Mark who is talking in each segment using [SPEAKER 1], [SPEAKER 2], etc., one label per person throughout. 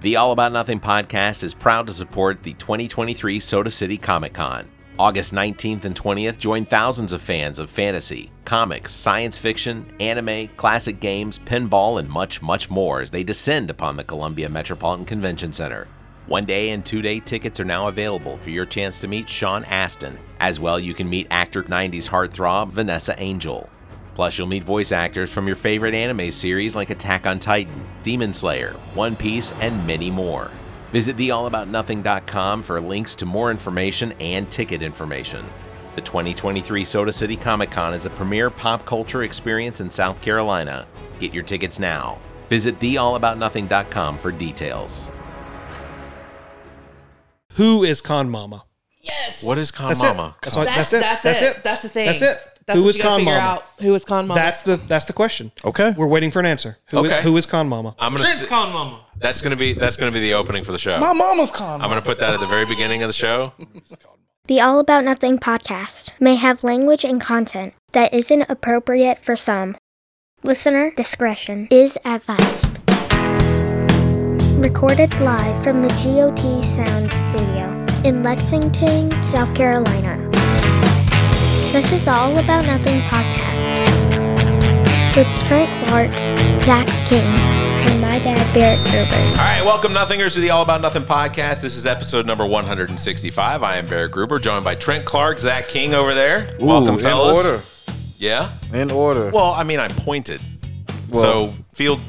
[SPEAKER 1] The All About Nothing podcast is proud to support the 2023 Soda City Comic Con. August 19th and 20th, join thousands of fans of fantasy, comics, science fiction, anime, classic games, pinball, and much, much more as they descend upon the Columbia Metropolitan Convention Center. One day and two day tickets are now available for your chance to meet Sean Astin. As well, you can meet actor 90s heartthrob Vanessa Angel. Plus, you'll meet voice actors from your favorite anime series like Attack on Titan, Demon Slayer, One Piece, and many more. Visit theallaboutnothing.com for links to more information and ticket information. The 2023 Soda City Comic Con is the premier pop culture experience in South Carolina. Get your tickets now. Visit theallaboutnothing.com for details.
[SPEAKER 2] Who is Con Mama?
[SPEAKER 3] Yes.
[SPEAKER 1] What is Con
[SPEAKER 2] That's
[SPEAKER 1] Mama?
[SPEAKER 2] it. That's, what-
[SPEAKER 3] That's,
[SPEAKER 2] that's it. That's, it.
[SPEAKER 3] That's the thing.
[SPEAKER 2] That's it.
[SPEAKER 3] That's
[SPEAKER 2] Who
[SPEAKER 3] what
[SPEAKER 2] is
[SPEAKER 3] you gotta
[SPEAKER 2] Con
[SPEAKER 3] figure
[SPEAKER 2] Mama?
[SPEAKER 3] out. Who is con mama?
[SPEAKER 2] That's the that's the question.
[SPEAKER 4] Okay.
[SPEAKER 2] We're waiting for an answer. Who is
[SPEAKER 1] Okay. Uh,
[SPEAKER 2] who is Con Mama?
[SPEAKER 1] I'm gonna.
[SPEAKER 5] Prince Con Mama.
[SPEAKER 1] that's gonna be. That's gonna be the opening for the show.
[SPEAKER 4] My mama's con.
[SPEAKER 1] I'm gonna put that at the very beginning of the show.
[SPEAKER 6] The All About Nothing podcast may have language and content that isn't appropriate for some. Listener discretion is advised. Recorded live from the GOT Sound Studio in Lexington, South Carolina. This is the All About Nothing podcast with Trey Clark, Zach King, and my dad, Barrett Gerber.
[SPEAKER 1] All right, welcome, Nothingers, to the All About Nothing podcast. This is episode number 165. I am Barry Gruber, joined by Trent Clark, Zach King over there.
[SPEAKER 4] Ooh,
[SPEAKER 1] welcome,
[SPEAKER 4] in
[SPEAKER 1] fellas.
[SPEAKER 4] order.
[SPEAKER 1] Yeah.
[SPEAKER 4] In order.
[SPEAKER 1] Well, I mean, I'm pointed,
[SPEAKER 4] Well-
[SPEAKER 1] so feel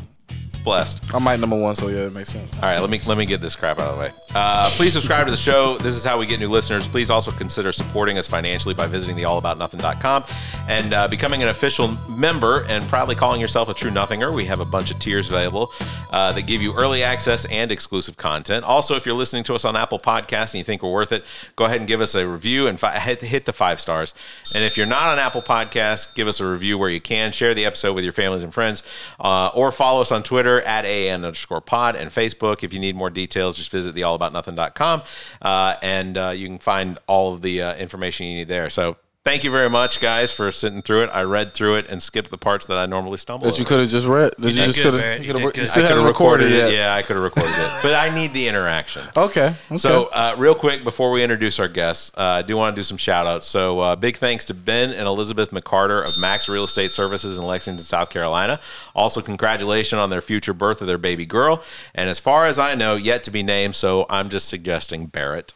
[SPEAKER 1] blessed.
[SPEAKER 4] I'm like number one, so yeah, it makes sense.
[SPEAKER 1] All right, let me let me get this crap out of the way. Uh, please subscribe to the show. This is how we get new listeners. Please also consider supporting us financially by visiting the allaboutnothing.com and uh, becoming an official member and proudly calling yourself a true nothinger. We have a bunch of tiers available uh, that give you early access and exclusive content. Also, if you're listening to us on Apple Podcasts and you think we're worth it, go ahead and give us a review and fi- hit, hit the five stars. And if you're not on Apple Podcasts, give us a review where you can. Share the episode with your families and friends, uh, or follow us on Twitter at an underscore pod and Facebook. If you need more details, just visit the allaboutnothing.com uh, and uh, you can find all of the uh, information you need there. So thank you very much, guys, for sitting through it. I read through it and skipped the parts that I normally stumble.
[SPEAKER 4] That you
[SPEAKER 1] over.
[SPEAKER 4] could have just read. That you,
[SPEAKER 5] did
[SPEAKER 4] just
[SPEAKER 5] good,
[SPEAKER 4] could have.
[SPEAKER 5] man.
[SPEAKER 4] You,
[SPEAKER 5] You
[SPEAKER 4] coulda
[SPEAKER 5] did
[SPEAKER 4] re- you
[SPEAKER 5] good.
[SPEAKER 4] still
[SPEAKER 1] I could
[SPEAKER 4] haven't
[SPEAKER 1] have
[SPEAKER 4] recorded,
[SPEAKER 1] recorded it.
[SPEAKER 4] yet.
[SPEAKER 1] Yeah, I could have recorded it, but I need the interaction.
[SPEAKER 4] Okay. okay.
[SPEAKER 1] So, uh, real quick, before we introduce our guests, uh, I do want to do some shout outs. So, uh, big thanks to Ben and Elizabeth McCarter of Max Real Estate Services in Lexington, South Carolina. Also, congratulations on their future birth of their baby girl. And as far as I know, yet to be named. So, I'm just suggesting Barrett.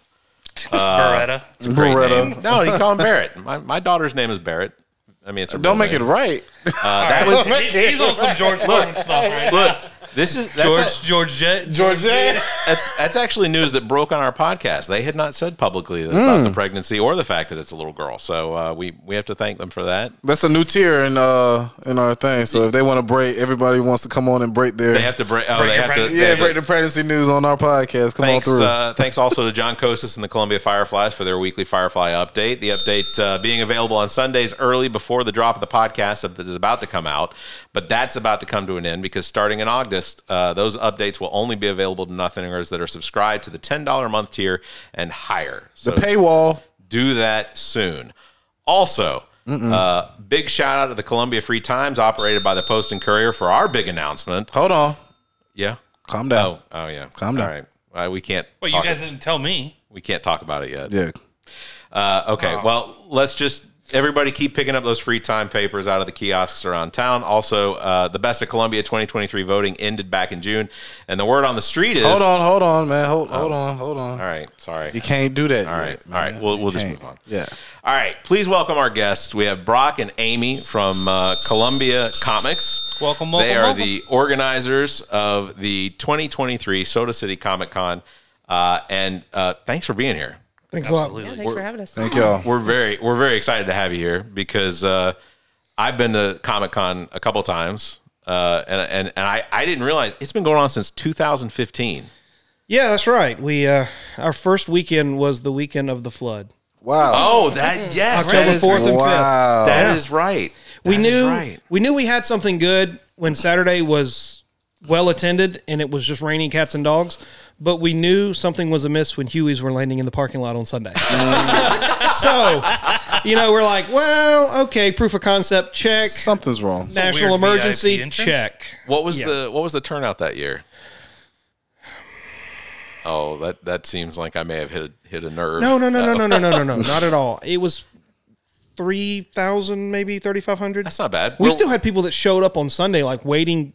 [SPEAKER 1] Uh,
[SPEAKER 5] Beretta.
[SPEAKER 1] Great
[SPEAKER 4] Beretta.
[SPEAKER 1] name. No, you call him Barrett. My, my daughter's name is Barrett. I mean, it's a
[SPEAKER 4] Don't make it right.
[SPEAKER 1] Uh, that was
[SPEAKER 5] He- he's on some George Foreman stuff right now.
[SPEAKER 1] look. This is that's
[SPEAKER 5] George George Jet.
[SPEAKER 4] Georgette.
[SPEAKER 1] That's that's actually news that broke on our podcast. They had not said publicly about the
[SPEAKER 4] Hmm.
[SPEAKER 1] pregnancy or the fact that it's a little girl. So uh, we we have to thank them for that.
[SPEAKER 4] That's a new tier in uh in our thing. So if they want to break, everybody wants to come on and break their
[SPEAKER 1] They have to break. Oh, they
[SPEAKER 5] your
[SPEAKER 1] have to.
[SPEAKER 5] pregnancy.
[SPEAKER 1] they
[SPEAKER 4] yeah
[SPEAKER 1] have to-
[SPEAKER 4] break the pregnancy news on our podcast. Come
[SPEAKER 1] Thanks,
[SPEAKER 4] on through.
[SPEAKER 1] uh, thanks also to John Kosis and the Columbia Fireflies for their weekly Firefly update. The update uh, being available on Sundays early before the drop of the podcast is about to come out, but that's about to come to an end because starting in August, uh, those updates will only be available to nothingers that are subscribed to the ten dollar a month tier and higher. So
[SPEAKER 4] the paywall.
[SPEAKER 1] do that soon. Also, uh, big shout out to the Columbia Free Times, operated by the Post and Courier, for our big announcement.
[SPEAKER 4] Hold on.
[SPEAKER 1] Yeah.
[SPEAKER 4] Calm down.
[SPEAKER 1] Oh, oh yeah.
[SPEAKER 4] Calm down.
[SPEAKER 1] All right. Uh, we can't.
[SPEAKER 5] But you
[SPEAKER 1] talk-
[SPEAKER 5] guys didn't tell me.
[SPEAKER 1] we can't talk about it yet.
[SPEAKER 4] Yeah.
[SPEAKER 1] Uh,
[SPEAKER 5] Oh.
[SPEAKER 1] okay. Well, let's just everybody keep picking up those free time papers out of the kiosks around town. Also, uh, the Best of Columbia 2023 voting ended back in June, and the word on the street is.
[SPEAKER 4] Hold on. Hold on, man. Hold hold on. Hold on.
[SPEAKER 1] Oh. All right. Sorry.
[SPEAKER 4] You can't do that.
[SPEAKER 1] All right,
[SPEAKER 4] yet,
[SPEAKER 1] all right,
[SPEAKER 4] man.
[SPEAKER 1] we'll- we'll
[SPEAKER 4] You
[SPEAKER 1] just
[SPEAKER 4] can't.
[SPEAKER 1] move on.
[SPEAKER 4] Yeah.
[SPEAKER 1] All right, please welcome our guests. We have Brock and Amy from uh, Columbia Comics.
[SPEAKER 5] Welcome,
[SPEAKER 1] They
[SPEAKER 5] welcome,
[SPEAKER 1] are
[SPEAKER 5] welcome.
[SPEAKER 1] the organizers of the 2023 Soda City Comic Con, uh, and uh, thanks for being here.
[SPEAKER 2] Thanks a
[SPEAKER 5] Yeah,
[SPEAKER 2] lot.
[SPEAKER 5] thanks
[SPEAKER 1] We're-
[SPEAKER 5] for having us.
[SPEAKER 4] Thank y'all.
[SPEAKER 1] We're very we're very excited to have you here because uh, I've been to Comic Con a couple times, uh, and and and I I didn't realize it's been going on since 2015.
[SPEAKER 2] Yeah, that's right. We uh, our first weekend was the weekend of the flood.
[SPEAKER 4] Wow.
[SPEAKER 1] Oh, that yes, that
[SPEAKER 2] Mm-hmm. October
[SPEAKER 1] is,
[SPEAKER 2] fourth and fifth.
[SPEAKER 4] wow.
[SPEAKER 1] that is right.
[SPEAKER 2] We
[SPEAKER 1] That is
[SPEAKER 2] knew
[SPEAKER 1] right.
[SPEAKER 2] we knew we had something good when Saturday was well attended and it was just raining cats and dogs, but we knew something was amiss when Hueys were landing in the parking lot on Sunday. so, you know, we're like, well, okay, proof of concept check,
[SPEAKER 4] Something's wrong.
[SPEAKER 2] national
[SPEAKER 5] weird VIP
[SPEAKER 2] emergency
[SPEAKER 5] entrance?
[SPEAKER 2] check.
[SPEAKER 1] What was the what was the turnout that year? Oh, that that seems like I may have hit a, hit a nerve.
[SPEAKER 2] No, no, no, no, no, no, no, no, no, not at all. It was three thousand, maybe thirty five hundred.
[SPEAKER 1] That's not bad.
[SPEAKER 2] We
[SPEAKER 1] We're-
[SPEAKER 2] still had people that showed up on Sunday, like waiting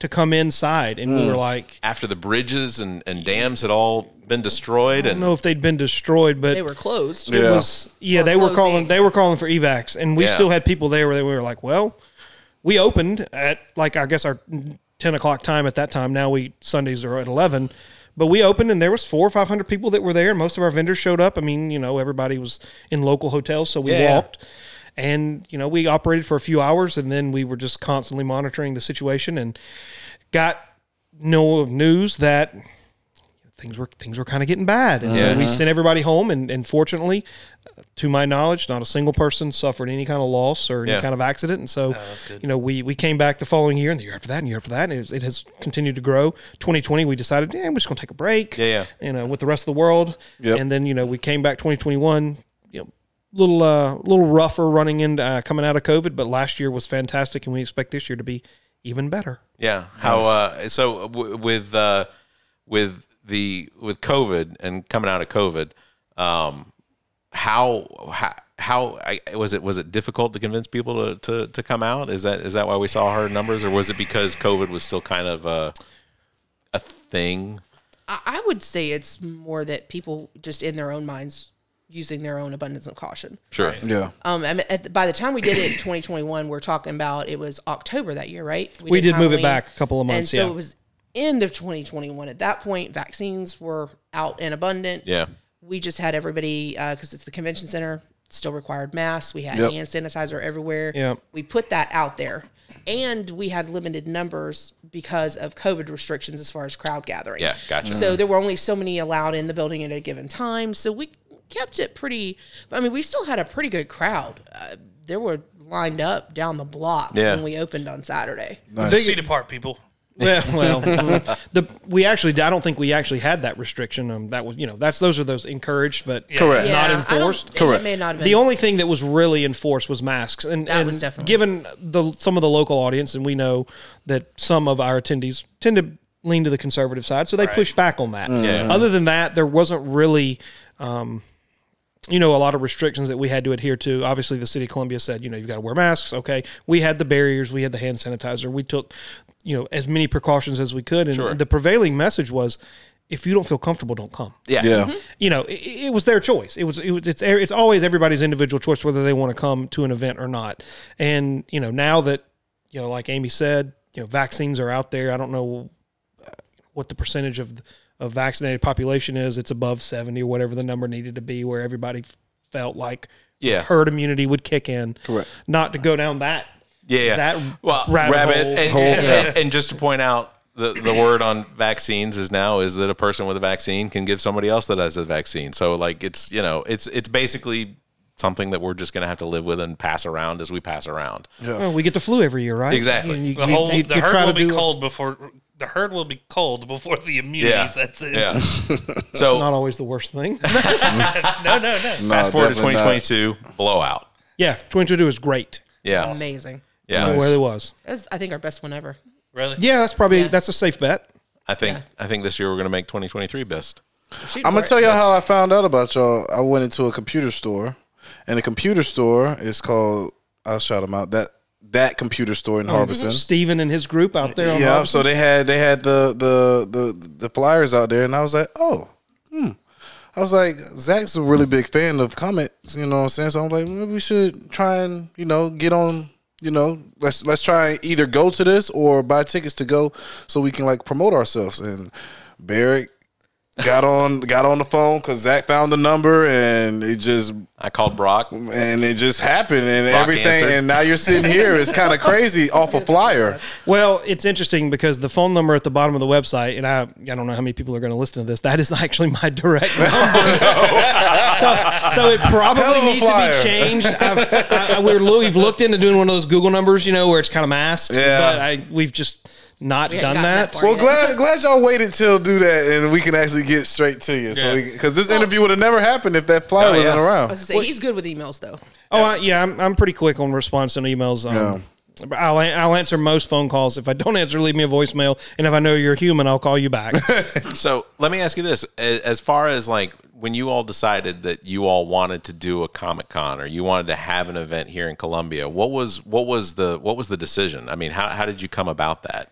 [SPEAKER 2] to come inside, and we were like,
[SPEAKER 1] after the bridges and, and dams had all been destroyed
[SPEAKER 2] I
[SPEAKER 1] and
[SPEAKER 2] don't know if they'd been destroyed, but
[SPEAKER 5] They were closed.
[SPEAKER 2] it
[SPEAKER 4] Yeah.
[SPEAKER 2] was yeah,
[SPEAKER 5] Or
[SPEAKER 2] they were
[SPEAKER 5] closing.
[SPEAKER 2] calling they were calling for evacs, and we
[SPEAKER 1] Yeah.
[SPEAKER 2] still had people there where they were like, well, we opened at like I guess our ten o'clock time at that time. Now we Sundays are at eleven. But we opened and there was four or five hundred people that were there. Most of our vendors showed up. I mean, you know, everybody was in local hotels, so we
[SPEAKER 1] Yeah.
[SPEAKER 2] walked. And, you know, we operated for a few hours and then we were just constantly monitoring the situation and got no news that things were things were kind of getting bad, and so we
[SPEAKER 1] Uh-huh.
[SPEAKER 2] sent everybody home. And, and fortunately, uh, to my knowledge, not a single person suffered any kind of loss or any
[SPEAKER 1] Yeah.
[SPEAKER 2] kind of accident. And so, you know, we we came back the following year and the year after that and the year after that, and it, was, it has continued to grow. 2020, we decided, yeah, we're just going to take a break.
[SPEAKER 1] Yeah,
[SPEAKER 2] You know, with the rest of the world,
[SPEAKER 4] Yep.
[SPEAKER 2] and then you know we came back 2021. You know, little uh little rougher running into uh, coming out of COVID, but last year was fantastic, and we expect this year to be even better.
[SPEAKER 1] yeah. How uh, so w- with uh, with the with COVID and coming out of COVID, um, how how. How I, was it? Was it difficult to convince people to, to, to come out? Is that is that why we saw hard numbers, or was it because COVID was still kind of a, a thing?
[SPEAKER 5] I, I would say it's more that people just in their own minds using their own abundance of caution.
[SPEAKER 1] Sure.
[SPEAKER 4] Yeah.
[SPEAKER 5] Um, I mean, at the, by the time we did it in 2021, we're talking about it was October that year, right?
[SPEAKER 2] We did move it back a couple of
[SPEAKER 5] and
[SPEAKER 2] months,
[SPEAKER 5] so
[SPEAKER 2] yeah.
[SPEAKER 5] it was end of 2021. At that point, vaccines were out and abundant.
[SPEAKER 1] Yeah.
[SPEAKER 5] we just had everybody because it's the convention center still required masks we had
[SPEAKER 4] Yep.
[SPEAKER 5] hand sanitizer everywhere
[SPEAKER 2] Yep.
[SPEAKER 5] we put that out there and we had limited numbers because of covid restrictions as far as crowd gathering
[SPEAKER 1] Yeah. Gotcha.
[SPEAKER 5] so there were only so many allowed in the building at a given time so we kept it pretty i mean we still had a pretty good crowd uh, there were lined up down the block
[SPEAKER 1] Yeah.
[SPEAKER 5] when we opened on saturday
[SPEAKER 7] Six feet apart, people.
[SPEAKER 2] Yeah, well, mm, the we actually I don't think we actually had that restriction. Um, that was you know that's those are those encouraged, but
[SPEAKER 4] Correct.
[SPEAKER 5] Yeah, I
[SPEAKER 2] not
[SPEAKER 5] don't-
[SPEAKER 2] enforced.
[SPEAKER 5] it
[SPEAKER 4] Correct.
[SPEAKER 5] may not have been
[SPEAKER 2] The only thing that was really enforced was masks, and,
[SPEAKER 5] That
[SPEAKER 2] and
[SPEAKER 5] was definitely-
[SPEAKER 2] given the some of the local audience, and we know that some of our attendees tend to lean to the conservative side, so they push back on that. Other than that, there wasn't really. Um, you know, a lot of restrictions that we had to adhere to. Obviously, the city of Columbia said, you know, you've got to wear masks. Okay. We had the barriers, we had the hand sanitizer, we took, you know, as many precautions as we could. And the prevailing message was if you don't feel comfortable, don't come
[SPEAKER 1] yeah.
[SPEAKER 4] Yeah.
[SPEAKER 2] you know, it, it was their choice. It was, it was it's it's always everybody's individual choice whether they want to come to an event or not. And you know, now that you know, like Amy said, you know, vaccines are out there. I don't know uh, what the percentage of of vaccinated population is. It's above seventy or whatever the number needed to be, where everybody felt like
[SPEAKER 1] Yeah.
[SPEAKER 2] herd immunity would kick in.
[SPEAKER 4] Correct.
[SPEAKER 2] Not to go down that
[SPEAKER 1] Yeah, yeah.
[SPEAKER 2] that
[SPEAKER 1] Well,
[SPEAKER 2] rabbit,
[SPEAKER 4] rabbit
[SPEAKER 2] hole.
[SPEAKER 1] and,
[SPEAKER 4] Whole-
[SPEAKER 1] and-
[SPEAKER 4] yeah.
[SPEAKER 1] and- and just to point out the, the word on vaccines is now is that a person with a vaccine can give somebody else that has a vaccine so like it's you know it's it's basically something that we're just going to have to live with and pass around as we pass around
[SPEAKER 2] Well, we get the flu every year, right?
[SPEAKER 1] Exactly.
[SPEAKER 2] You- you-
[SPEAKER 7] The whole
[SPEAKER 2] you- you
[SPEAKER 7] the
[SPEAKER 2] try
[SPEAKER 7] herd
[SPEAKER 2] to
[SPEAKER 7] will be
[SPEAKER 2] do-
[SPEAKER 7] cold before the herd will be cold before the immunity
[SPEAKER 1] yeah
[SPEAKER 7] sets in.
[SPEAKER 1] yeah
[SPEAKER 2] Not
[SPEAKER 1] so
[SPEAKER 2] always the worst thing.
[SPEAKER 7] No, no,
[SPEAKER 4] No,
[SPEAKER 7] no.
[SPEAKER 1] fast forward to
[SPEAKER 4] definitely not.
[SPEAKER 1] 2022 blowout
[SPEAKER 2] yeah, twenty two is great.
[SPEAKER 1] yeah
[SPEAKER 5] amazing
[SPEAKER 1] yeah
[SPEAKER 2] Where it was.
[SPEAKER 5] that was i think our best one ever
[SPEAKER 7] Really?
[SPEAKER 2] Yeah, that's probably that's a safe bet.
[SPEAKER 1] i think i think this year we're going to make 2023 best
[SPEAKER 5] Shoot
[SPEAKER 4] I'm
[SPEAKER 5] for
[SPEAKER 4] gonna
[SPEAKER 5] it.
[SPEAKER 4] tell y'all how I found out about y'all. I went into a computer store, and the computer store is called. I'll shout them out. That that computer store in Harbison.
[SPEAKER 2] Steven and his group out there. On
[SPEAKER 4] Yeah,
[SPEAKER 2] yeah,
[SPEAKER 4] so they had they had the the the the flyers out there, and I was like, oh, hmm. I was like, Zach's a really big fan of comics, you know what I'm saying? So I'm like, maybe we should try and you know get on, you know, let's let's try and either go to this or buy tickets to go so we can like promote ourselves. And Barrick got on got on the phone because Zach found the number, and it just
[SPEAKER 1] i called brock
[SPEAKER 4] and it just happened, and
[SPEAKER 1] Rock
[SPEAKER 4] everything.
[SPEAKER 1] answered.
[SPEAKER 4] And now you're sitting here. It's kind of crazy off a flyer.
[SPEAKER 2] well, it's interesting because the phone number at the bottom of the website, and I I don't know how many people are going to listen to this. That is actually my direct number. so, so it
[SPEAKER 4] Hell
[SPEAKER 2] probably
[SPEAKER 4] of a
[SPEAKER 2] needs to
[SPEAKER 4] flyer.
[SPEAKER 2] be changed. I've, I, I, we're, we've looked into doing one of those Google numbers, you know, where it's kind of masks.
[SPEAKER 4] Yeah.
[SPEAKER 2] But I, we've just not
[SPEAKER 5] hadn't
[SPEAKER 2] done
[SPEAKER 5] gotten
[SPEAKER 2] that.
[SPEAKER 5] that far.
[SPEAKER 4] Well, glad glad y'all waited till do that, and we can actually get straight to you. So,
[SPEAKER 7] Yeah.
[SPEAKER 4] because this interview would have never happened if that flyer
[SPEAKER 1] Oh,
[SPEAKER 4] wasn't
[SPEAKER 1] yeah.
[SPEAKER 5] I
[SPEAKER 4] around.
[SPEAKER 5] was gonna say, he's good with emails though.
[SPEAKER 2] oh, I, yeah, I'm, I'm pretty quick on response and emails. Um, But I'll, I'll answer most phone calls. If I don't answer, leave me a voicemail. And if I know you're human, I'll call you back.
[SPEAKER 1] So let me ask you this: A- as far as like when you all decided that you all wanted to do a Comic Con or you wanted to have an event here in Columbia, what was what was the what was the decision? I mean, how how did you come about that?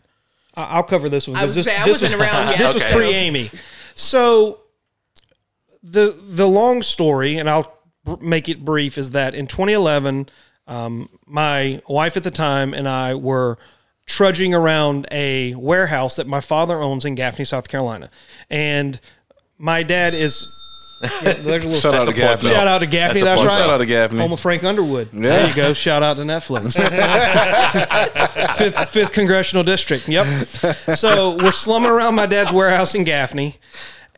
[SPEAKER 2] I- I'll cover this one.
[SPEAKER 5] I
[SPEAKER 2] 'cause
[SPEAKER 5] would
[SPEAKER 2] this,
[SPEAKER 5] say I
[SPEAKER 2] this
[SPEAKER 5] wasn't
[SPEAKER 2] was,
[SPEAKER 5] around yet,
[SPEAKER 2] This was
[SPEAKER 1] Okay.
[SPEAKER 2] pre Amy. So the the long story, and I'll br- make it brief, is that in 2011, um, my wife at the time and I were trudging around a warehouse that my father owns in Gaffney, South Carolina, and my dad is. Yeah, there's a little
[SPEAKER 4] Shout out to
[SPEAKER 1] a plug,
[SPEAKER 4] Gaffney.
[SPEAKER 1] though.
[SPEAKER 2] Shout out to Gaffney.
[SPEAKER 1] That's
[SPEAKER 2] That's,
[SPEAKER 1] a plug.
[SPEAKER 2] right.
[SPEAKER 4] Shout out to Gaffney.
[SPEAKER 2] Home of Frank Underwood. There you go. Shout out to Netflix. fifth, fifth congressional district. Yep. So we're slumming around my dad's warehouse in Gaffney,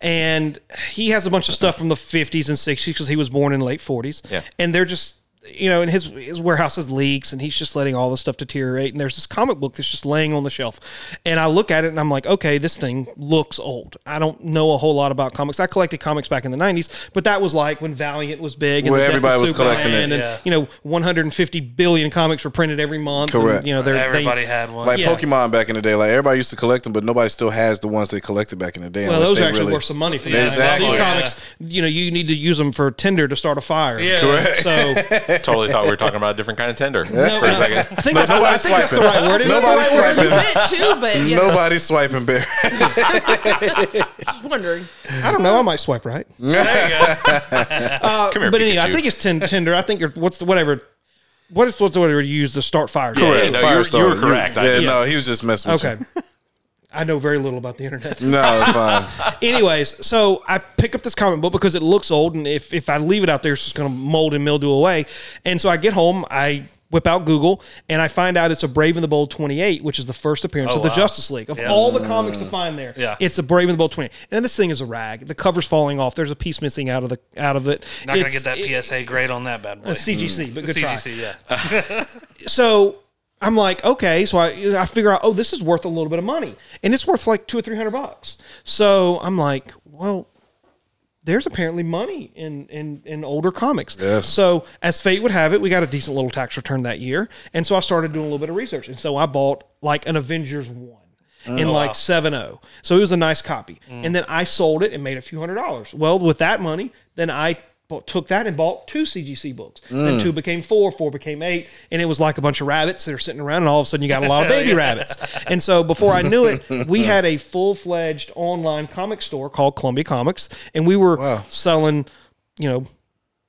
[SPEAKER 2] and he has a bunch of stuff from the 50s and 60s because he was born in late 40s.
[SPEAKER 1] Yeah.
[SPEAKER 2] And they're just. You know, and his his warehouse has leaks, and he's just letting all this stuff deteriorate. And there's this comic book that's just laying on the shelf, and I look at it and I'm like, okay, this thing looks old. I don't know a whole lot about comics. I collected comics back in the '90s, but that was like when Valiant was big, and
[SPEAKER 4] Where
[SPEAKER 2] the Death of
[SPEAKER 4] everybody was collecting
[SPEAKER 2] Superman
[SPEAKER 4] it.
[SPEAKER 2] and you know 150 billion comics were printed every month and,
[SPEAKER 4] Correct.
[SPEAKER 2] you know they're, they-
[SPEAKER 7] Everybody had one.
[SPEAKER 4] Like
[SPEAKER 2] Yeah.
[SPEAKER 4] Pokemon back in the day, like everybody used to collect them, but nobody still has the ones they collected back in the day.
[SPEAKER 2] well
[SPEAKER 4] unless
[SPEAKER 2] those
[SPEAKER 4] they
[SPEAKER 2] are actually
[SPEAKER 4] really-
[SPEAKER 2] worth some money for
[SPEAKER 4] Yeah,
[SPEAKER 2] you
[SPEAKER 4] exactly.
[SPEAKER 2] these
[SPEAKER 4] Yeah.
[SPEAKER 2] comics you know you need to use them for tinder to start a fire
[SPEAKER 7] Yeah.
[SPEAKER 2] so
[SPEAKER 1] totally thought we were talking about a different kind of tender for a
[SPEAKER 2] no.
[SPEAKER 1] second.
[SPEAKER 2] I think, that's, I
[SPEAKER 4] Nobody's
[SPEAKER 2] think that's
[SPEAKER 4] swiping.
[SPEAKER 2] the right word Isn't that the
[SPEAKER 4] Nobody's
[SPEAKER 2] right word?
[SPEAKER 5] A
[SPEAKER 4] swiping.
[SPEAKER 5] bit too, but you know,
[SPEAKER 4] Nobody's swiping, Barry.
[SPEAKER 5] just wondering.
[SPEAKER 2] I don't know I might swipe right
[SPEAKER 1] Come here,
[SPEAKER 2] but anyway I
[SPEAKER 1] Pikachu.
[SPEAKER 2] think it's tin- tinder I think or what's the whatever what is what's the whatever you use to start fires
[SPEAKER 1] Yeah, no, you were- you
[SPEAKER 4] Firestarter.
[SPEAKER 1] were correct. I
[SPEAKER 4] yeah,
[SPEAKER 1] just-
[SPEAKER 4] no, he was just messing with
[SPEAKER 2] okay I know very little about the internet
[SPEAKER 4] you. No, it's fine.
[SPEAKER 2] Anyways, so I pick up this comic book because it looks old, and if, if I leave it out there, it's just going to mold and mildew away. And so I get home, I whip out Google, and I find out it's a Brave and the Bold 28, which is the first appearance of the
[SPEAKER 7] Oh, wow. Mm.
[SPEAKER 2] Justice League. Of all the comics to find there,
[SPEAKER 7] Yeah.
[SPEAKER 2] it's a Brave and the Bold 28. And this thing is a rag. The cover's falling off. There's a piece missing out of the out of it.
[SPEAKER 7] Not gonna
[SPEAKER 2] It's-
[SPEAKER 7] get that
[SPEAKER 2] it-
[SPEAKER 7] PSA grade on that bad boy.
[SPEAKER 2] CGC, but good try
[SPEAKER 7] CGC, yeah.
[SPEAKER 2] so I'm like, okay, so I, I figure out, oh, this is worth a little bit of money, and it's worth like two or three hundred bucks. So I'm like, well, there's apparently money in in in older comics. So as fate would have it, we got a decent little tax return that year, and so I started doing a little bit of research, and so I bought like an Avengers one. In like seven oh, so it was a nice copy, and then I sold it and made a few hundred dollars. Well, with that money, then I bought, took that and bought two CGC books. Then two became four, four became eight, and it was like a bunch of rabbits that are sitting around, and all of a sudden you got a lot of baby rabbits. And so before I knew it, we had a full fledged online comic store called Columbia Comics, and we were selling, you know,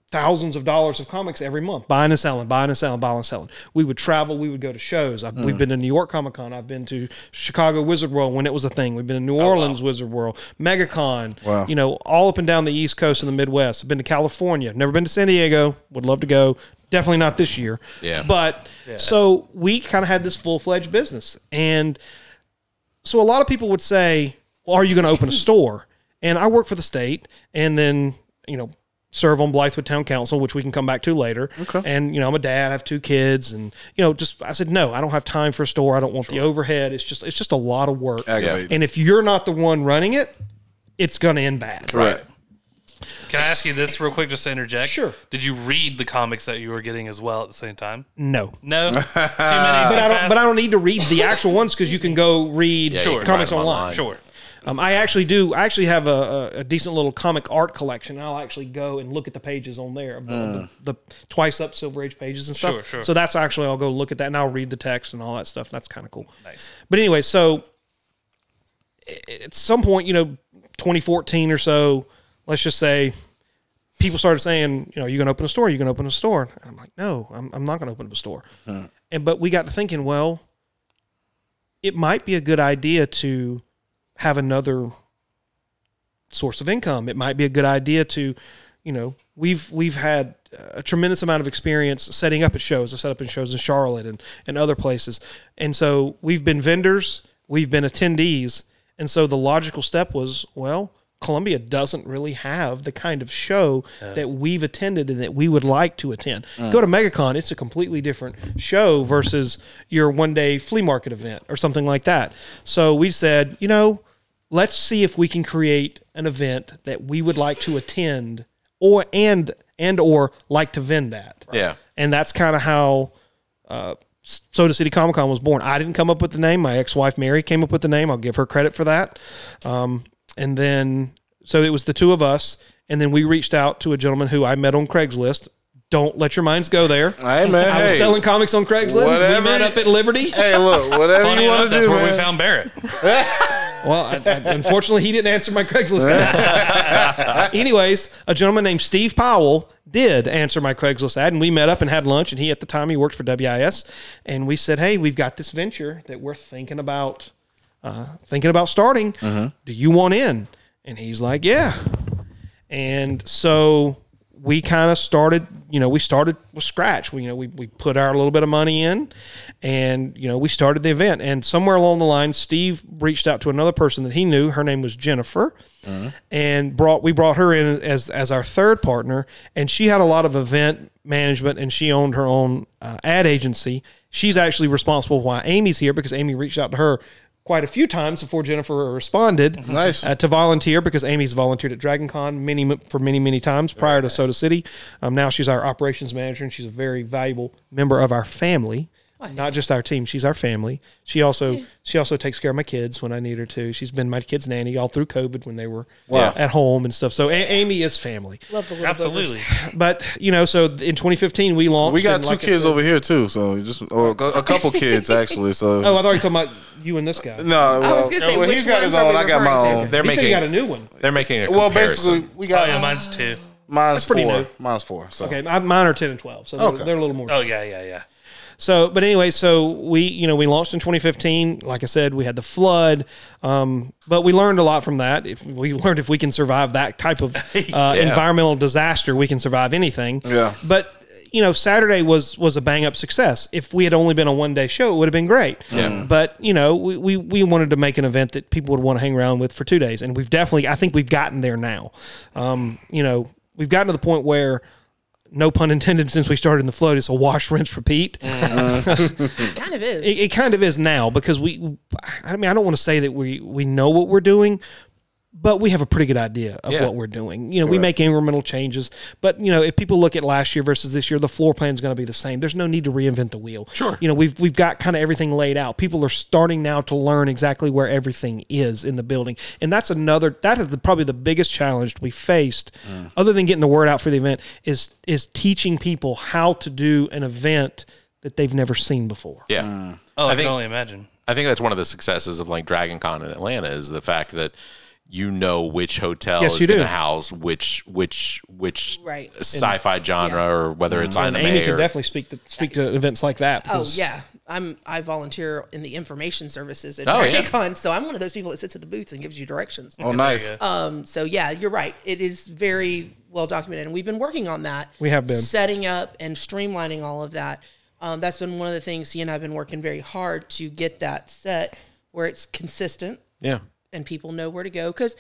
[SPEAKER 2] thousands of dollars of comics every month, buying and selling, buying and selling, buying and selling. We would travel, we would go to shows. I, We've been to New York Comic Con. I've been to Chicago Wizard World when it was a thing. We've been to New Orleans Wizard World, MegaCon,
[SPEAKER 4] Wow.
[SPEAKER 2] you know, all up and down the East Coast and the Midwest. I've been to California. Never been to San Diego. Would love to go. Definitely not this year.
[SPEAKER 1] Yeah.
[SPEAKER 2] But so we kind of had this full fledged business. And so a lot of people would say, well, "Are you going to open a store?" And I work for the state, and then you know serve on Blythewood Town Council, which we can come back to later. Okay. And you know I'm a dad, I have two kids, and you know just I said no, I don't have time for a store. I don't want the overhead. It's just it's just a lot of work.
[SPEAKER 4] Aggravating.
[SPEAKER 2] And if you're not the one running it, it's going to end bad.
[SPEAKER 4] Correct.
[SPEAKER 7] Can I ask you this real quick, just to interject?
[SPEAKER 2] Sure.
[SPEAKER 7] Did you read the comics that you were getting as well at the same time?
[SPEAKER 2] No.
[SPEAKER 7] No. Too many. But
[SPEAKER 2] But I don't. But I don't need to read the actual ones because you can go read
[SPEAKER 1] you can
[SPEAKER 2] comics
[SPEAKER 1] buy them
[SPEAKER 2] online.
[SPEAKER 1] online.
[SPEAKER 7] Sure.
[SPEAKER 2] Um, I actually do. I actually have a, a, a decent little comic art collection. and I'll actually go and look at the pages on there, of the, the, the twice up Silver Age pages and stuff.
[SPEAKER 7] Sure, sure.
[SPEAKER 2] So that's actually I'll go look at that and I'll read the text and all that stuff. That's kind of cool. Nice. But anyway, so a- at some point, you know, 2014 or so, let's just say people started saying, you know, you're going to open a store, you're going to open a store. And I'm like, no, I'm, I'm not going to open up a store. And but we got to thinking, well, it might be a good idea to have another source of income. It might be a good idea to, you know, we've we've had a tremendous amount of experience setting up at shows. I set up in shows in Charlotte and and other places, and so we've been vendors, we've been attendees, and so the logical step was well. Columbia doesn't really have the kind of show that we've attended and that we would like to attend. Go to MegaCon, it's a completely different show versus your one day flea market event or something like that. So we said, you know, let's see if we can create an event that we would like to attend or and and or like to vend at
[SPEAKER 1] Yeah.
[SPEAKER 2] and that's kind of how uh, Soda City Comic Con was born. I didn't come up with the name. My ex wife Mary came up with the name. I'll give her credit for that. Um, and then, so it was the two of us. And then we reached out to a gentleman who I met on Craigslist. Don't let your minds go there.
[SPEAKER 4] Hey man,
[SPEAKER 2] I was
[SPEAKER 4] hey.
[SPEAKER 2] selling comics on Craigslist.
[SPEAKER 4] Whatever
[SPEAKER 2] We met
[SPEAKER 4] you-
[SPEAKER 2] up at Liberty.
[SPEAKER 4] Hey, look, whatever
[SPEAKER 7] Funny
[SPEAKER 4] you
[SPEAKER 7] enough,
[SPEAKER 4] want to
[SPEAKER 7] that's
[SPEAKER 4] do,
[SPEAKER 7] where
[SPEAKER 4] man.
[SPEAKER 7] we found Barrett.
[SPEAKER 2] Well, I, I, unfortunately, he didn't answer my Craigslist. ad. Anyways, a gentleman named Steve Powell did answer my Craigslist ad, and we met up and had lunch. And he, at the time, he worked for WIS, and we said, "Hey, we've got this venture that we're thinking about, uh, thinking about starting. Do you want in?" And he's like, "Yeah." And so we kind of started, you know, we started with scratch. We, you know, we, we put our little bit of money in and, you know, we started the event. And somewhere along the line, Steve reached out to another person that he knew. Her name was Jennifer. And brought we brought her in as as our third partner. And she had a lot of event management and she owned her own uh, ad agency. She's actually responsible why Amy's here because Amy reached out to her quite a few times before Jennifer responded
[SPEAKER 4] Nice.
[SPEAKER 2] uh, to volunteer because Amy's volunteered at Dragon Con many for many many times prior to Soda City. Um, now she's our operations manager and she's a very valuable member of our family. Not just our team, she's our family. She also she also takes care of my kids when I need her to. She's been my kids' nanny all through COVID when they were
[SPEAKER 4] Wow.
[SPEAKER 2] at home and stuff. So A- Amy is family.
[SPEAKER 5] Love the little boogers.
[SPEAKER 7] Absolutely.
[SPEAKER 2] But you know, so in 2015 we launched.
[SPEAKER 4] We got
[SPEAKER 2] and
[SPEAKER 4] two
[SPEAKER 2] like I
[SPEAKER 4] kids
[SPEAKER 2] said-
[SPEAKER 4] over here too, so you just or a a couple kids actually. So
[SPEAKER 2] Oh, I thought you were talking about you and this guy.
[SPEAKER 4] no, well,
[SPEAKER 5] gonna say,
[SPEAKER 4] well,
[SPEAKER 5] which
[SPEAKER 4] he's got
[SPEAKER 5] ones
[SPEAKER 4] his
[SPEAKER 5] are
[SPEAKER 4] own.
[SPEAKER 5] we
[SPEAKER 4] I got my
[SPEAKER 5] referring to?
[SPEAKER 4] own.
[SPEAKER 1] They're
[SPEAKER 2] he said
[SPEAKER 1] making
[SPEAKER 2] he got a new
[SPEAKER 4] Oh.
[SPEAKER 2] one.
[SPEAKER 1] they're making a
[SPEAKER 4] Well,
[SPEAKER 1] comparison.
[SPEAKER 4] basically, we got
[SPEAKER 7] Oh
[SPEAKER 2] Uh,
[SPEAKER 7] yeah, mine's two.
[SPEAKER 4] mine's
[SPEAKER 2] pretty
[SPEAKER 4] four.
[SPEAKER 2] new.
[SPEAKER 4] Mine's four. So
[SPEAKER 2] Okay, I- mine are 10 and 12, so they're,
[SPEAKER 4] Okay.
[SPEAKER 2] they're a little more.
[SPEAKER 7] Oh yeah, yeah, yeah.
[SPEAKER 2] So, but anyway, so we, you know, we launched in 2015. Like I said, we had the flood, um, but we learned a lot from that. If we learned if we can survive that type of uh, environmental disaster, we can survive anything.
[SPEAKER 4] Yeah.
[SPEAKER 2] But you know, Saturday was was a bang up success. If we had only been a one day show, it would have been great. Yeah. But you know, we, we we wanted to make an event that people would want to hang around with for two days, and we've definitely, I think, we've gotten there now. Um, you know, we've gotten to the point where no pun intended, since we started in the flood, it's a wash, rinse, repeat.
[SPEAKER 5] It kind of is.
[SPEAKER 2] It, it kind of is now because we, I mean, I don't want to say that we we know what we're doing, but we have a pretty good idea of what we're doing. You know, we make incremental changes, but you know, if people look at last year versus this year, the floor plan is going to be the same. There's no need to reinvent the wheel. Sure. You know, we've we've got kind of everything laid out. People are starting now to learn exactly where everything is in the building, and that's another. That is the, probably the biggest challenge we faced, other than getting the word out for the event, is is teaching people how to do an event that they've never seen before.
[SPEAKER 1] Yeah.
[SPEAKER 7] Oh, I,
[SPEAKER 1] think-
[SPEAKER 7] can only imagine.
[SPEAKER 1] I think that's one of the successes of like Dragon Con in Atlanta is the fact that you know which hotel
[SPEAKER 2] Yes,
[SPEAKER 1] is
[SPEAKER 2] you
[SPEAKER 1] going
[SPEAKER 2] do.
[SPEAKER 1] to house which which which
[SPEAKER 5] Right.
[SPEAKER 1] sci-fi genre or whether it's anime
[SPEAKER 2] Mm-hmm. And Amy
[SPEAKER 1] or
[SPEAKER 2] can definitely speak to speak to events like that.
[SPEAKER 5] Oh
[SPEAKER 2] because-
[SPEAKER 5] yeah, I'm I volunteer in the information services at
[SPEAKER 1] Oh,
[SPEAKER 5] oh,
[SPEAKER 1] yeah.
[SPEAKER 5] so I'm one of those people that sits at the booths and gives you directions.
[SPEAKER 4] oh, nice.
[SPEAKER 5] Um, so yeah, you're right. It is very well documented, and we've been working on that.
[SPEAKER 2] We have been.
[SPEAKER 5] setting up and streamlining all of that. Um, that's been one of the things he and I have been working very hard to get that set where it's consistent
[SPEAKER 1] yeah.
[SPEAKER 5] and people know where to go because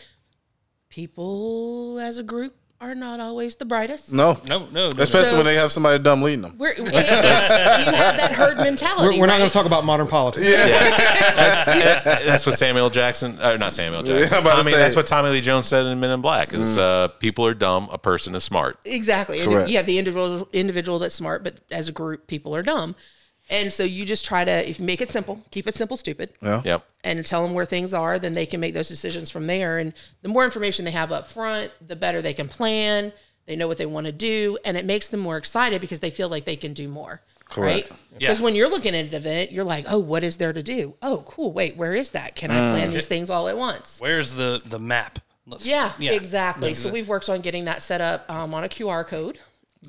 [SPEAKER 5] people as a group are not always the brightest.
[SPEAKER 4] No,
[SPEAKER 7] No, no, no.
[SPEAKER 4] especially
[SPEAKER 5] So-
[SPEAKER 4] when they have somebody dumb leading them.
[SPEAKER 5] We're, it's- you have that herd mentality.
[SPEAKER 2] We're, we're not going
[SPEAKER 5] right?
[SPEAKER 2] to talk about modern politics.
[SPEAKER 1] That's what Samuel Jackson or not Samuel Jackson.
[SPEAKER 4] I'm about to
[SPEAKER 1] Tommy-
[SPEAKER 4] say. Mm.
[SPEAKER 1] that's what Tommy Lee Jones said in Men in Black is uh, people are dumb, a person is smart.
[SPEAKER 5] Exactly. And
[SPEAKER 4] Correct.
[SPEAKER 5] you have the individual individual that's smart, but as a group, people are dumb. And so you just try to if you make it simple, keep it simple, stupid,
[SPEAKER 1] Yep.
[SPEAKER 5] and tell them where things are. Then they can make those decisions from there. And the more information they have up front, the better they can plan. They know what they want to do, and it makes them more excited because they feel like they can do more.
[SPEAKER 4] Correct.
[SPEAKER 5] Right? Because when you're looking at an event, you're like, oh, what is there to do? Oh, cool. Wait, where is that? Can I
[SPEAKER 2] Mm.
[SPEAKER 5] plan these things all at once?
[SPEAKER 7] Where's the the map? Let's-
[SPEAKER 5] Yeah, exactly. So we've worked on getting that set up um, on a QR code.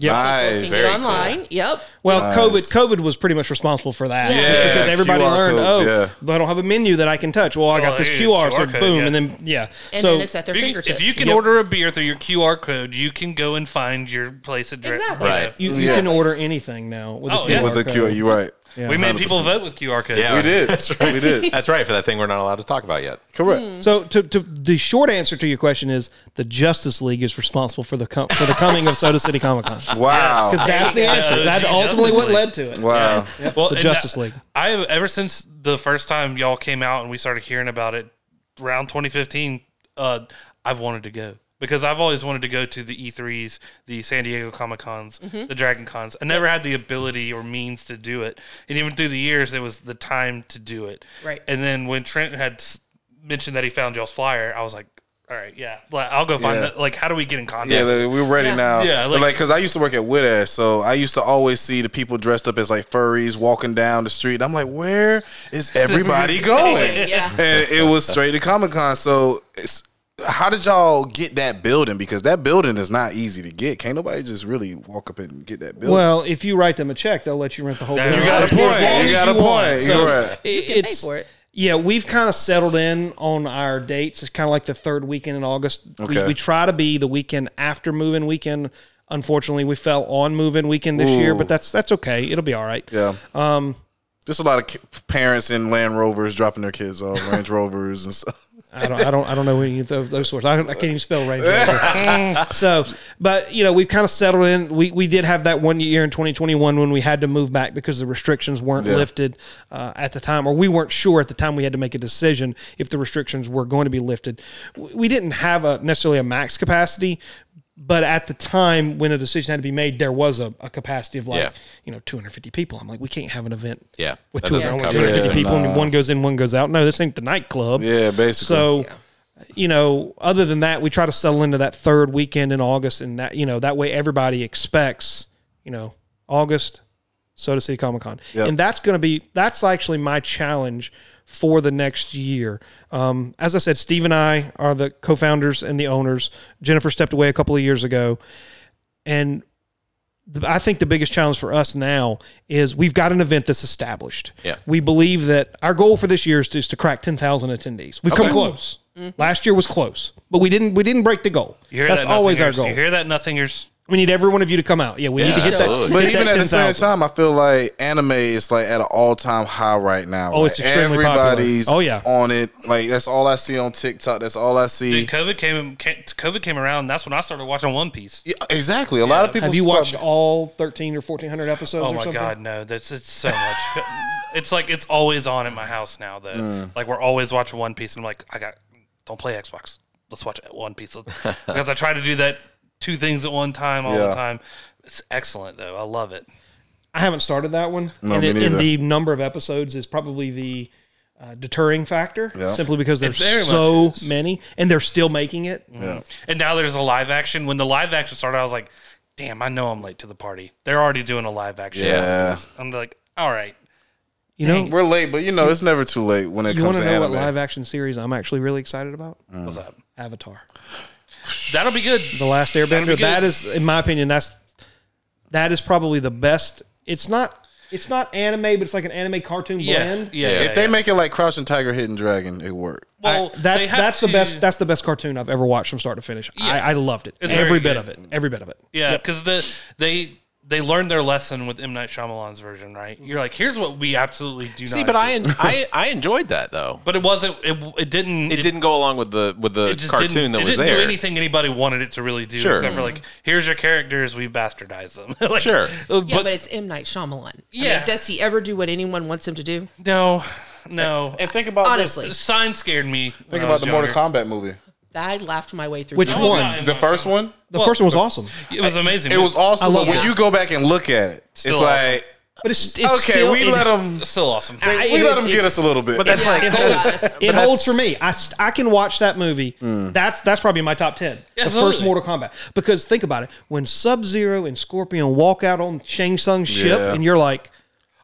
[SPEAKER 4] Nice.
[SPEAKER 5] Looking it online. Yep.
[SPEAKER 2] Well, COVID, COVID was pretty much responsible for that. Just
[SPEAKER 4] Yeah,
[SPEAKER 2] because everybody
[SPEAKER 4] QR
[SPEAKER 2] learned,
[SPEAKER 4] codes,
[SPEAKER 2] oh,
[SPEAKER 4] yeah.
[SPEAKER 2] I don't have a menu that I can touch. Well, I got
[SPEAKER 7] Well,
[SPEAKER 2] this
[SPEAKER 7] hey,
[SPEAKER 2] QR, so
[SPEAKER 7] QR code,
[SPEAKER 2] boom,
[SPEAKER 7] yeah.
[SPEAKER 2] and then yeah.
[SPEAKER 5] And
[SPEAKER 2] so
[SPEAKER 5] then it's at their
[SPEAKER 7] If you,
[SPEAKER 5] fingertips.
[SPEAKER 7] if you can order a beer through your QR code, you can go and find your place at Dra-
[SPEAKER 5] Exactly.
[SPEAKER 1] Right.
[SPEAKER 2] you, you
[SPEAKER 4] Yeah.
[SPEAKER 2] can order anything now with a
[SPEAKER 7] Oh,
[SPEAKER 2] QR
[SPEAKER 7] yeah.
[SPEAKER 4] With the
[SPEAKER 2] code.
[SPEAKER 4] cure, you right.
[SPEAKER 7] We made people vote with QR codes.
[SPEAKER 1] Yeah.
[SPEAKER 4] We did. We did.
[SPEAKER 1] That's right for that thing we're not allowed to talk about yet.
[SPEAKER 4] Correct.
[SPEAKER 2] So, to, to the short answer to your question is the Justice League is responsible for the com- for the coming of Soda City Comic Con.
[SPEAKER 4] Wow.
[SPEAKER 2] Because that's the
[SPEAKER 7] you go.
[SPEAKER 2] answer. That's
[SPEAKER 7] The
[SPEAKER 2] ultimately
[SPEAKER 7] Justice
[SPEAKER 2] what
[SPEAKER 7] League.
[SPEAKER 2] led to it.
[SPEAKER 4] Wow.
[SPEAKER 7] Well,
[SPEAKER 2] The
[SPEAKER 7] and
[SPEAKER 2] Justice
[SPEAKER 7] that-
[SPEAKER 2] League.
[SPEAKER 7] I have ever since the first time y'all came out and we started hearing about it around 2015. Uh, I've wanted to go because I've always wanted to go to the E3s, the San Diego Comic Cons, the Dragon Cons. I never had the ability or means to do it, and even through the years, it was the time to do it.
[SPEAKER 5] Right.
[SPEAKER 7] And then when Trent had s- mentioned that he found y'all's flyer, I was like, "All right, yeah, like, I'll go find
[SPEAKER 4] Yeah.
[SPEAKER 7] that. Like, how do we get in contact?"
[SPEAKER 4] Yeah, like, we're ready
[SPEAKER 5] Yeah.
[SPEAKER 4] now.
[SPEAKER 7] Yeah,
[SPEAKER 4] Yeah,
[SPEAKER 7] like-
[SPEAKER 4] like because I used to work at Widass, so I used to always see the people dressed up as like furries walking down the street. I'm like, where is everybody going?
[SPEAKER 5] Yeah.
[SPEAKER 4] And it was straight to Comic Con. So, it's, how did y'all get that building? Because that building is not easy to get. Can't nobody just really walk up and get that building.
[SPEAKER 2] Well, if you write them a check, they'll let you rent the whole.
[SPEAKER 7] You
[SPEAKER 4] you
[SPEAKER 2] building.
[SPEAKER 4] got a
[SPEAKER 2] As
[SPEAKER 4] point.
[SPEAKER 2] long
[SPEAKER 4] You
[SPEAKER 2] as
[SPEAKER 4] got a
[SPEAKER 2] want.
[SPEAKER 4] point.
[SPEAKER 2] So,
[SPEAKER 4] You're right.
[SPEAKER 2] it-
[SPEAKER 5] You can pay
[SPEAKER 2] it's-
[SPEAKER 5] for it.
[SPEAKER 2] Yeah, we've kind of settled in on our dates. It's kind of like the third weekend in August.
[SPEAKER 4] Okay.
[SPEAKER 2] We, we try to be the weekend after move-in weekend. Unfortunately, we fell on move-in weekend this year, but that's that's okay. It'll be all right.
[SPEAKER 4] Yeah. Um, just a lot of ki- parents in Land Rovers dropping their kids off, Range Rovers and stuff.
[SPEAKER 2] I don't, I don't, I don't know any of those, those sorts. I, don't, I can't even spell Range Rover. so, but you know, we've kind of settled in. We we did have that one year in 2021 when we had to move back because the restrictions weren't
[SPEAKER 4] Yeah.
[SPEAKER 2] lifted uh, at the time, or we weren't sure at the time. We had to make a decision if the restrictions were going to be lifted. W- We didn't have a necessarily a max capacity. But at the time when a decision had to be made, there was a, a capacity of like,
[SPEAKER 1] Yeah.
[SPEAKER 2] you know, 250 people. I'm like, we can't have an event
[SPEAKER 1] Yeah,
[SPEAKER 2] with
[SPEAKER 1] that
[SPEAKER 2] 200,
[SPEAKER 1] doesn't
[SPEAKER 2] only
[SPEAKER 1] cover it.
[SPEAKER 2] 250
[SPEAKER 4] Yeah,
[SPEAKER 2] people and
[SPEAKER 4] nah.
[SPEAKER 2] one goes in, one goes out. No, this ain't the nightclub.
[SPEAKER 4] Yeah, basically.
[SPEAKER 2] So, you know, other than that, we try to settle into that third weekend in August, and that you know that way everybody expects, you know, August, Soda City Comic Con,
[SPEAKER 4] Yep.
[SPEAKER 2] and that's going to be that's actually my challenge for the next year. Um, as I said, Steve and I are the co-founders and the owners. Jennifer stepped away a couple of years ago, and the- I think the biggest challenge for us now is we've got an event that's established.
[SPEAKER 1] Yeah.
[SPEAKER 2] We believe that our goal for this year is to, is to crack 10,000 attendees. We've come
[SPEAKER 1] Okay.
[SPEAKER 2] close. Last year was close, but we didn't we didn't break the goal.
[SPEAKER 7] Mm-hmm. You hear
[SPEAKER 2] That's
[SPEAKER 7] that
[SPEAKER 2] always our
[SPEAKER 7] nothingers?
[SPEAKER 2] goal.
[SPEAKER 7] You hear that nothingers?
[SPEAKER 2] We need every one of you to come out. Yeah, we need to hit
[SPEAKER 1] absolutely.
[SPEAKER 2] that.
[SPEAKER 4] But
[SPEAKER 2] hit
[SPEAKER 4] even
[SPEAKER 2] that
[SPEAKER 4] at the same
[SPEAKER 2] 10,000.
[SPEAKER 4] time, I feel like anime is like at an all time high right now.
[SPEAKER 2] Oh, it's
[SPEAKER 4] Like,
[SPEAKER 2] extremely popular.
[SPEAKER 4] everybody's
[SPEAKER 2] Oh, yeah.
[SPEAKER 4] on it. Like that's all I see on TikTok. That's all I see.
[SPEAKER 7] Dude, COVID came. ca- COVID came around. That's when I started watching One Piece.
[SPEAKER 4] Yeah, exactly. A lot of people
[SPEAKER 2] Have you
[SPEAKER 4] start-
[SPEAKER 2] watched all 13 or 1400 episodes
[SPEAKER 7] Oh
[SPEAKER 2] or
[SPEAKER 7] my
[SPEAKER 2] something?
[SPEAKER 7] god, no! That's it's so much. it's like it's always on at my house now. Though, like we're always watching One Piece, and I'm like, I got don't play Xbox. Let's watch One Piece because I try to do that two things at one time all the
[SPEAKER 4] Yeah.
[SPEAKER 7] time. It's excellent though. I love it.
[SPEAKER 2] I haven't started that one.
[SPEAKER 4] No,
[SPEAKER 2] and,
[SPEAKER 4] me
[SPEAKER 2] it, and
[SPEAKER 4] neither.
[SPEAKER 2] the number of episodes is probably the uh, deterring factor
[SPEAKER 4] Yeah.
[SPEAKER 2] simply because there's
[SPEAKER 7] very much
[SPEAKER 2] so
[SPEAKER 7] is.
[SPEAKER 2] many and they're still making it.
[SPEAKER 7] And now there's a live action. When the live action started, I was like, damn, I know I'm late to the party. They're already doing a live action.
[SPEAKER 4] Yeah.
[SPEAKER 7] I'm like, all right.
[SPEAKER 2] You know,
[SPEAKER 4] We're late, but you know it's never too late when it
[SPEAKER 2] You want
[SPEAKER 4] comes
[SPEAKER 2] to
[SPEAKER 4] to
[SPEAKER 2] know
[SPEAKER 4] anime. Uh.
[SPEAKER 2] what live action series I'm actually really excited about?
[SPEAKER 7] What's up?
[SPEAKER 2] Avatar,
[SPEAKER 7] That'll be good.
[SPEAKER 2] The Last Airbender.
[SPEAKER 7] good.
[SPEAKER 2] That is, in my opinion, that's that is probably the best. It's not it's not anime, but it's like an anime cartoon
[SPEAKER 7] Yeah.
[SPEAKER 2] blend.
[SPEAKER 7] Yeah.
[SPEAKER 4] if
[SPEAKER 7] yeah,
[SPEAKER 4] they
[SPEAKER 7] yeah.
[SPEAKER 4] make it like Crouching Tiger, Hidden Dragon, it worked.
[SPEAKER 7] well,
[SPEAKER 2] That's
[SPEAKER 7] they have
[SPEAKER 2] that's
[SPEAKER 7] to-
[SPEAKER 2] the best that's the best cartoon I've ever watched from start to finish. I, I loved it.
[SPEAKER 7] It's
[SPEAKER 2] every
[SPEAKER 7] very
[SPEAKER 2] bit of it. Every bit of it.
[SPEAKER 7] Yeah, because the they they learned their lesson with M Night Shyamalan's version, right? You're like, here's what we absolutely do
[SPEAKER 1] See,
[SPEAKER 7] not.
[SPEAKER 1] but
[SPEAKER 7] do.
[SPEAKER 1] I, I I enjoyed that though.
[SPEAKER 7] but it wasn't. It, it didn't.
[SPEAKER 1] It, didn't go along with the with the
[SPEAKER 7] it just
[SPEAKER 1] cartoon
[SPEAKER 7] didn't,
[SPEAKER 1] that
[SPEAKER 7] it
[SPEAKER 1] was
[SPEAKER 7] didn't
[SPEAKER 1] there.
[SPEAKER 7] do anything anybody wanted it to really do,
[SPEAKER 1] Sure.
[SPEAKER 7] except for like, here's your characters, we bastardized them. like,
[SPEAKER 1] Sure.
[SPEAKER 7] uh,
[SPEAKER 5] Yeah, but,
[SPEAKER 7] but
[SPEAKER 5] it's M Night Shyamalan. I
[SPEAKER 7] Yeah.
[SPEAKER 5] mean, does he ever do what anyone wants him to do?
[SPEAKER 7] no, no.
[SPEAKER 4] And think about
[SPEAKER 5] Honestly,
[SPEAKER 7] The sign scared me.
[SPEAKER 4] this. Think about the Mortal Kombat movie.
[SPEAKER 5] I laughed my way through.
[SPEAKER 2] Which
[SPEAKER 5] that.
[SPEAKER 2] one?
[SPEAKER 4] The first one,
[SPEAKER 2] The first one was awesome,
[SPEAKER 7] It was amazing.
[SPEAKER 4] it was awesome.
[SPEAKER 2] love
[SPEAKER 4] But
[SPEAKER 5] it.
[SPEAKER 4] when you go back and look at it,
[SPEAKER 7] Still
[SPEAKER 4] it's like
[SPEAKER 2] but it's, it's
[SPEAKER 4] okay,
[SPEAKER 2] still-
[SPEAKER 4] we
[SPEAKER 2] it-
[SPEAKER 4] let them
[SPEAKER 7] still awesome.
[SPEAKER 4] we
[SPEAKER 2] it-
[SPEAKER 4] let them
[SPEAKER 2] it-
[SPEAKER 4] get us a little bit. But
[SPEAKER 1] that's like
[SPEAKER 5] Yeah,
[SPEAKER 1] that's-
[SPEAKER 5] honest.
[SPEAKER 2] it holds for me. I, st- I can watch that movie. That's that's probably in my top ten. The first
[SPEAKER 7] Mm. Absolutely.
[SPEAKER 2] Mortal Kombat. Because think about it, when Sub Zero and Scorpion walk out on Shang Tsung's ship,
[SPEAKER 4] Yeah.
[SPEAKER 2] and you're like,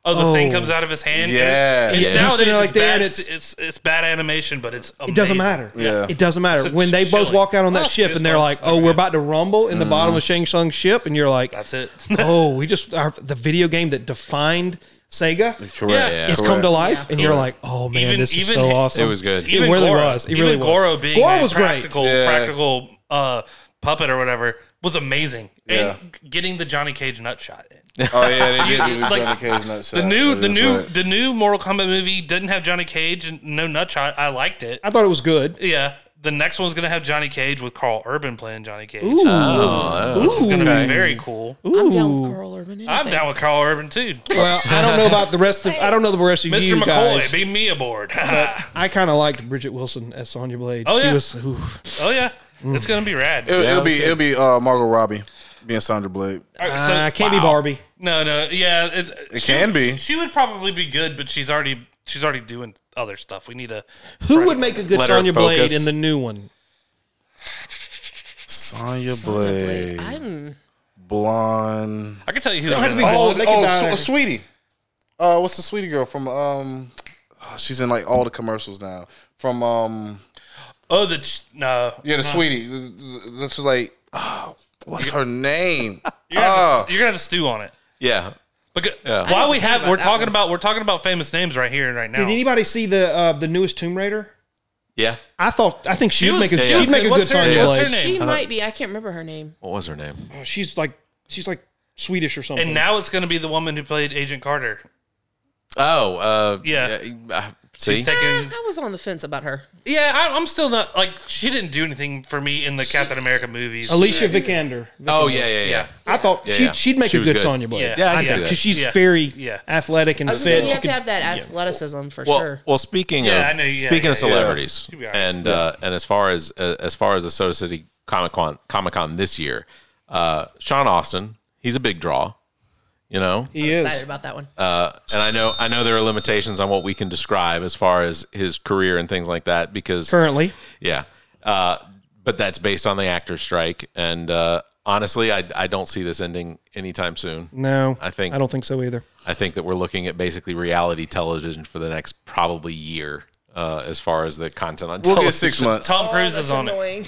[SPEAKER 7] Oh, the thing
[SPEAKER 2] Oh.
[SPEAKER 7] comes out of his hand.
[SPEAKER 4] Yeah.
[SPEAKER 7] it's
[SPEAKER 1] Yeah.
[SPEAKER 7] nowadays
[SPEAKER 2] Sitting
[SPEAKER 7] it's,
[SPEAKER 2] like there
[SPEAKER 7] bad,
[SPEAKER 2] and
[SPEAKER 7] it's,
[SPEAKER 2] it's-
[SPEAKER 7] it's it's bad animation, but it's amazing.
[SPEAKER 2] it doesn't matter.
[SPEAKER 4] Yeah.
[SPEAKER 2] It doesn't matter.
[SPEAKER 7] It's
[SPEAKER 2] when they both
[SPEAKER 7] chilling.
[SPEAKER 2] walk out on that
[SPEAKER 7] Oh,
[SPEAKER 2] ship, and they're
[SPEAKER 7] goosebumps.
[SPEAKER 2] like,
[SPEAKER 7] Mm-hmm.
[SPEAKER 2] oh, we're about to rumble in the bottom of Shang Tsung's ship, and you're like,
[SPEAKER 7] That's it.
[SPEAKER 2] oh, we just our, the video game that defined Sega.
[SPEAKER 4] correct.
[SPEAKER 1] Yeah.
[SPEAKER 2] It's
[SPEAKER 4] Correct.
[SPEAKER 2] come to life, and you're like, "Oh man,
[SPEAKER 7] Even-
[SPEAKER 2] this is
[SPEAKER 7] even-
[SPEAKER 2] so awesome."
[SPEAKER 1] It was good.
[SPEAKER 2] It really was. It really
[SPEAKER 7] even
[SPEAKER 2] was.
[SPEAKER 7] Goro being
[SPEAKER 2] Goro
[SPEAKER 7] that
[SPEAKER 2] was great.
[SPEAKER 7] practical,
[SPEAKER 4] Yeah.
[SPEAKER 7] practical uh, puppet or whatever was amazing.
[SPEAKER 4] Yeah.
[SPEAKER 7] And g- getting the Johnny Cage nut shot.
[SPEAKER 4] Oh yeah, they did do Johnny
[SPEAKER 7] Like,
[SPEAKER 4] Cage nut shot.
[SPEAKER 7] The new, the
[SPEAKER 4] That's
[SPEAKER 7] new,
[SPEAKER 4] right.
[SPEAKER 7] the new Mortal Kombat movie didn't have Johnny Cage and no nut shot. I liked it.
[SPEAKER 2] I thought it was good.
[SPEAKER 7] Yeah. The next one's gonna have Johnny Cage with Carl Urban playing Johnny Cage.
[SPEAKER 2] Ooh,
[SPEAKER 4] Oh,
[SPEAKER 7] It's
[SPEAKER 2] Ooh.
[SPEAKER 7] gonna be very cool.
[SPEAKER 5] I'm down with Carl Urban. Anything.
[SPEAKER 7] I'm down with Carl Urban too.
[SPEAKER 2] Well, I don't know about the rest of. I don't know the rest of
[SPEAKER 7] Mr.
[SPEAKER 2] you
[SPEAKER 7] McCoy,
[SPEAKER 2] guys.
[SPEAKER 7] be me aboard.
[SPEAKER 2] I kind of liked Bridget Wilson as Sonya Blade.
[SPEAKER 7] Oh,
[SPEAKER 2] she
[SPEAKER 7] yeah.
[SPEAKER 2] was oof.
[SPEAKER 7] oh yeah. It's gonna be rad.
[SPEAKER 4] It,
[SPEAKER 1] that
[SPEAKER 4] will
[SPEAKER 1] was
[SPEAKER 4] be
[SPEAKER 1] good.
[SPEAKER 4] it'll be uh, Margot Robbie being Sandra Blake.
[SPEAKER 7] All right, so-
[SPEAKER 2] uh, can't be Barbie.
[SPEAKER 7] No, no, yeah, it,
[SPEAKER 4] It can be.
[SPEAKER 7] She would probably be good, but she's already she's already doing other stuff. We need a
[SPEAKER 2] Who would make a good
[SPEAKER 1] Let her
[SPEAKER 2] Sonya Blade
[SPEAKER 1] focus.
[SPEAKER 2] in the new one?
[SPEAKER 4] Sonya Blade,
[SPEAKER 5] I'm
[SPEAKER 4] blonde.
[SPEAKER 7] I can tell you who.
[SPEAKER 2] have to be
[SPEAKER 4] Oh,
[SPEAKER 2] They can die
[SPEAKER 4] oh,
[SPEAKER 2] there.
[SPEAKER 4] Su- sweetie. Uh, what's the sweetie girl from? Um, oh, she's in like all the commercials now. From um,
[SPEAKER 7] oh, the ch- no.
[SPEAKER 4] yeah, the sweetie. That's like, oh, what's her name?
[SPEAKER 7] You're gonna, have
[SPEAKER 4] Oh.
[SPEAKER 7] to, you're gonna have to stew on it.
[SPEAKER 1] Yeah.
[SPEAKER 7] Because
[SPEAKER 1] Yeah.
[SPEAKER 7] while we
[SPEAKER 5] I have to think
[SPEAKER 7] have, we're
[SPEAKER 5] about that
[SPEAKER 7] talking
[SPEAKER 5] one.
[SPEAKER 7] about we're talking about famous names right here and right now.
[SPEAKER 2] Did anybody see the uh, the newest Tomb Raider?
[SPEAKER 1] Yeah.
[SPEAKER 2] I thought I think she'd
[SPEAKER 7] was-
[SPEAKER 2] make a
[SPEAKER 7] yeah,
[SPEAKER 2] she'd
[SPEAKER 7] yeah.
[SPEAKER 2] make a good
[SPEAKER 7] What's her-
[SPEAKER 2] Sonya
[SPEAKER 1] yeah, what's
[SPEAKER 2] Blade.
[SPEAKER 1] her
[SPEAKER 5] she might be. I can't remember her name.
[SPEAKER 1] What was her name?
[SPEAKER 2] Oh, She's like she's like Swedish or something.
[SPEAKER 7] and now it's gonna be the woman who played Agent Carter.
[SPEAKER 1] Oh, uh,
[SPEAKER 7] Yeah.
[SPEAKER 1] uh, see,
[SPEAKER 7] She's taking.
[SPEAKER 5] Ah, I was on the fence about her.
[SPEAKER 7] Yeah, I, I'm still not like she didn't do anything for me in the Captain America movies.
[SPEAKER 2] Alicia Vikander.
[SPEAKER 1] oh yeah, yeah, yeah.
[SPEAKER 2] I thought
[SPEAKER 1] Yeah,
[SPEAKER 2] she,
[SPEAKER 1] yeah.
[SPEAKER 2] she'd make
[SPEAKER 1] She
[SPEAKER 2] a
[SPEAKER 1] was
[SPEAKER 2] good
[SPEAKER 1] good.
[SPEAKER 2] Sonya Blade.
[SPEAKER 7] Yeah.
[SPEAKER 1] Yeah, I can
[SPEAKER 7] Yeah.
[SPEAKER 1] see that.
[SPEAKER 2] Because she's
[SPEAKER 7] Yeah.
[SPEAKER 2] very
[SPEAKER 7] Yeah.
[SPEAKER 2] athletic and
[SPEAKER 5] I was gonna
[SPEAKER 2] fit.
[SPEAKER 5] say
[SPEAKER 2] She
[SPEAKER 5] you have
[SPEAKER 2] could-
[SPEAKER 5] to have that athleticism for
[SPEAKER 1] Well,
[SPEAKER 5] sure.
[SPEAKER 1] well, speaking
[SPEAKER 7] Yeah, I
[SPEAKER 1] of
[SPEAKER 7] know, yeah,
[SPEAKER 1] speaking
[SPEAKER 7] yeah,
[SPEAKER 1] of
[SPEAKER 7] yeah.
[SPEAKER 1] celebrities,
[SPEAKER 7] She'll be all right.
[SPEAKER 1] and uh, and as far as uh, as far as the Soda City Comic Con Comic Con this year, uh, Sean Austin, he's a big draw, you know.
[SPEAKER 2] he is.
[SPEAKER 5] Excited about that one.
[SPEAKER 1] Uh, and I know I know there are limitations on what we can describe as far as his career and things like that because
[SPEAKER 2] Currently.
[SPEAKER 1] yeah, uh, but that's based on the actor strike, and uh, honestly, I I don't see this ending anytime soon.
[SPEAKER 2] No.
[SPEAKER 1] I think-
[SPEAKER 2] I don't think so either.
[SPEAKER 1] I think that we're looking at basically reality television for the next probably year. Uh, as far as the content on
[SPEAKER 4] We'll get
[SPEAKER 1] television.
[SPEAKER 4] six months. Tom,
[SPEAKER 7] Tom Cruise is on it.
[SPEAKER 5] annoying.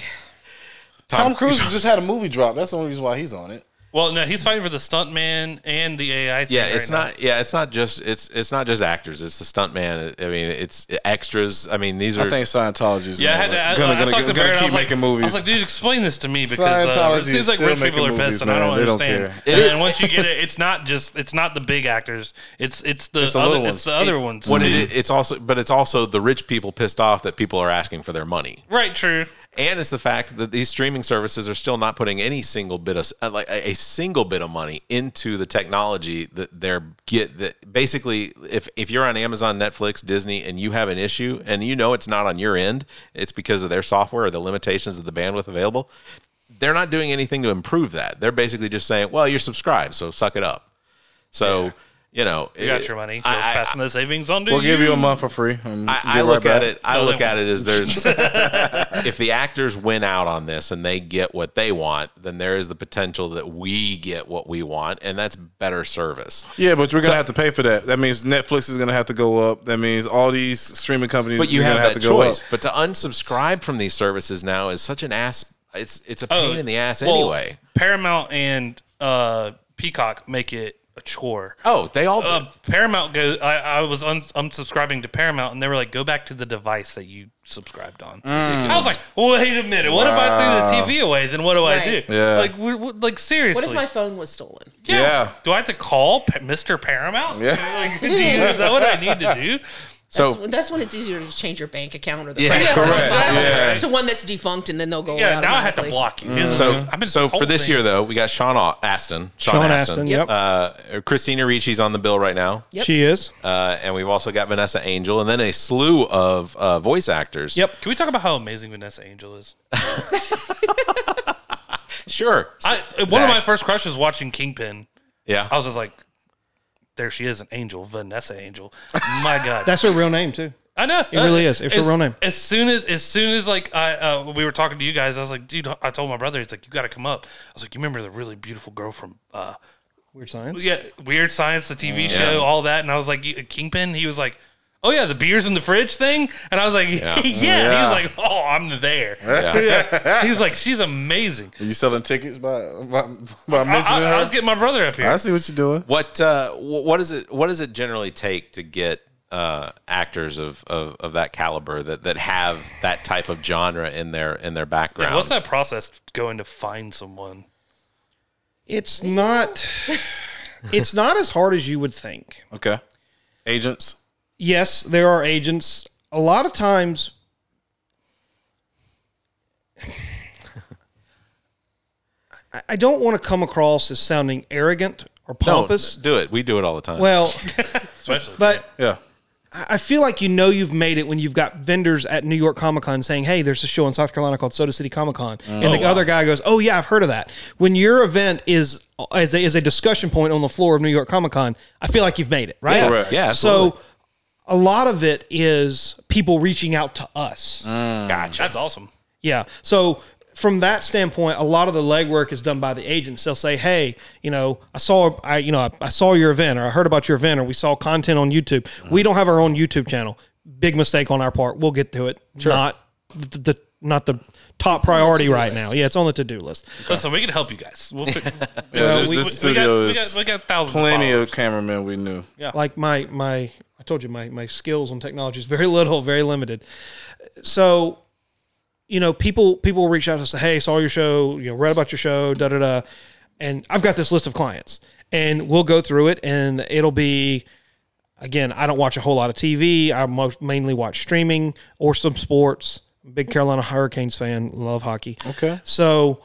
[SPEAKER 4] Cruise just had a movie drop. That's the only reason why he's on it.
[SPEAKER 7] Well, no, he's fighting for the stuntman and the AI. Thing
[SPEAKER 1] Yeah,
[SPEAKER 7] right
[SPEAKER 1] it's
[SPEAKER 7] now.
[SPEAKER 1] not. Yeah, it's not just. It's it's not just actors. It's the stuntman. I mean, it's extras. I mean, these are.
[SPEAKER 4] I think Scientology is
[SPEAKER 7] Yeah, I
[SPEAKER 4] gonna,
[SPEAKER 7] had to. I,
[SPEAKER 4] gonna,
[SPEAKER 7] I
[SPEAKER 4] gonna,
[SPEAKER 7] talked to
[SPEAKER 4] gonna
[SPEAKER 7] Barrett. I
[SPEAKER 4] keep
[SPEAKER 7] was like,
[SPEAKER 4] making movies.
[SPEAKER 7] I was like, dude, explain this to me because uh,
[SPEAKER 4] Scientology
[SPEAKER 7] it seems
[SPEAKER 4] is
[SPEAKER 7] like
[SPEAKER 4] still
[SPEAKER 7] rich people are
[SPEAKER 4] making
[SPEAKER 7] pissed,
[SPEAKER 4] movies,
[SPEAKER 7] and I don't
[SPEAKER 4] man. They don't
[SPEAKER 7] understand.
[SPEAKER 4] care.
[SPEAKER 7] and then once you get it, it's not just it's not the big actors. It's it's the
[SPEAKER 4] the
[SPEAKER 7] other
[SPEAKER 4] little
[SPEAKER 7] it's the
[SPEAKER 4] ones.
[SPEAKER 7] other ones.
[SPEAKER 1] what
[SPEAKER 7] too.
[SPEAKER 1] it, it's also, but it's also the rich people pissed off that people are asking for their money,
[SPEAKER 7] right? True.
[SPEAKER 1] and it's the fact that these streaming services are still not putting any single bit of uh, like a, a single bit of money into the technology that they're get that basically if if you're on Amazon, Netflix, Disney, and you have an issue and you know it's not on your end, it's because of their software or the limitations of the bandwidth available. they're not doing anything to improve that. They're basically just saying, "Well, you're subscribed, so suck it up." So you know,
[SPEAKER 7] You got your money. We're
[SPEAKER 1] I- I-
[SPEAKER 7] passing the savings on to
[SPEAKER 4] we'll
[SPEAKER 7] you.
[SPEAKER 4] give you a month for free. And
[SPEAKER 1] I,
[SPEAKER 4] get
[SPEAKER 1] I
[SPEAKER 4] right
[SPEAKER 1] look
[SPEAKER 4] back.
[SPEAKER 1] at it. I
[SPEAKER 7] No,
[SPEAKER 1] look
[SPEAKER 7] they
[SPEAKER 1] at it as there's if the actors win out on this and they get what they want, then there is the potential that we get what we want, and that's better service.
[SPEAKER 4] Yeah, but we're gonna have to pay for that. That means Netflix is gonna have to go up. That means all these streaming companies.
[SPEAKER 1] But you
[SPEAKER 4] are
[SPEAKER 1] have,
[SPEAKER 4] gonna have
[SPEAKER 1] that
[SPEAKER 4] to go
[SPEAKER 1] choice.
[SPEAKER 4] up.
[SPEAKER 1] But to unsubscribe from these services now is such an ass. It's it's a pain in the ass
[SPEAKER 7] Oh, Well,
[SPEAKER 1] anyway.
[SPEAKER 7] Paramount and uh, Peacock make it a chore.
[SPEAKER 1] Oh, they all. do.
[SPEAKER 7] Uh, Paramount go. I, I was un- unsubscribing to Paramount, and they were like, "Go back to the device that you subscribed on."
[SPEAKER 4] Mm.
[SPEAKER 7] I was like, "Wait a minute! What if I threw the TV away? Then what do I
[SPEAKER 5] Right.
[SPEAKER 7] do?
[SPEAKER 4] Yeah.
[SPEAKER 7] Like, we we- like seriously,
[SPEAKER 5] What if my phone was stolen?
[SPEAKER 7] Yeah.
[SPEAKER 4] Yeah.
[SPEAKER 7] Do I have to call Pa- Mr. Paramount?
[SPEAKER 4] Yeah.
[SPEAKER 7] Like, do you, is that what I need to do?
[SPEAKER 1] so
[SPEAKER 5] that's, that's when it's easier to just change your bank account or the
[SPEAKER 7] Yeah.
[SPEAKER 5] credit card
[SPEAKER 4] Correct.
[SPEAKER 5] file
[SPEAKER 4] Yeah. Mm-hmm.
[SPEAKER 5] to one that's defunct, and then they'll go.
[SPEAKER 7] Yeah.
[SPEAKER 5] away
[SPEAKER 7] Now I have to
[SPEAKER 5] automatically.
[SPEAKER 7] block you.
[SPEAKER 1] So,
[SPEAKER 7] I've been
[SPEAKER 1] so
[SPEAKER 7] this whole
[SPEAKER 1] for this
[SPEAKER 7] thing-
[SPEAKER 1] year though, we got Sean Au- Aston. Sean,
[SPEAKER 2] Sean
[SPEAKER 1] Aston.
[SPEAKER 2] Aston, yep.
[SPEAKER 1] Uh, Christina Ricci's on the bill right now,
[SPEAKER 2] She is.
[SPEAKER 1] uh, and we've also got Vanessa Angel, and then a slew of uh, voice actors.
[SPEAKER 2] Yep.
[SPEAKER 7] Can we talk about how amazing Vanessa Angel is?
[SPEAKER 1] sure.
[SPEAKER 7] I, one
[SPEAKER 1] Zach.
[SPEAKER 7] of my first crushes watching Kingpin.
[SPEAKER 1] yeah,
[SPEAKER 7] I was just like, there she is, an angel, Vanessa Angel. My God.
[SPEAKER 2] That's her real name too.
[SPEAKER 7] I know it
[SPEAKER 2] really is. It's her real name.
[SPEAKER 7] As soon as, as soon as like I, uh, we were talking to you guys, I was like, dude, I told my brother, it's like you got to come up. I was like, you remember the really beautiful girl from uh,
[SPEAKER 2] Weird science.
[SPEAKER 7] yeah, Weird Science, the TV show, all that. And I was like, you- Kingpin. He was like, oh yeah, the beers in the fridge thing. And I was like, yeah.
[SPEAKER 4] Yeah.
[SPEAKER 7] He was like, oh, I'm there. Yeah. He's like, she's amazing.
[SPEAKER 4] Are you selling tickets by by, by
[SPEAKER 7] I,
[SPEAKER 4] mentioning
[SPEAKER 7] I, I
[SPEAKER 4] her?
[SPEAKER 7] was getting my brother up here.
[SPEAKER 4] I see what you're doing.
[SPEAKER 1] What uh, wh- what is it? What does it generally take to get uh, actors of, of, of that caliber that, that have that type of genre in their in their background?
[SPEAKER 7] What's that process going to find someone?
[SPEAKER 2] It's not. It's not as hard as you would think.
[SPEAKER 4] Okay, agents.
[SPEAKER 2] yes, there are agents. A lot of times, I- I don't want to come across as sounding arrogant or
[SPEAKER 1] No,
[SPEAKER 2] pompous.
[SPEAKER 1] do it. We do it all the time.
[SPEAKER 2] Well,
[SPEAKER 7] Especially
[SPEAKER 2] but
[SPEAKER 4] Yeah,
[SPEAKER 2] I I feel like you know you've made it when you've got vendors at New York Comic Con saying, "Hey, there's a show in South Carolina called Soda City Comic Con," and the other guy goes, "Oh yeah, I've heard of that." When your event is as a, is a discussion point on the floor of New York Comic Con, I feel like you've made it, right?
[SPEAKER 1] Correct. Yeah,
[SPEAKER 2] So a lot of it is people reaching out to us.
[SPEAKER 7] Gotcha. Hmm. That's awesome.
[SPEAKER 2] Yeah. So from that standpoint, a lot of the legwork is done by the agents. They'll say, "Hey, you know, I saw, I, you know, I, I saw your event, or I heard about your event, or we saw content on YouTube. We don't have our own YouTube channel. Big mistake on our part. We'll get to it. Not the, the not the top priority right now. Yeah, it's on the to do list.
[SPEAKER 7] Listen, we can help you guys. We'll fi-
[SPEAKER 4] Yeah, this,
[SPEAKER 7] we,
[SPEAKER 4] this
[SPEAKER 7] we- we got,
[SPEAKER 4] studio
[SPEAKER 7] we,
[SPEAKER 4] is
[SPEAKER 7] got, we got thousands
[SPEAKER 4] plenty
[SPEAKER 7] of
[SPEAKER 4] of cameramen we knew.
[SPEAKER 2] like my my I told you my my skills on technology is very little, very limited. So, you know, people people reach out to say, "Hey, saw your show, you know, read about your show, da da da," and I've got this list of clients, and we'll go through it, and it'll be. Again, I don't watch a whole lot of TV. I most mainly watch streaming or some sports. Big Carolina Hurricanes fan, love hockey.
[SPEAKER 4] Okay.
[SPEAKER 2] So,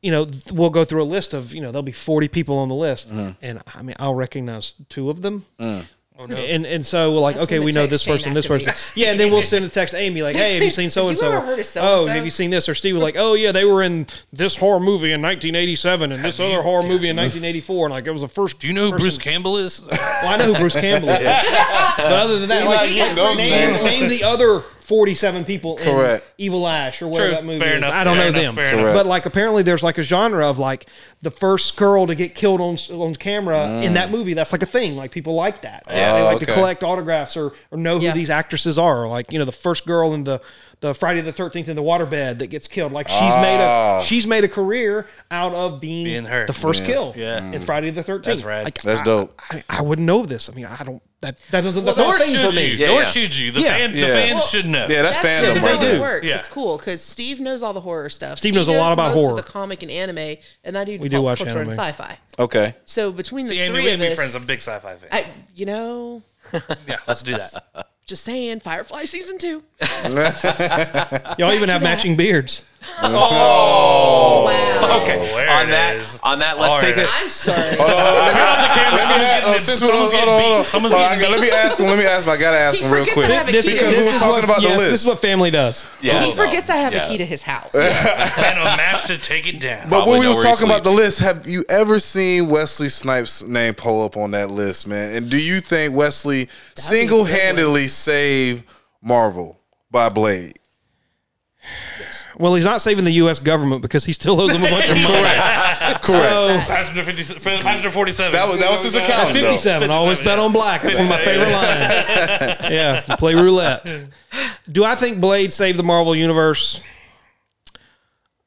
[SPEAKER 2] you know, th- we'll go through a list of, you know, there'll be 40 people on the list. And I mean, I'll recognize two of them. And and so we're like,
[SPEAKER 5] That's
[SPEAKER 2] okay,
[SPEAKER 5] when the
[SPEAKER 2] we know this
[SPEAKER 5] text
[SPEAKER 2] person,
[SPEAKER 5] chain
[SPEAKER 2] this person.
[SPEAKER 5] activates.
[SPEAKER 2] Yeah, and then we'll send a text to Amy like, hey, have you seen so and so?
[SPEAKER 5] ever heard of
[SPEAKER 2] Oh,
[SPEAKER 5] so-and-so?
[SPEAKER 2] have you seen this? Or Steve was like, oh, yeah, they were in this horror movie in 1987 and this other horror movie in 1984. And like, it was the first.
[SPEAKER 7] Do you know who
[SPEAKER 2] person-
[SPEAKER 7] Bruce Campbell is?
[SPEAKER 2] Well, I know who Bruce Campbell is. But other than that, like,
[SPEAKER 5] like him, those
[SPEAKER 2] name,
[SPEAKER 5] names.
[SPEAKER 2] name the other 47 people
[SPEAKER 4] Correct.
[SPEAKER 2] in Evil Ash or whatever
[SPEAKER 7] True.
[SPEAKER 2] that movie
[SPEAKER 7] Fair
[SPEAKER 2] is.
[SPEAKER 7] enough.
[SPEAKER 2] I don't
[SPEAKER 7] Fair
[SPEAKER 2] know
[SPEAKER 7] enough.
[SPEAKER 2] them.
[SPEAKER 7] Fair enough.
[SPEAKER 2] But like apparently there's like a genre of like the first girl to get killed on on camera in that movie. That's like a thing. Like people like that. Yeah. They
[SPEAKER 4] Oh,
[SPEAKER 2] like to
[SPEAKER 4] okay.
[SPEAKER 2] collect autographs or, or know who
[SPEAKER 5] Yeah.
[SPEAKER 2] these actresses are. Like, you know, the first girl in the the Friday the 13th in the waterbed that gets killed. Like she's made a she's made a career out of being,
[SPEAKER 7] Being her.
[SPEAKER 2] the first kill
[SPEAKER 7] Yeah.
[SPEAKER 2] in Friday the 13th.
[SPEAKER 7] That's rad.
[SPEAKER 2] Like,
[SPEAKER 4] That's dope.
[SPEAKER 2] I, I wouldn't know this. I mean, I don't. That that doesn't. that's
[SPEAKER 7] Nor
[SPEAKER 2] not a thing
[SPEAKER 7] should
[SPEAKER 2] for me.
[SPEAKER 7] you.
[SPEAKER 1] Yeah,
[SPEAKER 7] Nor
[SPEAKER 1] yeah.
[SPEAKER 7] should you. The,
[SPEAKER 2] Yeah.
[SPEAKER 7] fan,
[SPEAKER 4] Yeah.
[SPEAKER 7] the fans
[SPEAKER 4] Well,
[SPEAKER 7] should know.
[SPEAKER 4] Yeah, that's,
[SPEAKER 5] good
[SPEAKER 4] fandom.
[SPEAKER 5] that
[SPEAKER 4] right
[SPEAKER 5] they
[SPEAKER 4] there.
[SPEAKER 5] do. works.
[SPEAKER 7] Yeah.
[SPEAKER 5] It's cool because Steve knows all the horror stuff.
[SPEAKER 2] Steve knows a lot about
[SPEAKER 5] most
[SPEAKER 2] horror.
[SPEAKER 5] Of the comic and anime, and I do
[SPEAKER 2] We do
[SPEAKER 5] we do pop
[SPEAKER 2] watch
[SPEAKER 5] culture and
[SPEAKER 2] anime.
[SPEAKER 5] sci-fi.
[SPEAKER 4] Okay.
[SPEAKER 5] So between the
[SPEAKER 7] See, Amy,
[SPEAKER 5] three
[SPEAKER 7] we
[SPEAKER 5] of
[SPEAKER 7] can be
[SPEAKER 5] us,
[SPEAKER 7] friends. I'm a big sci-fi fan.
[SPEAKER 5] I, you know,
[SPEAKER 7] yeah, let's do that.
[SPEAKER 5] just saying, Firefly season two.
[SPEAKER 2] Y'all even have matching beards. Oh.
[SPEAKER 5] Wow.
[SPEAKER 7] Okay,
[SPEAKER 8] on that, on that, let's take a.
[SPEAKER 5] I'm sorry.
[SPEAKER 7] camera.
[SPEAKER 4] Let me ask, oh,
[SPEAKER 7] Someone's getting
[SPEAKER 4] since
[SPEAKER 7] bit-
[SPEAKER 4] we're on-
[SPEAKER 7] someone's
[SPEAKER 4] hold
[SPEAKER 7] getting
[SPEAKER 4] on, hold on.
[SPEAKER 7] beat. Someone's
[SPEAKER 4] Hold on, I
[SPEAKER 7] getting
[SPEAKER 4] got-
[SPEAKER 7] beat.
[SPEAKER 4] Let me ask them. Let me ask them. I gotta ask them real
[SPEAKER 5] forgets
[SPEAKER 4] quick.
[SPEAKER 5] I have a
[SPEAKER 2] This,
[SPEAKER 5] kid.
[SPEAKER 4] Because
[SPEAKER 2] this
[SPEAKER 4] we were
[SPEAKER 2] is
[SPEAKER 4] talking
[SPEAKER 2] what,
[SPEAKER 4] about the
[SPEAKER 2] yes,
[SPEAKER 4] list.
[SPEAKER 2] This is what family does.
[SPEAKER 5] he
[SPEAKER 8] Yeah.
[SPEAKER 5] forgets I have
[SPEAKER 8] Yeah.
[SPEAKER 5] a key to his house.
[SPEAKER 7] and a match to take it down.
[SPEAKER 4] But
[SPEAKER 8] Probably
[SPEAKER 4] when we
[SPEAKER 8] know
[SPEAKER 4] was
[SPEAKER 8] where he
[SPEAKER 4] talking about the
[SPEAKER 8] sleeps.
[SPEAKER 4] list, have you ever seen Wesley Snipes' name pull up on that list, man? And do you think Wesley single handedly saved Marvel by Blade?
[SPEAKER 2] Well, he's not saving the U.S. government because he still owes them a bunch of money.
[SPEAKER 4] Correct.
[SPEAKER 7] passenger, 50, passenger 47.
[SPEAKER 4] that was that was his account. though.
[SPEAKER 2] Fifty-seven. Always bet on black. That's one of my favorite lines. Yeah, you play roulette. Do I think Blade saved the Marvel universe?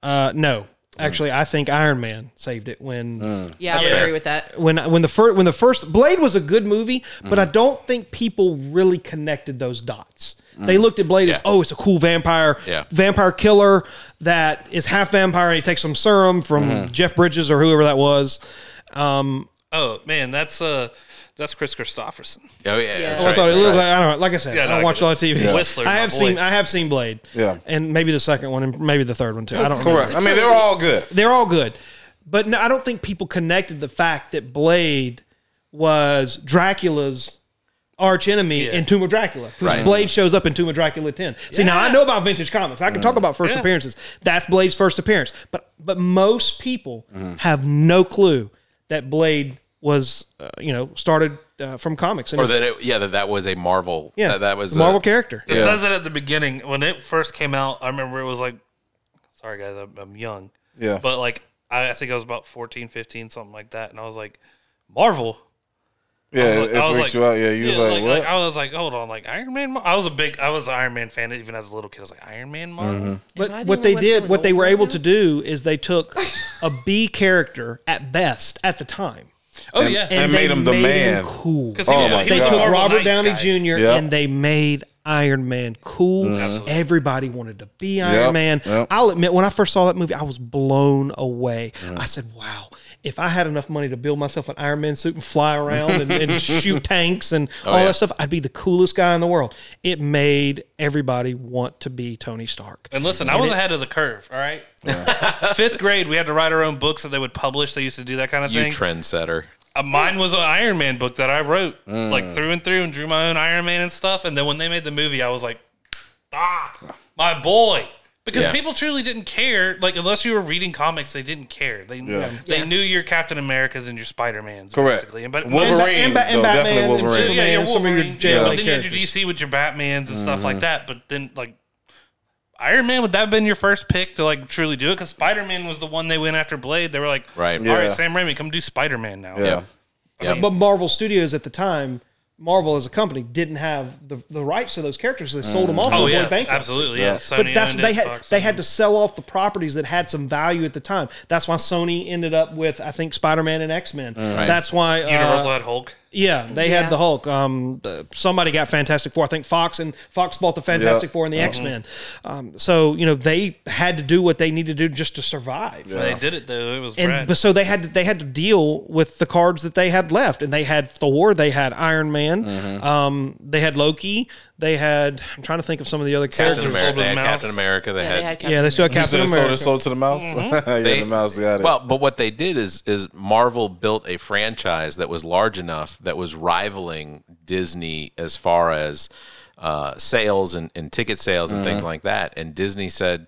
[SPEAKER 2] Uh, no, actually, I think Iron Man saved it when
[SPEAKER 5] Yeah, I would agree with that.
[SPEAKER 2] when when the first when the first Blade was a good movie, but I don't think people really connected those dots.
[SPEAKER 7] Mm.
[SPEAKER 2] They looked at Blade as oh, it's a cool vampire,
[SPEAKER 1] Yeah.
[SPEAKER 2] vampire killer that is half vampire and he takes some serum from
[SPEAKER 7] Mm-hmm.
[SPEAKER 2] Jeff Bridges or whoever that was.
[SPEAKER 7] Oh man, that's uh, that's Chris Christopherson.
[SPEAKER 1] Oh yeah,
[SPEAKER 5] Yeah.
[SPEAKER 1] that's
[SPEAKER 2] Oh, I
[SPEAKER 1] right.
[SPEAKER 2] thought it looked like I don't know. Like I said,
[SPEAKER 7] Yeah,
[SPEAKER 2] I
[SPEAKER 7] no,
[SPEAKER 2] don't
[SPEAKER 7] I
[SPEAKER 2] watch
[SPEAKER 7] get
[SPEAKER 2] a lot of TV.
[SPEAKER 7] Yeah. Whistler,
[SPEAKER 2] I
[SPEAKER 7] my
[SPEAKER 2] have
[SPEAKER 7] boy.
[SPEAKER 2] seen I have seen Blade.
[SPEAKER 4] Yeah.
[SPEAKER 2] and maybe the second one and maybe the third one too. I don't know.
[SPEAKER 4] Correct. I mean, they're all good.
[SPEAKER 2] They're all good, but no, I don't think people connected the fact that Blade was Dracula's arch enemy in Tomb of Dracula. 'Cause Blade shows up in Tomb of Dracula 10. See, now I know about vintage comics. I can
[SPEAKER 1] Uh-huh.
[SPEAKER 2] talk about first appearances. That's Blade's first appearance. But but most people
[SPEAKER 1] Uh-huh.
[SPEAKER 2] have no clue that Blade was uh, you know started uh, from comics and
[SPEAKER 1] Or
[SPEAKER 2] is-
[SPEAKER 1] that it, yeah, that, that was a Marvel.
[SPEAKER 2] yeah,
[SPEAKER 1] that, that was
[SPEAKER 2] the Marvel
[SPEAKER 1] a,
[SPEAKER 2] character.
[SPEAKER 7] It says that at the beginning when it first came out. I remember it was like, sorry guys, I'm, I'm young,
[SPEAKER 4] Yeah.
[SPEAKER 7] but like I, I think I was about 14, 15, something like that, and I was like, Marvel.
[SPEAKER 4] yeah,
[SPEAKER 7] Like,
[SPEAKER 4] it freaks you out. Yeah, you
[SPEAKER 7] yeah,
[SPEAKER 4] was like, what?
[SPEAKER 7] I was like, hold on, like Iron Man. Mar- I was a big, I was an Iron Man fan even as a little kid. I was like, Iron Man Marvel.
[SPEAKER 4] Mm-hmm.
[SPEAKER 2] But
[SPEAKER 5] I the
[SPEAKER 2] what
[SPEAKER 5] only
[SPEAKER 2] they
[SPEAKER 5] one
[SPEAKER 2] did,
[SPEAKER 5] feeling
[SPEAKER 2] what they
[SPEAKER 5] old
[SPEAKER 2] were
[SPEAKER 5] right
[SPEAKER 2] able
[SPEAKER 5] now?
[SPEAKER 2] to do is they took a B character at best at the time
[SPEAKER 7] Oh yeah,
[SPEAKER 4] and- made him the man.
[SPEAKER 2] cool.
[SPEAKER 7] 'Cause he
[SPEAKER 4] Oh
[SPEAKER 7] was-
[SPEAKER 4] my
[SPEAKER 7] he
[SPEAKER 2] They
[SPEAKER 7] was
[SPEAKER 4] God.
[SPEAKER 7] a
[SPEAKER 2] took
[SPEAKER 7] Marvel
[SPEAKER 2] Robert
[SPEAKER 7] Knights
[SPEAKER 2] Downey
[SPEAKER 7] guy.
[SPEAKER 2] Jr.
[SPEAKER 4] Yep. Mm-hmm.
[SPEAKER 2] and they made Iron Man cool. Everybody wanted to be Iron
[SPEAKER 4] Yep,
[SPEAKER 2] Man.
[SPEAKER 4] yep.
[SPEAKER 2] I'll admit, when I first saw that movie, I was blown away.
[SPEAKER 4] Mm-hmm.
[SPEAKER 2] I said, wow. If I had enough money to build myself an Iron Man suit and fly around and, and shoot tanks and
[SPEAKER 7] Oh,
[SPEAKER 2] all
[SPEAKER 1] yeah.
[SPEAKER 2] that stuff, I'd be the coolest guy in the world. It made everybody want to be Tony Stark.
[SPEAKER 7] And listen, I was ahead of the curve. All right, fifth grade, we had to write our own books that they would publish. They used to do that kind of
[SPEAKER 1] you
[SPEAKER 7] thing.
[SPEAKER 1] trendsetter.
[SPEAKER 7] Uh, mine was an Iron Man book that I wrote
[SPEAKER 4] Mm.
[SPEAKER 7] like through and through and drew my own Iron Man and stuff. And then when they made the movie, I was like, ah, my boy. Because
[SPEAKER 1] Yeah.
[SPEAKER 7] people truly didn't care. Like, unless you were reading comics, they didn't care. They
[SPEAKER 4] Yeah.
[SPEAKER 7] they
[SPEAKER 5] Yeah.
[SPEAKER 7] knew your Captain Americas and your Spider Mans.
[SPEAKER 4] Correct.
[SPEAKER 7] Basically. And, but
[SPEAKER 4] Wolverine,
[SPEAKER 2] And Ba- and
[SPEAKER 4] though,
[SPEAKER 2] Batman
[SPEAKER 4] definitely
[SPEAKER 2] and
[SPEAKER 4] Wolverine.
[SPEAKER 7] Yeah, yeah,
[SPEAKER 2] Man, some of your
[SPEAKER 7] Wolverine.
[SPEAKER 2] JLA
[SPEAKER 7] But then you had your
[SPEAKER 2] characters.
[SPEAKER 7] DC with your Batmans and stuff
[SPEAKER 4] Mm-hmm.
[SPEAKER 7] like that. But then, like, Iron Man, would that have been your first pick to, like, truly do it? Because Spider Man was the one they went after Blade. They were like,
[SPEAKER 1] Right.
[SPEAKER 7] All right,
[SPEAKER 4] Yeah.
[SPEAKER 7] Sam Raimi, come do Spider Man now.
[SPEAKER 4] Yeah.
[SPEAKER 2] But Marvel Studios at the time, Marvel as a company didn't have the, the rights to those characters. They sold them off to
[SPEAKER 7] Oh,
[SPEAKER 2] avoid
[SPEAKER 7] yeah.
[SPEAKER 2] bankruptcy.
[SPEAKER 7] Absolutely. Yeah.
[SPEAKER 4] Yeah.
[SPEAKER 7] Sony
[SPEAKER 2] But that's
[SPEAKER 7] owned
[SPEAKER 2] what they
[SPEAKER 7] it,
[SPEAKER 2] had.
[SPEAKER 7] Fox
[SPEAKER 2] They
[SPEAKER 7] owned
[SPEAKER 2] had
[SPEAKER 7] it.
[SPEAKER 2] to sell off the properties that had some value at the time. That's why Sony ended up with I think Spider Man and X Men. That's why uh,
[SPEAKER 7] Mm. Universal had Hulk.
[SPEAKER 2] Yeah, they
[SPEAKER 5] Yeah.
[SPEAKER 2] had the Hulk. Um, the- somebody got Fantastic Four. I think Fox and Fox bought the Fantastic
[SPEAKER 4] Yeah.
[SPEAKER 2] Four and the
[SPEAKER 7] Mm-hmm.
[SPEAKER 2] X Men. Um, so you know they had to do what they needed to do just to survive.
[SPEAKER 7] They did it though. It was
[SPEAKER 2] And
[SPEAKER 7] rad.
[SPEAKER 2] but so they had to, they had to deal with the cards that they had left, and they had Thor, they had Iron Man,
[SPEAKER 4] Mm-hmm.
[SPEAKER 2] um, they had Loki, they had. I'm trying to think of some of the other
[SPEAKER 1] Captain
[SPEAKER 2] characters.
[SPEAKER 1] America. They had
[SPEAKER 7] Mouse.
[SPEAKER 1] Captain America. They
[SPEAKER 5] Yeah,
[SPEAKER 1] had.
[SPEAKER 5] they had Captain
[SPEAKER 2] Yeah, they still had
[SPEAKER 4] You
[SPEAKER 2] Captain
[SPEAKER 4] said it sold
[SPEAKER 2] America.
[SPEAKER 4] it sold to the mouse? yeah,
[SPEAKER 1] They-
[SPEAKER 4] the mouse got it.
[SPEAKER 1] Well, but what they did is is Marvel built a franchise that was large enough that was rivaling Disney as far as uh, sales and, and ticket sales and
[SPEAKER 4] Mm-hmm.
[SPEAKER 1] things like that. And Disney said,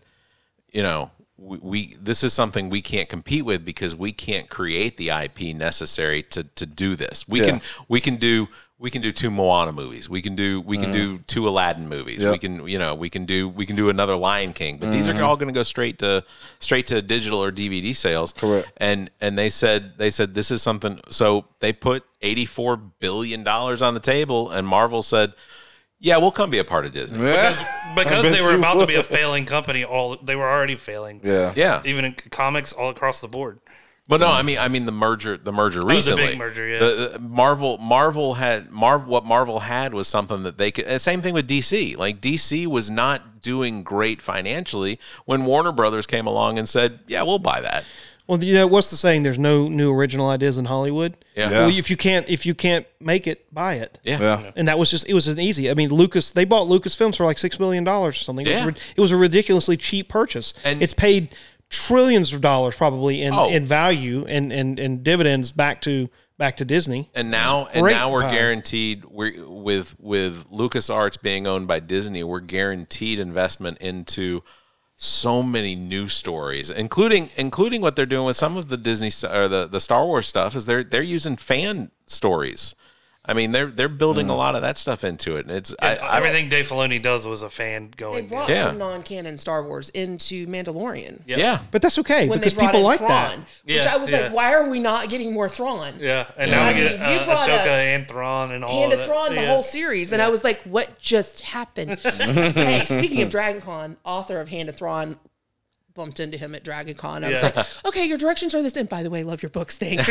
[SPEAKER 1] you know, we, we this is something we can't compete with because we can't create the IP necessary to to do this. We can we can do we can do two Moana movies. We can do we can do two Aladdin movies. We
[SPEAKER 4] Mm. Yep. Mm-hmm.
[SPEAKER 1] can you know we can do we can do another Lion King. But these are all going to go straight to straight to digital or DVD sales.
[SPEAKER 4] Correct.
[SPEAKER 1] And and they said they said this is something. So they put eighty four billion dollars on the table, and Marvel said, "Yeah, we'll come be a part of Disney."
[SPEAKER 4] yeah.
[SPEAKER 7] because
[SPEAKER 4] bet
[SPEAKER 7] they were
[SPEAKER 4] you
[SPEAKER 7] about to be a
[SPEAKER 4] would.
[SPEAKER 7] failing company, all they were already failing.
[SPEAKER 4] yeah.
[SPEAKER 1] Yeah.
[SPEAKER 7] Even in comics, all across the board.
[SPEAKER 1] Well, no, I mean, I mean the merger, the merger
[SPEAKER 7] was a
[SPEAKER 1] recently,
[SPEAKER 7] Oh, big merger, yeah.
[SPEAKER 1] The, the- Marvel, Marvel had Marvel. What Marvel had was something that they could. and Same thing with DC. Like DC was not doing great financially when Warner Brothers came along and said, "Yeah, we'll buy that."
[SPEAKER 2] Well, you know, what's the saying? There's no new original ideas in Hollywood.
[SPEAKER 1] Yeah.
[SPEAKER 2] Well, if you can't if you can't make it, buy it.
[SPEAKER 1] Yeah,
[SPEAKER 4] Yeah.
[SPEAKER 2] And that was just it was an easy. I mean, Lucas they bought Lucasfilms for like six million dollars or something. It, was,
[SPEAKER 1] Yeah.
[SPEAKER 2] rid- it was a ridiculously cheap purchase.
[SPEAKER 1] And-
[SPEAKER 2] it's paid trillions of dollars probably in,
[SPEAKER 1] Oh.
[SPEAKER 2] in value and, and and dividends back to back to Disney.
[SPEAKER 1] and now and
[SPEAKER 2] great
[SPEAKER 1] now we're
[SPEAKER 2] buy.
[SPEAKER 1] guaranteed we're with with LucasArts being owned by Disney, we're guaranteed investment into so many new stories, including including what they're doing with some of the Disney st- or the the Star Wars stuff is they're they're using fan stories. I mean, they're they're building a lot of that stuff into it, and it's I, I,
[SPEAKER 7] Everything Dave Filoni does was a fan
[SPEAKER 5] They
[SPEAKER 7] going.
[SPEAKER 5] brought
[SPEAKER 1] Yeah.
[SPEAKER 5] some non-canon Star Wars into Mandalorian.
[SPEAKER 1] yeah. yeah.
[SPEAKER 2] But that's okay
[SPEAKER 5] When
[SPEAKER 2] because
[SPEAKER 5] they brought
[SPEAKER 2] people
[SPEAKER 5] in
[SPEAKER 2] like
[SPEAKER 5] Thrawn,
[SPEAKER 2] that.
[SPEAKER 5] which
[SPEAKER 7] Yeah,
[SPEAKER 5] I was
[SPEAKER 7] yeah.
[SPEAKER 5] like, why are we not getting more Thrawn?
[SPEAKER 7] Yeah, and now
[SPEAKER 5] I
[SPEAKER 7] we get
[SPEAKER 5] mean, you
[SPEAKER 7] uh,
[SPEAKER 5] brought
[SPEAKER 7] Ahsoka
[SPEAKER 5] up
[SPEAKER 7] and Thrawn and
[SPEAKER 2] Oh,
[SPEAKER 7] all
[SPEAKER 5] Hand
[SPEAKER 7] of
[SPEAKER 5] of
[SPEAKER 7] that.
[SPEAKER 5] Thrawn, the
[SPEAKER 7] Yeah.
[SPEAKER 5] whole series, and I was like, "What just happened?" hey, speaking of Dragon Con, author of Hand of Thrawn bumped into him at Dragon Con. I
[SPEAKER 7] Yeah.
[SPEAKER 5] was like, "Okay, your directions are this." And by the way, love your books, thanks.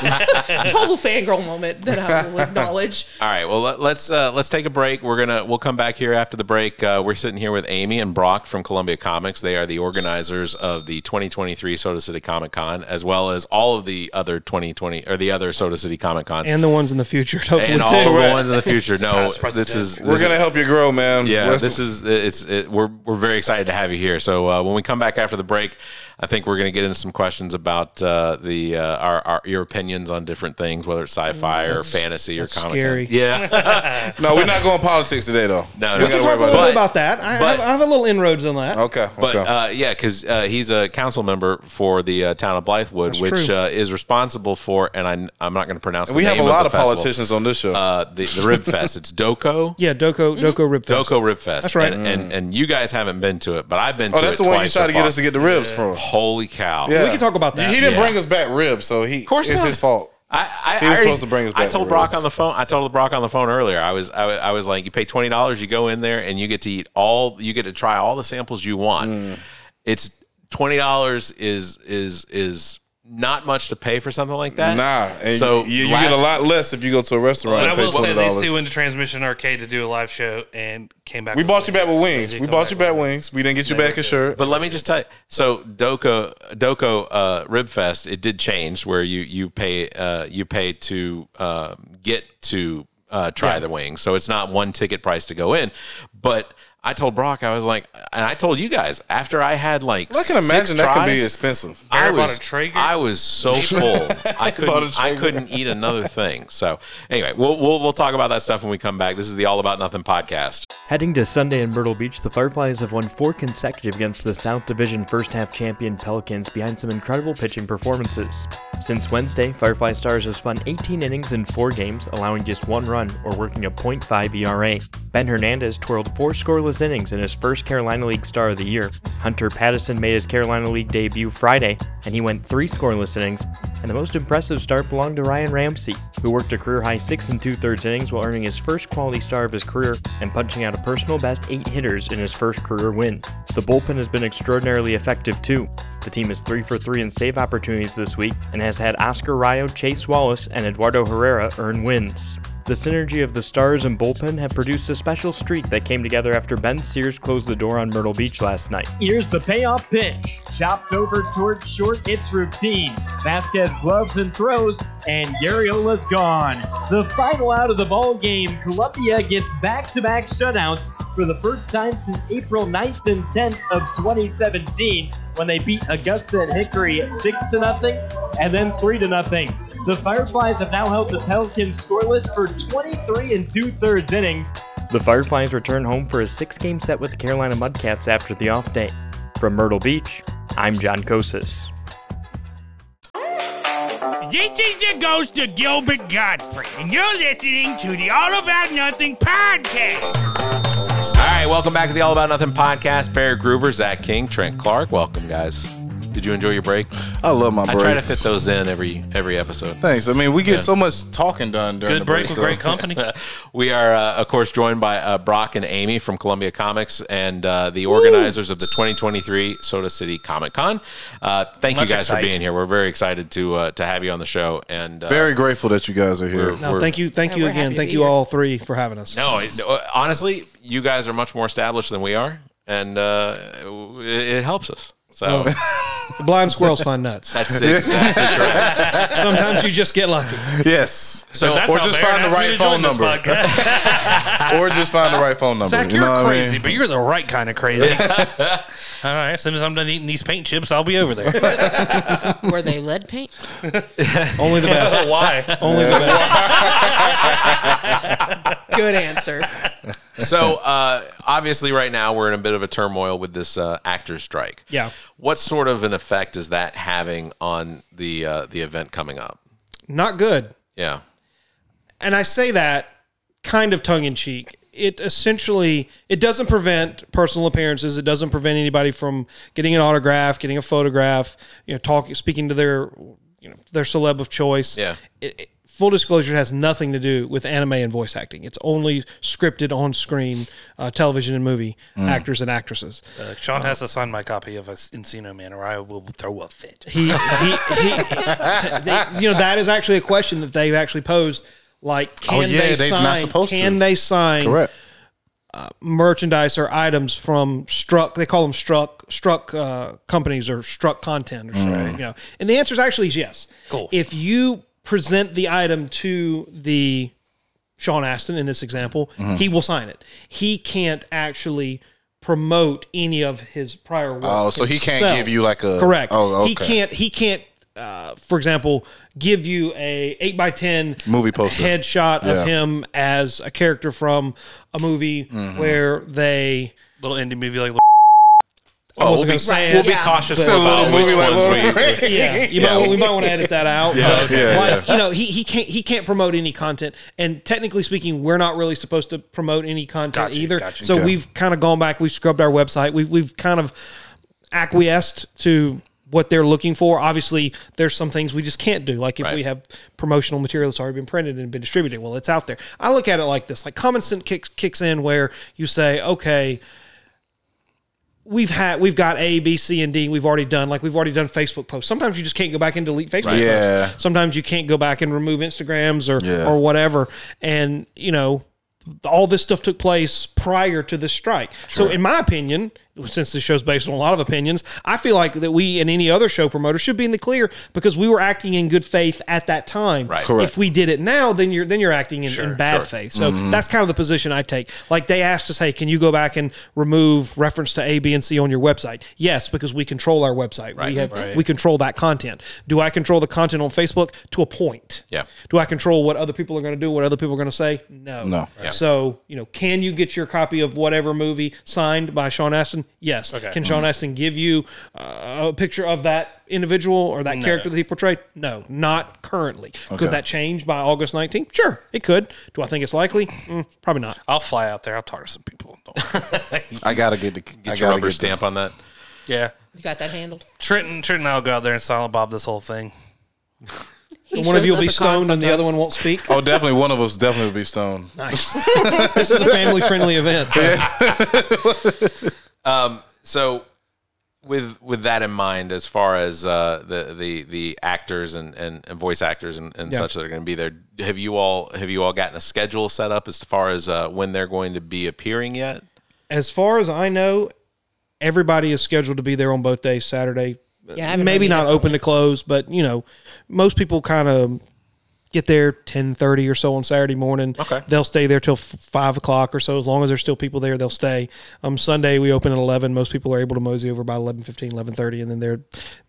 [SPEAKER 5] Total fangirl moment that I will acknowledge.
[SPEAKER 1] All right. Well, let, let's uh, let's take a break. We're gonna we'll come back here after the break. Uh, we're sitting here with Amy and Brock from Columbia Comics. They are the organizers of the 2023 Soda City Comic Con, as well as all of the other 2020 or the other Soda City Comic Cons, and,
[SPEAKER 2] And the ones in the future, hopefully
[SPEAKER 1] all
[SPEAKER 2] too.
[SPEAKER 1] the
[SPEAKER 4] Correct.
[SPEAKER 1] ones in the future. No,
[SPEAKER 7] present,
[SPEAKER 1] this is
[SPEAKER 4] We're
[SPEAKER 1] this-
[SPEAKER 4] going to help you grow, man.
[SPEAKER 1] yeah,
[SPEAKER 4] Let's-
[SPEAKER 1] this is it's it, we're we're very excited to have you here. So uh, when we come back after the break, I think we're going to get into some questions about uh, the uh, our, our your opinions on different things, whether it's sci-fi or fantasy or comic.
[SPEAKER 2] scary.
[SPEAKER 1] Yeah,
[SPEAKER 4] no, we're not going politics today, though.
[SPEAKER 1] No,
[SPEAKER 4] we
[SPEAKER 1] no.
[SPEAKER 4] got to
[SPEAKER 2] Talk
[SPEAKER 4] worry
[SPEAKER 2] a little
[SPEAKER 4] about
[SPEAKER 2] bit
[SPEAKER 1] But-
[SPEAKER 4] it.
[SPEAKER 2] about that. I,
[SPEAKER 1] but-
[SPEAKER 2] have, I have a little inroads on that.
[SPEAKER 4] Okay.
[SPEAKER 1] But
[SPEAKER 4] okay.
[SPEAKER 1] uh, yeah, because uh, he's a council member for the uh, town of Blythewood, which
[SPEAKER 2] true.
[SPEAKER 1] uh, is responsible for, and I, I'm not going to pronounce. The
[SPEAKER 4] we have a
[SPEAKER 1] name
[SPEAKER 4] lot
[SPEAKER 1] the
[SPEAKER 4] of
[SPEAKER 1] festival,
[SPEAKER 4] politicians on this show.
[SPEAKER 1] Uh, the the Rib Fest. It's Doco.
[SPEAKER 2] Yeah, Doko
[SPEAKER 5] Mm-hmm.
[SPEAKER 2] Doko Rip Fest.
[SPEAKER 1] Doco Rib Fest.
[SPEAKER 2] That's right.
[SPEAKER 1] And, and and you guys haven't been to it, but I've been.
[SPEAKER 4] oh,
[SPEAKER 1] to
[SPEAKER 4] that's
[SPEAKER 1] it
[SPEAKER 4] the one you
[SPEAKER 1] twice so
[SPEAKER 4] tried to get
[SPEAKER 1] far.
[SPEAKER 4] us to get the ribs from.
[SPEAKER 1] Holy cow!
[SPEAKER 4] Yeah.
[SPEAKER 2] We can talk about that.
[SPEAKER 4] He didn't bring us back ribs, so he. Of
[SPEAKER 1] course
[SPEAKER 4] it's
[SPEAKER 1] not.
[SPEAKER 4] his fault.
[SPEAKER 1] I, I,
[SPEAKER 4] He was
[SPEAKER 1] I already-
[SPEAKER 4] supposed to bring us
[SPEAKER 1] I
[SPEAKER 4] back
[SPEAKER 1] told
[SPEAKER 4] the
[SPEAKER 1] Brock
[SPEAKER 4] ribs.
[SPEAKER 1] on the phone. I told Brock on the phone earlier. I was I, wa- I was like, you pay twenty dollars, you go in there, and you get to eat all. You get to try all the samples you want.
[SPEAKER 4] Mm.
[SPEAKER 1] It's twenty dollars is is is not much to pay for something like that.
[SPEAKER 4] Nah, and
[SPEAKER 1] so
[SPEAKER 4] so you, you get
[SPEAKER 1] last-
[SPEAKER 4] a lot less if you go to a restaurant.
[SPEAKER 7] But I
[SPEAKER 4] and pay
[SPEAKER 7] will say
[SPEAKER 4] $12.
[SPEAKER 7] these two went to Transmission Arcade to do a live show and came back.
[SPEAKER 4] We
[SPEAKER 7] with
[SPEAKER 4] bought you back with
[SPEAKER 7] They
[SPEAKER 4] wings.
[SPEAKER 7] did
[SPEAKER 4] We
[SPEAKER 7] come
[SPEAKER 4] bought you back
[SPEAKER 7] with
[SPEAKER 4] wings. We didn't get you back a shirt.
[SPEAKER 1] But let me just tell you. So Doco Doco uh, Ribfest, it did change where you you pay uh, you pay to um, get to uh, try the wings. So it's not one ticket price to go in, but. I told Brock, I was like, and I told you guys after I had like,
[SPEAKER 4] I can
[SPEAKER 1] six
[SPEAKER 4] imagine that could be
[SPEAKER 1] tries,
[SPEAKER 4] expensive.
[SPEAKER 1] I
[SPEAKER 7] Bear bought
[SPEAKER 1] was,
[SPEAKER 7] a Traeger?
[SPEAKER 1] I was so full. I
[SPEAKER 4] Bought a
[SPEAKER 1] couldn't. I
[SPEAKER 4] Traeger.
[SPEAKER 1] couldn't eat another thing. So anyway, we'll, we'll we'll talk about that stuff when we come back. This is the All About Nothing podcast.
[SPEAKER 9] Heading to Sunday in Myrtle Beach, the Fireflies have won four consecutive against the South Division first half champion Pelicans behind some incredible pitching performances. Since Wednesday, Firefly Stars have spun 18 innings in four games, allowing just one run or working a .5 ERA. Ben Hernandez twirled four scoreless innings in his first Carolina League Star of the Year. Hunter Patterson made his Carolina League debut Friday, and he went three scoreless innings. And the most impressive start belonged to Ryan Ramsey, who worked a career high six and two thirds innings while earning his first quality star of his career and punching out a personal best eight hitters in his first career win. The bullpen has been extraordinarily effective too. The team is three for three in save opportunities this week and has had Oscar Rayo, Chase Wallace, and Eduardo Herrera earn wins. The synergy of the Stars and bullpen have produced a special streak that came together after Ben Sears closed the door on Myrtle Beach last night. Here's the payoff pitch. Chopped over towards short, it's routine. Vasquez gloves and throws, and Gariola's gone. The final out of the ball game. Columbia gets back-to-back shutouts for the first time since April 9th and 10th of 2017 when they beat Augusta and Hickory 6 to nothing and then 3 to nothing. The Fireflies have now held the Pelicans scoreless for 23 and two-thirds innings. The Fireflies return home for a six-game set with the Carolina Mudcats after the off day. From Myrtle Beach, I'm John Kosis.
[SPEAKER 10] This is the ghost of Gilbert Godfrey, and you're listening to the All About Nothing podcast.
[SPEAKER 1] All right, welcome back to the All About Nothing podcast. Barry Gruber, Zach King, Trent Clark. Welcome, guys. Did you enjoy your break?
[SPEAKER 4] I love my
[SPEAKER 1] I
[SPEAKER 4] breaks.
[SPEAKER 1] try to fit those in every every episode.
[SPEAKER 4] Thanks. I mean, we get so much talking done during the
[SPEAKER 7] Good break
[SPEAKER 4] break.
[SPEAKER 7] with great company.
[SPEAKER 1] We are, uh, of course, joined by uh, Brock and Amy from Columbia Comics and uh, the organizers of the 2023 Soda City Comic Con. Uh, thank
[SPEAKER 7] Much
[SPEAKER 1] you guys for
[SPEAKER 7] excited.
[SPEAKER 1] being here. We're very excited to uh, to have you on the show. And uh,
[SPEAKER 4] Very grateful that you guys are here.
[SPEAKER 2] No, thank you, thank
[SPEAKER 5] Yeah,
[SPEAKER 2] you
[SPEAKER 5] Oh, we're
[SPEAKER 2] again,
[SPEAKER 5] happy to
[SPEAKER 2] thank
[SPEAKER 5] be
[SPEAKER 2] you
[SPEAKER 5] here.
[SPEAKER 2] all three for having us.
[SPEAKER 1] no, it- no, honestly, you guys are much more established than we are, and uh, it, it helps us. So
[SPEAKER 2] The blind squirrels find nuts.
[SPEAKER 1] that's it.
[SPEAKER 2] Sometimes you just get lucky.
[SPEAKER 4] Yes.
[SPEAKER 7] So that's
[SPEAKER 4] or
[SPEAKER 7] how
[SPEAKER 4] just
[SPEAKER 7] Baron
[SPEAKER 4] find the
[SPEAKER 7] asked me
[SPEAKER 4] right
[SPEAKER 7] to join
[SPEAKER 4] phone
[SPEAKER 7] this
[SPEAKER 4] number.
[SPEAKER 7] podcast.
[SPEAKER 4] or just find the right phone number.
[SPEAKER 7] Zach,
[SPEAKER 4] you
[SPEAKER 7] you're
[SPEAKER 4] know what
[SPEAKER 7] crazy,
[SPEAKER 4] I mean?
[SPEAKER 7] but you're the right kind of crazy. All right, as soon as I'm done eating these paint chips, I'll be over there.
[SPEAKER 5] Were they lead paint?
[SPEAKER 2] Only the best.
[SPEAKER 7] Why?
[SPEAKER 2] Only the best.
[SPEAKER 5] Good answer.
[SPEAKER 1] so uh, obviously, right now we're in a bit of a turmoil with this uh, actor strike.
[SPEAKER 2] Yeah.
[SPEAKER 1] What sort of an effect is that having on the uh, the event coming up?
[SPEAKER 2] Not good.
[SPEAKER 1] Yeah.
[SPEAKER 2] and I say that kind of tongue in cheek. It essentially it doesn't prevent personal appearances. It doesn't prevent anybody from getting an autograph, getting a photograph, you know, talking, speaking to their, you know, their celeb of choice.
[SPEAKER 1] Yeah.
[SPEAKER 2] It, it- full disclosure it has nothing to do with anime and voice acting. It's only scripted on screen, uh, television and movie
[SPEAKER 4] Mm.
[SPEAKER 2] actors and actresses.
[SPEAKER 7] Uh, Sean has to sign my copy of Encino Man, or I will throw a fit.
[SPEAKER 2] he, he, he they- you know, that is actually a question that they've actually posed. Like, can
[SPEAKER 4] Oh, yeah,
[SPEAKER 2] they,
[SPEAKER 4] they're
[SPEAKER 2] sign?
[SPEAKER 4] not supposed to.
[SPEAKER 2] can they sign
[SPEAKER 4] Correct.
[SPEAKER 2] merchandise or items from struck? They call them struck struck uh, companies or struck content or something.
[SPEAKER 4] Mm.
[SPEAKER 2] You know, and the answer is actually is yes.
[SPEAKER 7] Cool.
[SPEAKER 2] If you present the item to the Sean Aston in this example,
[SPEAKER 4] Mm-hmm.
[SPEAKER 2] he will sign it. He can't actually promote any of his prior work.
[SPEAKER 4] Oh, so he can't
[SPEAKER 2] himself.
[SPEAKER 4] give you like a
[SPEAKER 2] Correct.
[SPEAKER 4] Oh, okay.
[SPEAKER 2] He can't. He can't. Uh, for example, give you a eight by ten
[SPEAKER 4] Movie poster.
[SPEAKER 2] headshot
[SPEAKER 4] Yeah.
[SPEAKER 2] of him as a character from a movie
[SPEAKER 4] Mm-hmm.
[SPEAKER 2] where they.
[SPEAKER 7] Little indie movie like
[SPEAKER 2] I wasn't
[SPEAKER 1] Oh, we'll
[SPEAKER 2] gonna
[SPEAKER 1] be-
[SPEAKER 2] say it.
[SPEAKER 1] we'll be
[SPEAKER 5] Yeah.
[SPEAKER 1] cautious
[SPEAKER 4] It's a
[SPEAKER 1] about
[SPEAKER 4] little movie
[SPEAKER 1] which
[SPEAKER 4] like
[SPEAKER 1] ones
[SPEAKER 4] Little
[SPEAKER 1] we-
[SPEAKER 4] Mermaid.
[SPEAKER 2] Yeah, you might, we might want to edit that out. Yeah,
[SPEAKER 4] Yeah,
[SPEAKER 2] like, You know, he, he can't he can't promote any content, and technically speaking, we're not really supposed to promote any content
[SPEAKER 7] Gotcha,
[SPEAKER 2] either.
[SPEAKER 7] gotcha.
[SPEAKER 2] So we've kind of gone back, we've scrubbed our website, we've we've kind of acquiesced to what they're looking for. Obviously, there's some things we just can't do, like if we have promotional material that's already been printed and been distributed. Well, it's out there. I look at it like this: like common sense kicks kicks in where you say, okay we've had we've got A, B, C, and D. We've already done like we've already done Facebook posts. Sometimes you just can't go back and delete Facebook posts.
[SPEAKER 4] Yeah.
[SPEAKER 2] Sometimes you can't go back and remove Instagrams or
[SPEAKER 4] Yeah.
[SPEAKER 2] or whatever. And you know, all this stuff took place prior to the strike. So in my opinion, since this show's based on a lot of opinions, I feel like that we and any other show promoter should be in the clear because we were acting in good faith at that time.
[SPEAKER 1] Right.
[SPEAKER 4] Correct. Mm-hmm.
[SPEAKER 2] If we did it now, then you're then you're acting in, in bad
[SPEAKER 1] sure.
[SPEAKER 2] faith. So that's kind of the position I take. Like they asked us, hey, can you go back and remove reference to A, B, and C on your website? Yes, because we control our website. We have we control that content. Do I control the content on Facebook to a point?
[SPEAKER 1] Yeah.
[SPEAKER 2] Do I control what other people are going to do? What other people are going to say? No.
[SPEAKER 4] No. Yeah.
[SPEAKER 2] So you know, can you get your copy of whatever movie signed by Sean Astin? Yes. Okay.
[SPEAKER 4] Mm-hmm.
[SPEAKER 2] Can Sean Astin give you uh, a picture of that individual or that character that he portrayed? No, not currently.
[SPEAKER 4] Okay.
[SPEAKER 2] Could that change by August nineteenth? Sure, it could. Do I think it's likely? Mm, probably not.
[SPEAKER 7] I'll fly out there. I'll talk to some people. Don't worry.
[SPEAKER 4] I gotta get the I
[SPEAKER 1] Get your
[SPEAKER 4] gotta
[SPEAKER 1] rubber
[SPEAKER 4] get the-
[SPEAKER 1] stamp on that.
[SPEAKER 7] yeah.
[SPEAKER 5] You got that handled.
[SPEAKER 7] Trenton, Trenton, I'll go out there and silent bob this whole thing.
[SPEAKER 5] He
[SPEAKER 2] one of
[SPEAKER 5] shows
[SPEAKER 2] you
[SPEAKER 5] up
[SPEAKER 2] will be
[SPEAKER 5] at cons
[SPEAKER 2] stoned and the other one
[SPEAKER 5] sometimes.
[SPEAKER 2] won't speak.
[SPEAKER 4] Oh, definitely one of us definitely would be stoned.
[SPEAKER 2] this is a family-friendly event. So
[SPEAKER 1] so with with that in mind as far as uh, the the the actors and, and, and voice actors and, and
[SPEAKER 2] Yeah.
[SPEAKER 1] such that are going to be there have you all have you all gotten a schedule set up as far as uh, when they're going to be appearing yet
[SPEAKER 2] As far as I know, everybody is scheduled to be there on both days, Saturday.
[SPEAKER 5] Yeah, I haven't
[SPEAKER 2] maybe
[SPEAKER 5] heard
[SPEAKER 2] not
[SPEAKER 5] anything.
[SPEAKER 2] open to close, but you know, most people kind of get there ten thirty or so on Saturday morning. Okay, they'll stay there till f- five o'clock or so. As long as there's still people there, they'll stay. Um, Sunday we open at eleven. Most people are able to mosey over by 11.15, 11.30, and then they're,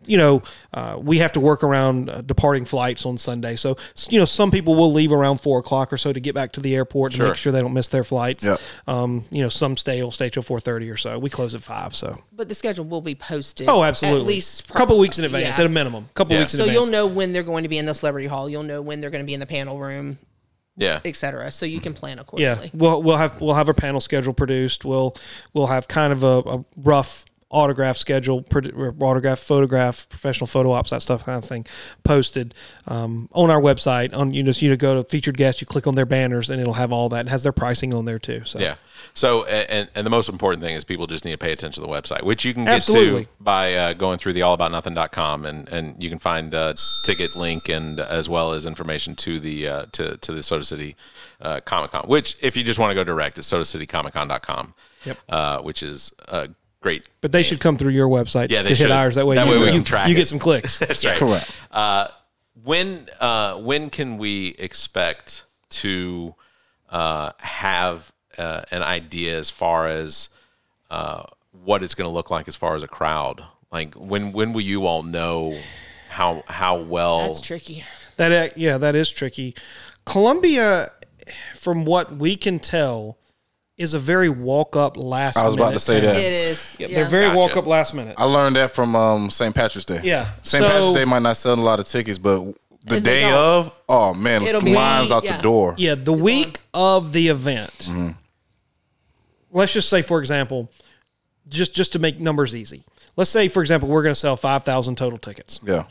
[SPEAKER 2] you know, uh, we have to work around uh, departing flights on Sunday. So s- you know, some people will leave around four o'clock or so to get back to the airport to make sure they don't miss their flights.
[SPEAKER 4] Yep.
[SPEAKER 2] Um, you know, some stay will stay till four thirty or so. We close at five, so
[SPEAKER 5] But the schedule will be posted.
[SPEAKER 2] oh, absolutely,
[SPEAKER 5] At least
[SPEAKER 2] a couple weeks in advance
[SPEAKER 5] yeah.
[SPEAKER 2] at a minimum. Couple weeks in
[SPEAKER 5] So
[SPEAKER 2] advance.
[SPEAKER 5] you'll know when they're going to be in the celebrity hall. You'll know when they're going to be in the panel room,
[SPEAKER 1] yeah
[SPEAKER 5] etc. So you
[SPEAKER 4] Mm-hmm.
[SPEAKER 5] can plan accordingly.
[SPEAKER 2] Yeah, we'll we'll have we'll have a panel schedule produced. We'll we'll have kind of a, a rough autograph schedule, produ- or autograph, photograph, professional photo ops, that stuff kind of thing, posted um, on our website. On you just you know go to featured guest, you click on their banners, and it'll have all that. It has their pricing on there too. So
[SPEAKER 1] yeah so a- and and the most important thing is people just need to pay attention to the website which you can get
[SPEAKER 2] Absolutely.
[SPEAKER 1] to by uh, going through the allaboutnothing.com and and you can find uh, ticket link and as well as information to the uh, to to the Soda City uh, Comic Con which if you just want to go direct it's sodacitycomiccon.com yep uh, which is uh, great
[SPEAKER 2] But they should come through your website
[SPEAKER 1] Yeah, they
[SPEAKER 2] to hit
[SPEAKER 1] should.
[SPEAKER 2] ours. That way,
[SPEAKER 1] That
[SPEAKER 2] you,
[SPEAKER 1] way we
[SPEAKER 2] you,
[SPEAKER 1] can track
[SPEAKER 2] you
[SPEAKER 1] it.
[SPEAKER 2] get some clicks.
[SPEAKER 1] That's right.
[SPEAKER 4] Correct.
[SPEAKER 1] Uh, when uh, when can we expect to uh, have uh, an idea as far as uh, what it's going to look like as far as a crowd? Like when when will you all know how how well?
[SPEAKER 5] That's tricky.
[SPEAKER 2] That uh, yeah, that is tricky. Columbia, from what we can tell, is a very walk up last.
[SPEAKER 4] I was about
[SPEAKER 2] minute
[SPEAKER 4] to say
[SPEAKER 2] town.
[SPEAKER 4] that.
[SPEAKER 5] It is. Yeah.
[SPEAKER 2] They're very
[SPEAKER 1] Gotcha.
[SPEAKER 2] walk up last minute.
[SPEAKER 4] I learned that from um, St. Patrick's Day.
[SPEAKER 2] Yeah.
[SPEAKER 4] St.
[SPEAKER 2] So-
[SPEAKER 4] Patrick's Day might not sell a lot of tickets, but the
[SPEAKER 5] And they
[SPEAKER 4] day
[SPEAKER 5] don't.
[SPEAKER 4] of, oh man,
[SPEAKER 5] It'll be-
[SPEAKER 4] lines out
[SPEAKER 5] yeah.
[SPEAKER 4] the door.
[SPEAKER 2] Yeah, the week of the event.
[SPEAKER 4] Mm-hmm.
[SPEAKER 2] Let's just say, for example, just just to make numbers easy. Let's say, for example, we're going to sell five thousand total tickets.
[SPEAKER 4] Yeah.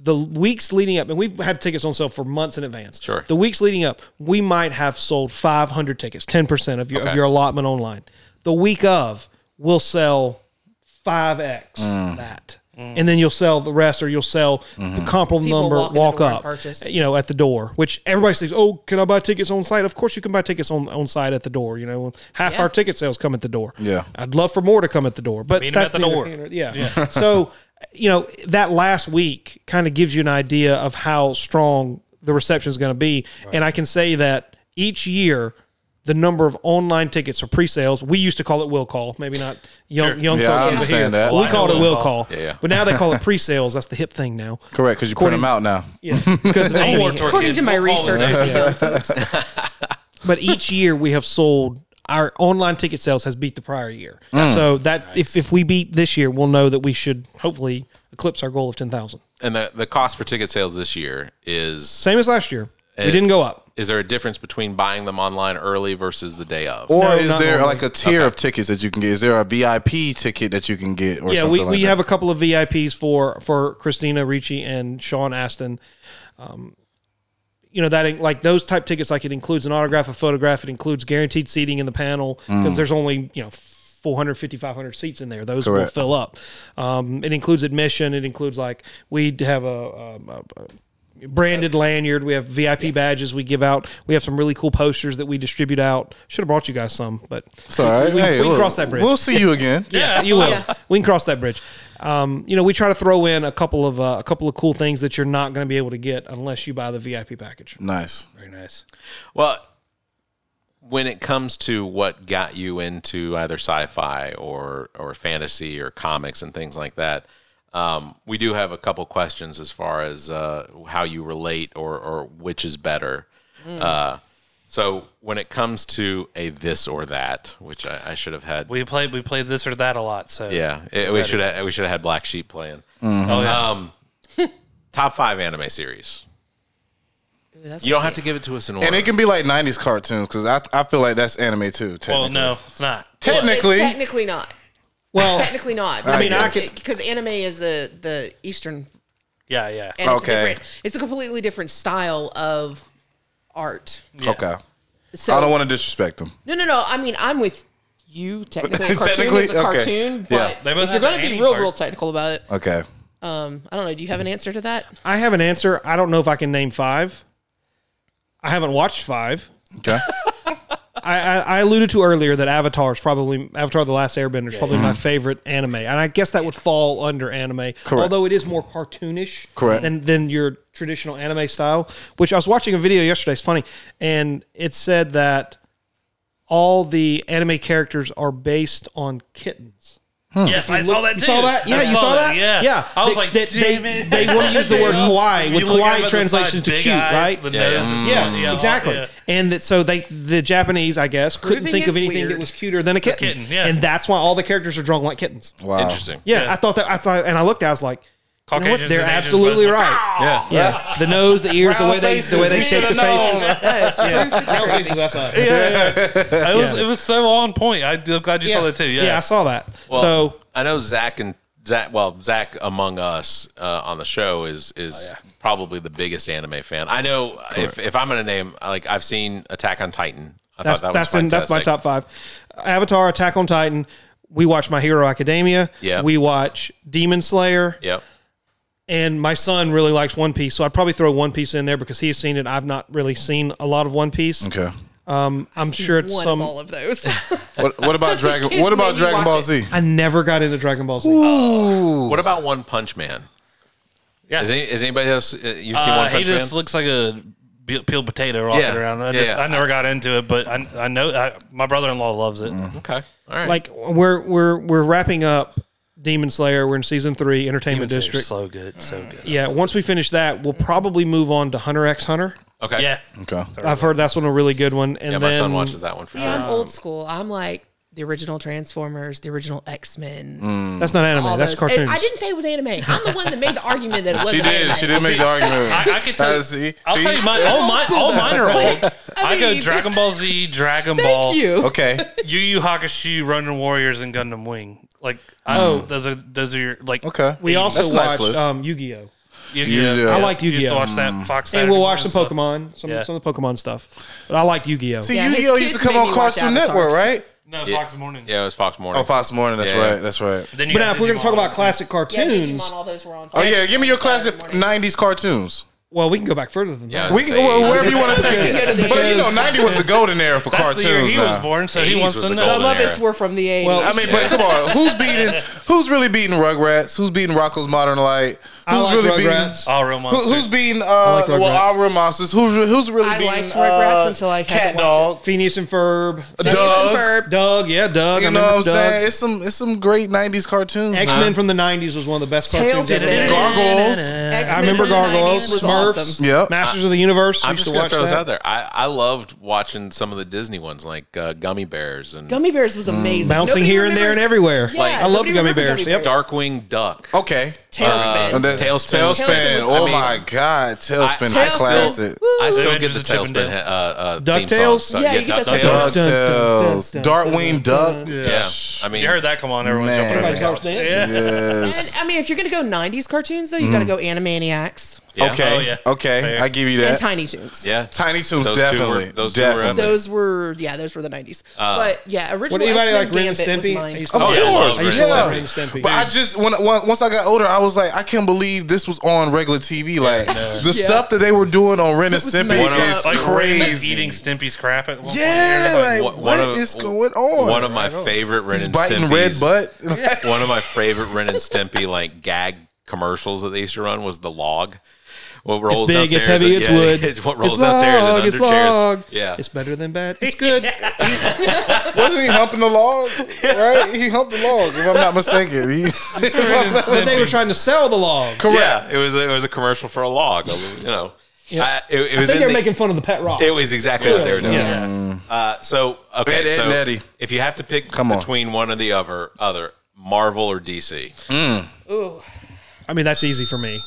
[SPEAKER 2] the weeks leading up, and we've had tickets on sale for months in advance.
[SPEAKER 1] Sure.
[SPEAKER 2] The weeks leading up, we might have sold 500 tickets, 10% of your, of
[SPEAKER 1] Okay.
[SPEAKER 2] your allotment online. The week of, we'll sell 5X that. And then you'll sell the rest, or you'll sell the comparable
[SPEAKER 5] People
[SPEAKER 2] number
[SPEAKER 5] walk in the
[SPEAKER 2] walk
[SPEAKER 5] door and
[SPEAKER 2] up,
[SPEAKER 5] purchase.
[SPEAKER 2] you know, at the door. Which everybody says, "Oh, can I buy tickets on site?" Of course, you can buy tickets on, on site at the door. You know, half
[SPEAKER 5] Yeah.
[SPEAKER 2] our ticket sales come at the door.
[SPEAKER 4] Yeah.
[SPEAKER 2] I'd love for more to come at the door, but
[SPEAKER 7] Meet 'em
[SPEAKER 2] that's
[SPEAKER 7] at the
[SPEAKER 2] neither
[SPEAKER 7] door.
[SPEAKER 2] here nor- Yeah. so, you know, that last week kind of gives you an idea of how strong the reception is going to be. And I can say that each year, the number of online tickets or pre-sales, we used to call it will call, maybe not young young
[SPEAKER 4] Yeah, I
[SPEAKER 2] folks over
[SPEAKER 4] understand
[SPEAKER 2] here.
[SPEAKER 4] that.
[SPEAKER 2] We
[SPEAKER 7] Well, I
[SPEAKER 2] called it
[SPEAKER 7] know
[SPEAKER 2] will
[SPEAKER 7] will
[SPEAKER 2] call,
[SPEAKER 1] yeah.
[SPEAKER 2] but now they call it pre-sales. That's the hip thing now.
[SPEAKER 4] Correct, because you print them out now.
[SPEAKER 2] Yeah, because of Amy.
[SPEAKER 7] Or
[SPEAKER 5] According
[SPEAKER 7] kid-
[SPEAKER 5] to my
[SPEAKER 7] we'll call
[SPEAKER 5] research,
[SPEAKER 7] it.
[SPEAKER 5] with the young folks,
[SPEAKER 2] but each year we have sold our online ticket sales has beat the prior year.
[SPEAKER 4] Mm.
[SPEAKER 2] So that if, if we beat this year, we'll know that we should hopefully eclipse our goal of ten thousand.
[SPEAKER 1] And the the cost for ticket sales this year is
[SPEAKER 2] Same as last year.
[SPEAKER 4] Eh,
[SPEAKER 2] we didn't go up.
[SPEAKER 1] is there a difference between buying them online early versus the day of?
[SPEAKER 4] Or
[SPEAKER 2] No,
[SPEAKER 4] is
[SPEAKER 2] not
[SPEAKER 4] there
[SPEAKER 2] normally.
[SPEAKER 4] like a tier of tickets that you can get? Is there a VIP ticket that you can get or
[SPEAKER 2] Yeah,
[SPEAKER 4] something
[SPEAKER 2] we,
[SPEAKER 4] like
[SPEAKER 2] we
[SPEAKER 4] that?
[SPEAKER 2] have a couple of VIPs for for Christina Ricci and Sean Aston. Um, you know that like those type tickets, like it includes an autograph, a photograph, it includes guaranteed seating in the panel because
[SPEAKER 4] Mm.
[SPEAKER 2] there's only you know. 450, 500 seats in there. Those will
[SPEAKER 4] Correct.
[SPEAKER 2] fill up. Um, it includes admission. It includes like we'd have a, um, a, a branded lanyard. We have VIP badges we give out. We have some really cool posters that we distribute out. Should have brought you guys some, but
[SPEAKER 4] Sorry.
[SPEAKER 2] we,
[SPEAKER 4] hey,
[SPEAKER 2] we
[SPEAKER 4] look,
[SPEAKER 2] cross that bridge.
[SPEAKER 4] We'll see you again.
[SPEAKER 2] Yeah, you will. We can cross that bridge. Um, you know, we try to throw in a couple of uh, a couple of cool things that you're not going to be able to get unless you buy the VIP package.
[SPEAKER 4] Nice.
[SPEAKER 7] Very nice.
[SPEAKER 1] Well, when it comes to what got you into either sci-fi or or fantasy or comics and things like that, um, we do have a couple questions as far as uh, how you relate or or which is better.
[SPEAKER 7] Hmm.
[SPEAKER 1] Uh, so when it comes to a this or that, which I, I should have had,
[SPEAKER 7] We played we played this or that a lot. So
[SPEAKER 1] yeah, it- we should have, we should have had Black Sheep playing.
[SPEAKER 7] Oh, yeah.
[SPEAKER 1] Um, top five anime series.
[SPEAKER 5] that's
[SPEAKER 1] You don't have to give it to us in order.
[SPEAKER 4] And it can be like 90s cartoons because I, I feel like that's anime too.
[SPEAKER 7] well,
[SPEAKER 4] technically.
[SPEAKER 7] no, it's not.
[SPEAKER 4] Technically.
[SPEAKER 5] It's technically not.
[SPEAKER 2] Well,
[SPEAKER 5] technically not.
[SPEAKER 4] I mean, I could-
[SPEAKER 5] because anime is a, the Eastern
[SPEAKER 7] Yeah, yeah.
[SPEAKER 5] and it's
[SPEAKER 4] Okay.
[SPEAKER 5] different. It's a completely different style of art.
[SPEAKER 4] Okay.
[SPEAKER 5] So
[SPEAKER 4] I don't want to disrespect them.
[SPEAKER 5] No, no, no. I mean, I'm with you. Technically, a cartoon
[SPEAKER 4] Technically,
[SPEAKER 5] is a
[SPEAKER 4] okay.
[SPEAKER 5] cartoon,
[SPEAKER 4] Yeah.
[SPEAKER 5] but
[SPEAKER 7] They
[SPEAKER 5] if
[SPEAKER 7] both
[SPEAKER 5] you're
[SPEAKER 7] have the
[SPEAKER 5] going to be
[SPEAKER 7] anime
[SPEAKER 5] real,
[SPEAKER 7] part.
[SPEAKER 5] real technical about it,
[SPEAKER 4] Okay.
[SPEAKER 5] um, I don't know. Do you have an answer to that?
[SPEAKER 2] I have an answer. I don't know if I can name five. I haven't watched five.
[SPEAKER 4] Okay.
[SPEAKER 2] I, I, I alluded to earlier that Avatar is probably Avatar: The Last Airbender is probably my favorite anime, and I guess that would fall under anime, although it is more cartoonish,
[SPEAKER 4] Correct.
[SPEAKER 2] than than your traditional anime style. Which I was watching a video yesterday. It's funny, and it said that all the anime characters are based on kittens.
[SPEAKER 7] Yes, I saw that
[SPEAKER 2] Mm. You
[SPEAKER 7] too.
[SPEAKER 2] saw that? Yeah,
[SPEAKER 7] I
[SPEAKER 2] you saw that?
[SPEAKER 7] Yeah,
[SPEAKER 2] Yeah.
[SPEAKER 7] I was
[SPEAKER 2] They-
[SPEAKER 7] like,
[SPEAKER 2] they-
[SPEAKER 7] damn
[SPEAKER 2] they-
[SPEAKER 7] it.
[SPEAKER 2] they wanna use the word kawaii,
[SPEAKER 7] You
[SPEAKER 2] with
[SPEAKER 7] look
[SPEAKER 2] kawaii
[SPEAKER 7] over the
[SPEAKER 2] translates
[SPEAKER 7] side,
[SPEAKER 2] into
[SPEAKER 7] big
[SPEAKER 2] cute,
[SPEAKER 7] eyes,
[SPEAKER 2] right?
[SPEAKER 7] The
[SPEAKER 1] Yeah,
[SPEAKER 7] nose
[SPEAKER 1] yeah.
[SPEAKER 7] is
[SPEAKER 2] Yeah,
[SPEAKER 7] yeah,
[SPEAKER 2] Mm-hmm. exactly.
[SPEAKER 7] yeah.
[SPEAKER 2] And that so they the Japanese, I guess, couldn't
[SPEAKER 5] Proving
[SPEAKER 2] think of
[SPEAKER 5] it's
[SPEAKER 2] anything that
[SPEAKER 5] weird.
[SPEAKER 2] was cuter than a kitten.
[SPEAKER 7] kitten, yeah.
[SPEAKER 2] And that's why all the characters are drawn like kittens.
[SPEAKER 4] Wow.
[SPEAKER 1] Interesting.
[SPEAKER 2] Yeah, I thought that I thought and I looked, I was like, you know what?
[SPEAKER 7] Caucasians
[SPEAKER 2] They're
[SPEAKER 7] and Asians
[SPEAKER 2] absolutely
[SPEAKER 7] both like,
[SPEAKER 2] right.
[SPEAKER 1] Yeah.
[SPEAKER 2] Yeah. The nose, the ears, the way
[SPEAKER 4] Round
[SPEAKER 2] they the way they
[SPEAKER 4] faces,
[SPEAKER 2] shape
[SPEAKER 4] we
[SPEAKER 2] the
[SPEAKER 4] shoulda known.
[SPEAKER 2] faces.
[SPEAKER 5] That is
[SPEAKER 2] Round faces, that's us. Yeah.
[SPEAKER 7] It was it was so on point. I, am glad you
[SPEAKER 5] Yeah.
[SPEAKER 7] saw that too. Yeah,
[SPEAKER 2] I saw that.
[SPEAKER 1] Well,
[SPEAKER 2] so
[SPEAKER 1] I know Zach and Zach. Well, Zach among us uh, on the show is is
[SPEAKER 2] Oh,
[SPEAKER 1] probably the biggest anime fan. I know if, if I'm gonna name like I've seen Attack on Titan. I
[SPEAKER 2] that's
[SPEAKER 1] thought that
[SPEAKER 2] that's
[SPEAKER 1] was
[SPEAKER 2] in, that's my
[SPEAKER 1] fantastic.
[SPEAKER 2] top five. Avatar, Attack on Titan. We watch My Hero Academia.
[SPEAKER 1] Yeah.
[SPEAKER 2] We watch Demon Slayer.
[SPEAKER 1] Yep.
[SPEAKER 2] and my son really likes One Piece, so I'd probably throw One Piece in there because he's seen it. I've not really seen a lot of One Piece.
[SPEAKER 4] Okay.
[SPEAKER 2] I'm sure it's
[SPEAKER 5] one
[SPEAKER 2] some.
[SPEAKER 5] of all of those.
[SPEAKER 4] What, what about
[SPEAKER 5] Does his
[SPEAKER 4] Dragon?
[SPEAKER 5] kids
[SPEAKER 4] What about
[SPEAKER 5] maybe
[SPEAKER 4] Dragon
[SPEAKER 5] watch
[SPEAKER 4] Ball
[SPEAKER 5] it?
[SPEAKER 4] Z?
[SPEAKER 2] I never got into Dragon Ball Z.
[SPEAKER 1] What about One Punch Man?
[SPEAKER 7] Yeah.
[SPEAKER 1] Is, any, is anybody else uh, you've seen
[SPEAKER 7] Uh,
[SPEAKER 1] One
[SPEAKER 7] he
[SPEAKER 1] Punch Man?
[SPEAKER 7] just looks like a be- peeled potato rocking
[SPEAKER 1] Yeah.
[SPEAKER 7] around. I
[SPEAKER 1] Yeah,
[SPEAKER 7] just
[SPEAKER 1] yeah.
[SPEAKER 7] I never got into it, but I, I know I, my brother-in-law loves it.
[SPEAKER 1] okay. All right.
[SPEAKER 2] Like we're we're we're wrapping up Demon Slayer. We're in season three, Entertainment
[SPEAKER 7] It's
[SPEAKER 2] District.
[SPEAKER 7] so good, so good.
[SPEAKER 2] Yeah, once we finish that, we'll probably move on to Hunter X Hunter.
[SPEAKER 1] okay.
[SPEAKER 7] Yeah,
[SPEAKER 4] Okay.
[SPEAKER 2] I've heard that's one a really good one. And
[SPEAKER 1] Yeah. My
[SPEAKER 2] then
[SPEAKER 1] son watches that one for sure.
[SPEAKER 5] I'm old school. I'm like the original Transformers, the original X Men.
[SPEAKER 2] That's not anime.
[SPEAKER 5] all
[SPEAKER 2] that's
[SPEAKER 5] those. And
[SPEAKER 2] cartoons.
[SPEAKER 5] I didn't say it was anime. I'm the one that made the argument that it wasn't.
[SPEAKER 4] She did.
[SPEAKER 5] Anime.
[SPEAKER 4] She did make the argument.
[SPEAKER 7] I, I could tell.
[SPEAKER 4] Uh, see,
[SPEAKER 7] I'll
[SPEAKER 4] see?
[SPEAKER 7] tell you, my,
[SPEAKER 5] See,
[SPEAKER 7] all, my,
[SPEAKER 5] old
[SPEAKER 7] all mine are old. I, go
[SPEAKER 5] mean-
[SPEAKER 7] Dragon Ball Z, Dragon Ball,
[SPEAKER 5] Thank you.
[SPEAKER 4] Okay.
[SPEAKER 7] Yu Yu Hakusho, Ronin Warriors, and Gundam Wing. Like, I,
[SPEAKER 2] Oh.
[SPEAKER 7] those are those are your like.
[SPEAKER 4] Okay.
[SPEAKER 2] we also
[SPEAKER 4] That's a nice
[SPEAKER 2] watched
[SPEAKER 4] list.
[SPEAKER 2] um, Yu-Gi-Oh.
[SPEAKER 7] You,
[SPEAKER 4] Yeah.
[SPEAKER 7] you-
[SPEAKER 2] I
[SPEAKER 4] Yeah.
[SPEAKER 2] liked
[SPEAKER 7] you used to
[SPEAKER 2] Yu-Gi-Oh.
[SPEAKER 7] watch that Fox.
[SPEAKER 2] And
[SPEAKER 7] Saturday
[SPEAKER 2] we'll
[SPEAKER 7] morning
[SPEAKER 2] watch some
[SPEAKER 7] stuff.
[SPEAKER 2] Pokemon, some
[SPEAKER 7] Yeah.
[SPEAKER 2] some of the Pokemon stuff. But I liked Yu-Gi-Oh.
[SPEAKER 4] See,
[SPEAKER 5] Yeah, his
[SPEAKER 4] Yu-Gi-Oh used to
[SPEAKER 5] kids
[SPEAKER 4] come
[SPEAKER 5] made
[SPEAKER 4] on
[SPEAKER 5] me watch
[SPEAKER 4] Cartoon
[SPEAKER 5] Avatars.
[SPEAKER 4] Network, right?
[SPEAKER 7] No, Fox Morning.
[SPEAKER 1] Yeah, it was Fox Morning.
[SPEAKER 4] Oh, Fox Morning. That's
[SPEAKER 1] Yeah.
[SPEAKER 4] right. That's right.
[SPEAKER 7] Then you
[SPEAKER 2] But
[SPEAKER 7] got
[SPEAKER 2] now, if we're gonna
[SPEAKER 7] Digimon.
[SPEAKER 2] talk about classic
[SPEAKER 5] Yeah,
[SPEAKER 2] cartoons,
[SPEAKER 5] Digimon, all those were on.
[SPEAKER 4] Oh yeah, give me your classic
[SPEAKER 5] Saturday morning.
[SPEAKER 4] '90s cartoons.
[SPEAKER 2] well, we can go back further than
[SPEAKER 1] Yeah, I
[SPEAKER 2] that.
[SPEAKER 1] was
[SPEAKER 4] We
[SPEAKER 1] gonna
[SPEAKER 4] can,
[SPEAKER 1] say
[SPEAKER 4] well,
[SPEAKER 1] eighties.
[SPEAKER 4] wherever you want to take
[SPEAKER 5] Because-
[SPEAKER 4] it. But you know, '90 was the golden era for
[SPEAKER 7] That's the
[SPEAKER 4] cartoons.
[SPEAKER 7] year he
[SPEAKER 4] now.
[SPEAKER 7] was born, so he
[SPEAKER 1] 80s
[SPEAKER 7] wants
[SPEAKER 1] was
[SPEAKER 7] to
[SPEAKER 1] the
[SPEAKER 7] know.
[SPEAKER 5] Some
[SPEAKER 1] golden
[SPEAKER 5] of us
[SPEAKER 1] era.
[SPEAKER 5] were from the 80s.
[SPEAKER 2] Well,
[SPEAKER 4] I mean, but come on, who's beating? Who's really beating Rugrats? Who's beating Rocco's Modern Light? Who's
[SPEAKER 2] I like
[SPEAKER 4] really
[SPEAKER 2] Rugrats.
[SPEAKER 7] All real
[SPEAKER 4] beating?
[SPEAKER 7] monsters.
[SPEAKER 4] Who, who's beating? Uh,
[SPEAKER 2] like Rugrats.
[SPEAKER 4] well, all real monsters. Who's who's really
[SPEAKER 5] I
[SPEAKER 4] beating?
[SPEAKER 5] liked Rugrats
[SPEAKER 4] uh,
[SPEAKER 5] until I had to
[SPEAKER 4] Cat
[SPEAKER 5] watch
[SPEAKER 4] Dog.
[SPEAKER 2] Phineas and Ferb,
[SPEAKER 5] Phineas and
[SPEAKER 4] Doug.
[SPEAKER 5] Ferb.
[SPEAKER 2] Doug, yeah, Doug.
[SPEAKER 4] You
[SPEAKER 2] I remember
[SPEAKER 4] know what I'm
[SPEAKER 2] Doug.
[SPEAKER 4] saying? It's some it's some great '90s cartoons.
[SPEAKER 2] X Men from the '90s was one of the best cartoons. ever.
[SPEAKER 5] Tailspin.
[SPEAKER 4] Gargoyles.
[SPEAKER 2] Uh, I remember Gargoyles, Smurfs,
[SPEAKER 4] Yep.
[SPEAKER 2] Masters of the Universe. We
[SPEAKER 1] I'm
[SPEAKER 2] used
[SPEAKER 1] just
[SPEAKER 2] to
[SPEAKER 1] gonna
[SPEAKER 2] watch
[SPEAKER 1] throw this out
[SPEAKER 2] that.
[SPEAKER 1] there. I, I loved watching some of the Disney ones, like uh, Gummy Bears and
[SPEAKER 5] Gummy Bears was amazing.
[SPEAKER 2] Bouncing
[SPEAKER 5] Nobody
[SPEAKER 2] here and there
[SPEAKER 5] remembers-
[SPEAKER 2] and everywhere.
[SPEAKER 5] Yeah,
[SPEAKER 2] I loved
[SPEAKER 5] nobody
[SPEAKER 2] Gummy
[SPEAKER 5] remembered
[SPEAKER 2] Bears.
[SPEAKER 5] Gummy
[SPEAKER 2] Yep.
[SPEAKER 5] Bears.
[SPEAKER 1] Darkwing Duck.
[SPEAKER 4] Okay.
[SPEAKER 5] Tailspin.
[SPEAKER 4] And that-
[SPEAKER 1] Tailspin.
[SPEAKER 4] Tailspin.
[SPEAKER 5] Tailspin was
[SPEAKER 4] Oh
[SPEAKER 1] amazing.
[SPEAKER 4] my God. Tailspin.
[SPEAKER 1] I-
[SPEAKER 4] I,
[SPEAKER 1] I still-
[SPEAKER 4] classic.
[SPEAKER 1] I still get
[SPEAKER 7] Adventures
[SPEAKER 1] the
[SPEAKER 7] of Chip and
[SPEAKER 1] Tailspin uh, uh, theme
[SPEAKER 2] DuckTales?
[SPEAKER 1] song. So,
[SPEAKER 5] Yeah, you get that
[SPEAKER 1] DuckTales.
[SPEAKER 5] sometimes.
[SPEAKER 4] DuckTales. Darkwing Duck.
[SPEAKER 1] Yeah, I mean,
[SPEAKER 7] You heard that? Come on, everyone's
[SPEAKER 4] Man. Oh
[SPEAKER 7] jumping.
[SPEAKER 2] Everybody's
[SPEAKER 7] up.
[SPEAKER 2] always dancing.
[SPEAKER 7] Yeah.
[SPEAKER 5] uh,
[SPEAKER 4] Yes.
[SPEAKER 5] And, I mean, if you're going to go 90s cartoons, though, you got to go Animaniacs.
[SPEAKER 4] Okay.
[SPEAKER 7] Oh, yeah.
[SPEAKER 4] Okay. I give you that.
[SPEAKER 5] and Tiny Toons.
[SPEAKER 1] Yeah.
[SPEAKER 4] Tiny Toons
[SPEAKER 1] Those two
[SPEAKER 4] definitely.
[SPEAKER 1] were- those two were
[SPEAKER 4] definitely.
[SPEAKER 1] up there.
[SPEAKER 5] Those were yeah, those were the nineties. but yeah,
[SPEAKER 2] Would
[SPEAKER 5] original
[SPEAKER 2] Ah. anybody
[SPEAKER 5] X-Men
[SPEAKER 2] like Ren and
[SPEAKER 5] Gambit was
[SPEAKER 2] Stimpy? I
[SPEAKER 5] mine.
[SPEAKER 2] used to-
[SPEAKER 4] Of
[SPEAKER 1] Oh, yeah,
[SPEAKER 4] course,
[SPEAKER 1] those were
[SPEAKER 4] yeah.
[SPEAKER 2] up there. Stimpy.
[SPEAKER 4] But I just when, when once I got older, I was like, I can't believe this was on regular TV. Like the
[SPEAKER 5] Yeah.
[SPEAKER 4] stuff that they were doing on Ren and
[SPEAKER 5] was
[SPEAKER 4] Stimpy
[SPEAKER 5] messed up.
[SPEAKER 4] is
[SPEAKER 7] Like
[SPEAKER 4] crazy.
[SPEAKER 7] eating Stimpy's crap at one
[SPEAKER 4] yeah,
[SPEAKER 7] point.
[SPEAKER 4] like,
[SPEAKER 1] One-
[SPEAKER 4] what
[SPEAKER 1] one of-
[SPEAKER 4] is going on?
[SPEAKER 1] One of my favorite Ren
[SPEAKER 4] He's
[SPEAKER 1] and
[SPEAKER 4] biting
[SPEAKER 1] Stimpy's.
[SPEAKER 4] red butt.
[SPEAKER 1] One of my favorite Ren and Stimpy like gag commercials that they used to run was the log. What rolls
[SPEAKER 2] It's big, it's
[SPEAKER 1] downstairs?
[SPEAKER 2] heavy, it's
[SPEAKER 1] yeah,
[SPEAKER 2] wood.
[SPEAKER 1] It's what rolls
[SPEAKER 2] It's
[SPEAKER 1] downstairs
[SPEAKER 2] log,
[SPEAKER 1] and
[SPEAKER 2] it's
[SPEAKER 1] under chairs.
[SPEAKER 2] log.
[SPEAKER 1] Yeah.
[SPEAKER 2] It's better than bad. It's good.
[SPEAKER 4] Wasn't he humping the log? Right? He humped the log, if I'm not mistaken. He-
[SPEAKER 2] But they were trying to sell the log.
[SPEAKER 4] correct.
[SPEAKER 1] yeah, it was a, it was a commercial for a log. You know, I, it, it
[SPEAKER 2] I
[SPEAKER 1] was
[SPEAKER 2] think
[SPEAKER 1] in
[SPEAKER 2] they're
[SPEAKER 1] the-
[SPEAKER 2] making fun of the pet rock.
[SPEAKER 1] It was exactly what they were doing.
[SPEAKER 2] Yeah.
[SPEAKER 1] Uh, so okay,
[SPEAKER 4] Mm. Ed, Ed,
[SPEAKER 1] so
[SPEAKER 4] and Eddie.
[SPEAKER 1] if you have to pick
[SPEAKER 4] Come on.
[SPEAKER 1] between one or the other, other Marvel or DC,
[SPEAKER 2] I mean, that's easy for me.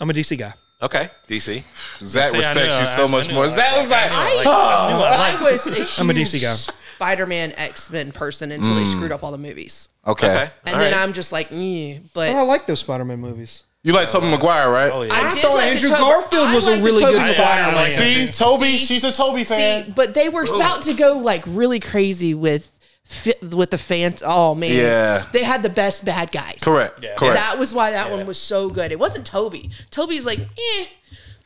[SPEAKER 2] I'm a DC guy.
[SPEAKER 1] okay, DC.
[SPEAKER 4] Zach
[SPEAKER 7] See, I
[SPEAKER 4] respects
[SPEAKER 7] know,
[SPEAKER 4] you so
[SPEAKER 7] I- I
[SPEAKER 4] much
[SPEAKER 7] knew
[SPEAKER 4] more.
[SPEAKER 7] I
[SPEAKER 4] Zach was like,
[SPEAKER 5] I was a huge
[SPEAKER 2] Ah. I'm a DC guy. Mm.
[SPEAKER 5] Spider-Man X-Men person until they screwed up all the movies,
[SPEAKER 4] okay.
[SPEAKER 1] Okay,
[SPEAKER 5] and
[SPEAKER 1] all
[SPEAKER 5] then
[SPEAKER 1] right.
[SPEAKER 5] I'm just like, "Meh," but
[SPEAKER 2] Oh, I like those Spider-Man movies.
[SPEAKER 4] You like Tobey Maguire, right?
[SPEAKER 7] Oh, yeah.
[SPEAKER 5] I, did
[SPEAKER 2] thought
[SPEAKER 5] like the
[SPEAKER 2] Andrew
[SPEAKER 5] Tobey-
[SPEAKER 2] Garfield
[SPEAKER 5] I
[SPEAKER 2] was a
[SPEAKER 5] liked the
[SPEAKER 2] really good
[SPEAKER 5] Tobey
[SPEAKER 7] Spider-Man.
[SPEAKER 5] Maguire
[SPEAKER 7] I
[SPEAKER 5] one.
[SPEAKER 7] liked it.
[SPEAKER 4] See, Toby, she's a Toby
[SPEAKER 5] See,
[SPEAKER 4] fan.
[SPEAKER 5] but they were about to go like really crazy with fi- with the fan. Oh man,
[SPEAKER 4] Yeah.
[SPEAKER 5] they had the best bad guys.
[SPEAKER 4] Correct. Correct.
[SPEAKER 5] That was why that one was so good. It wasn't Toby. Toby's like, eh.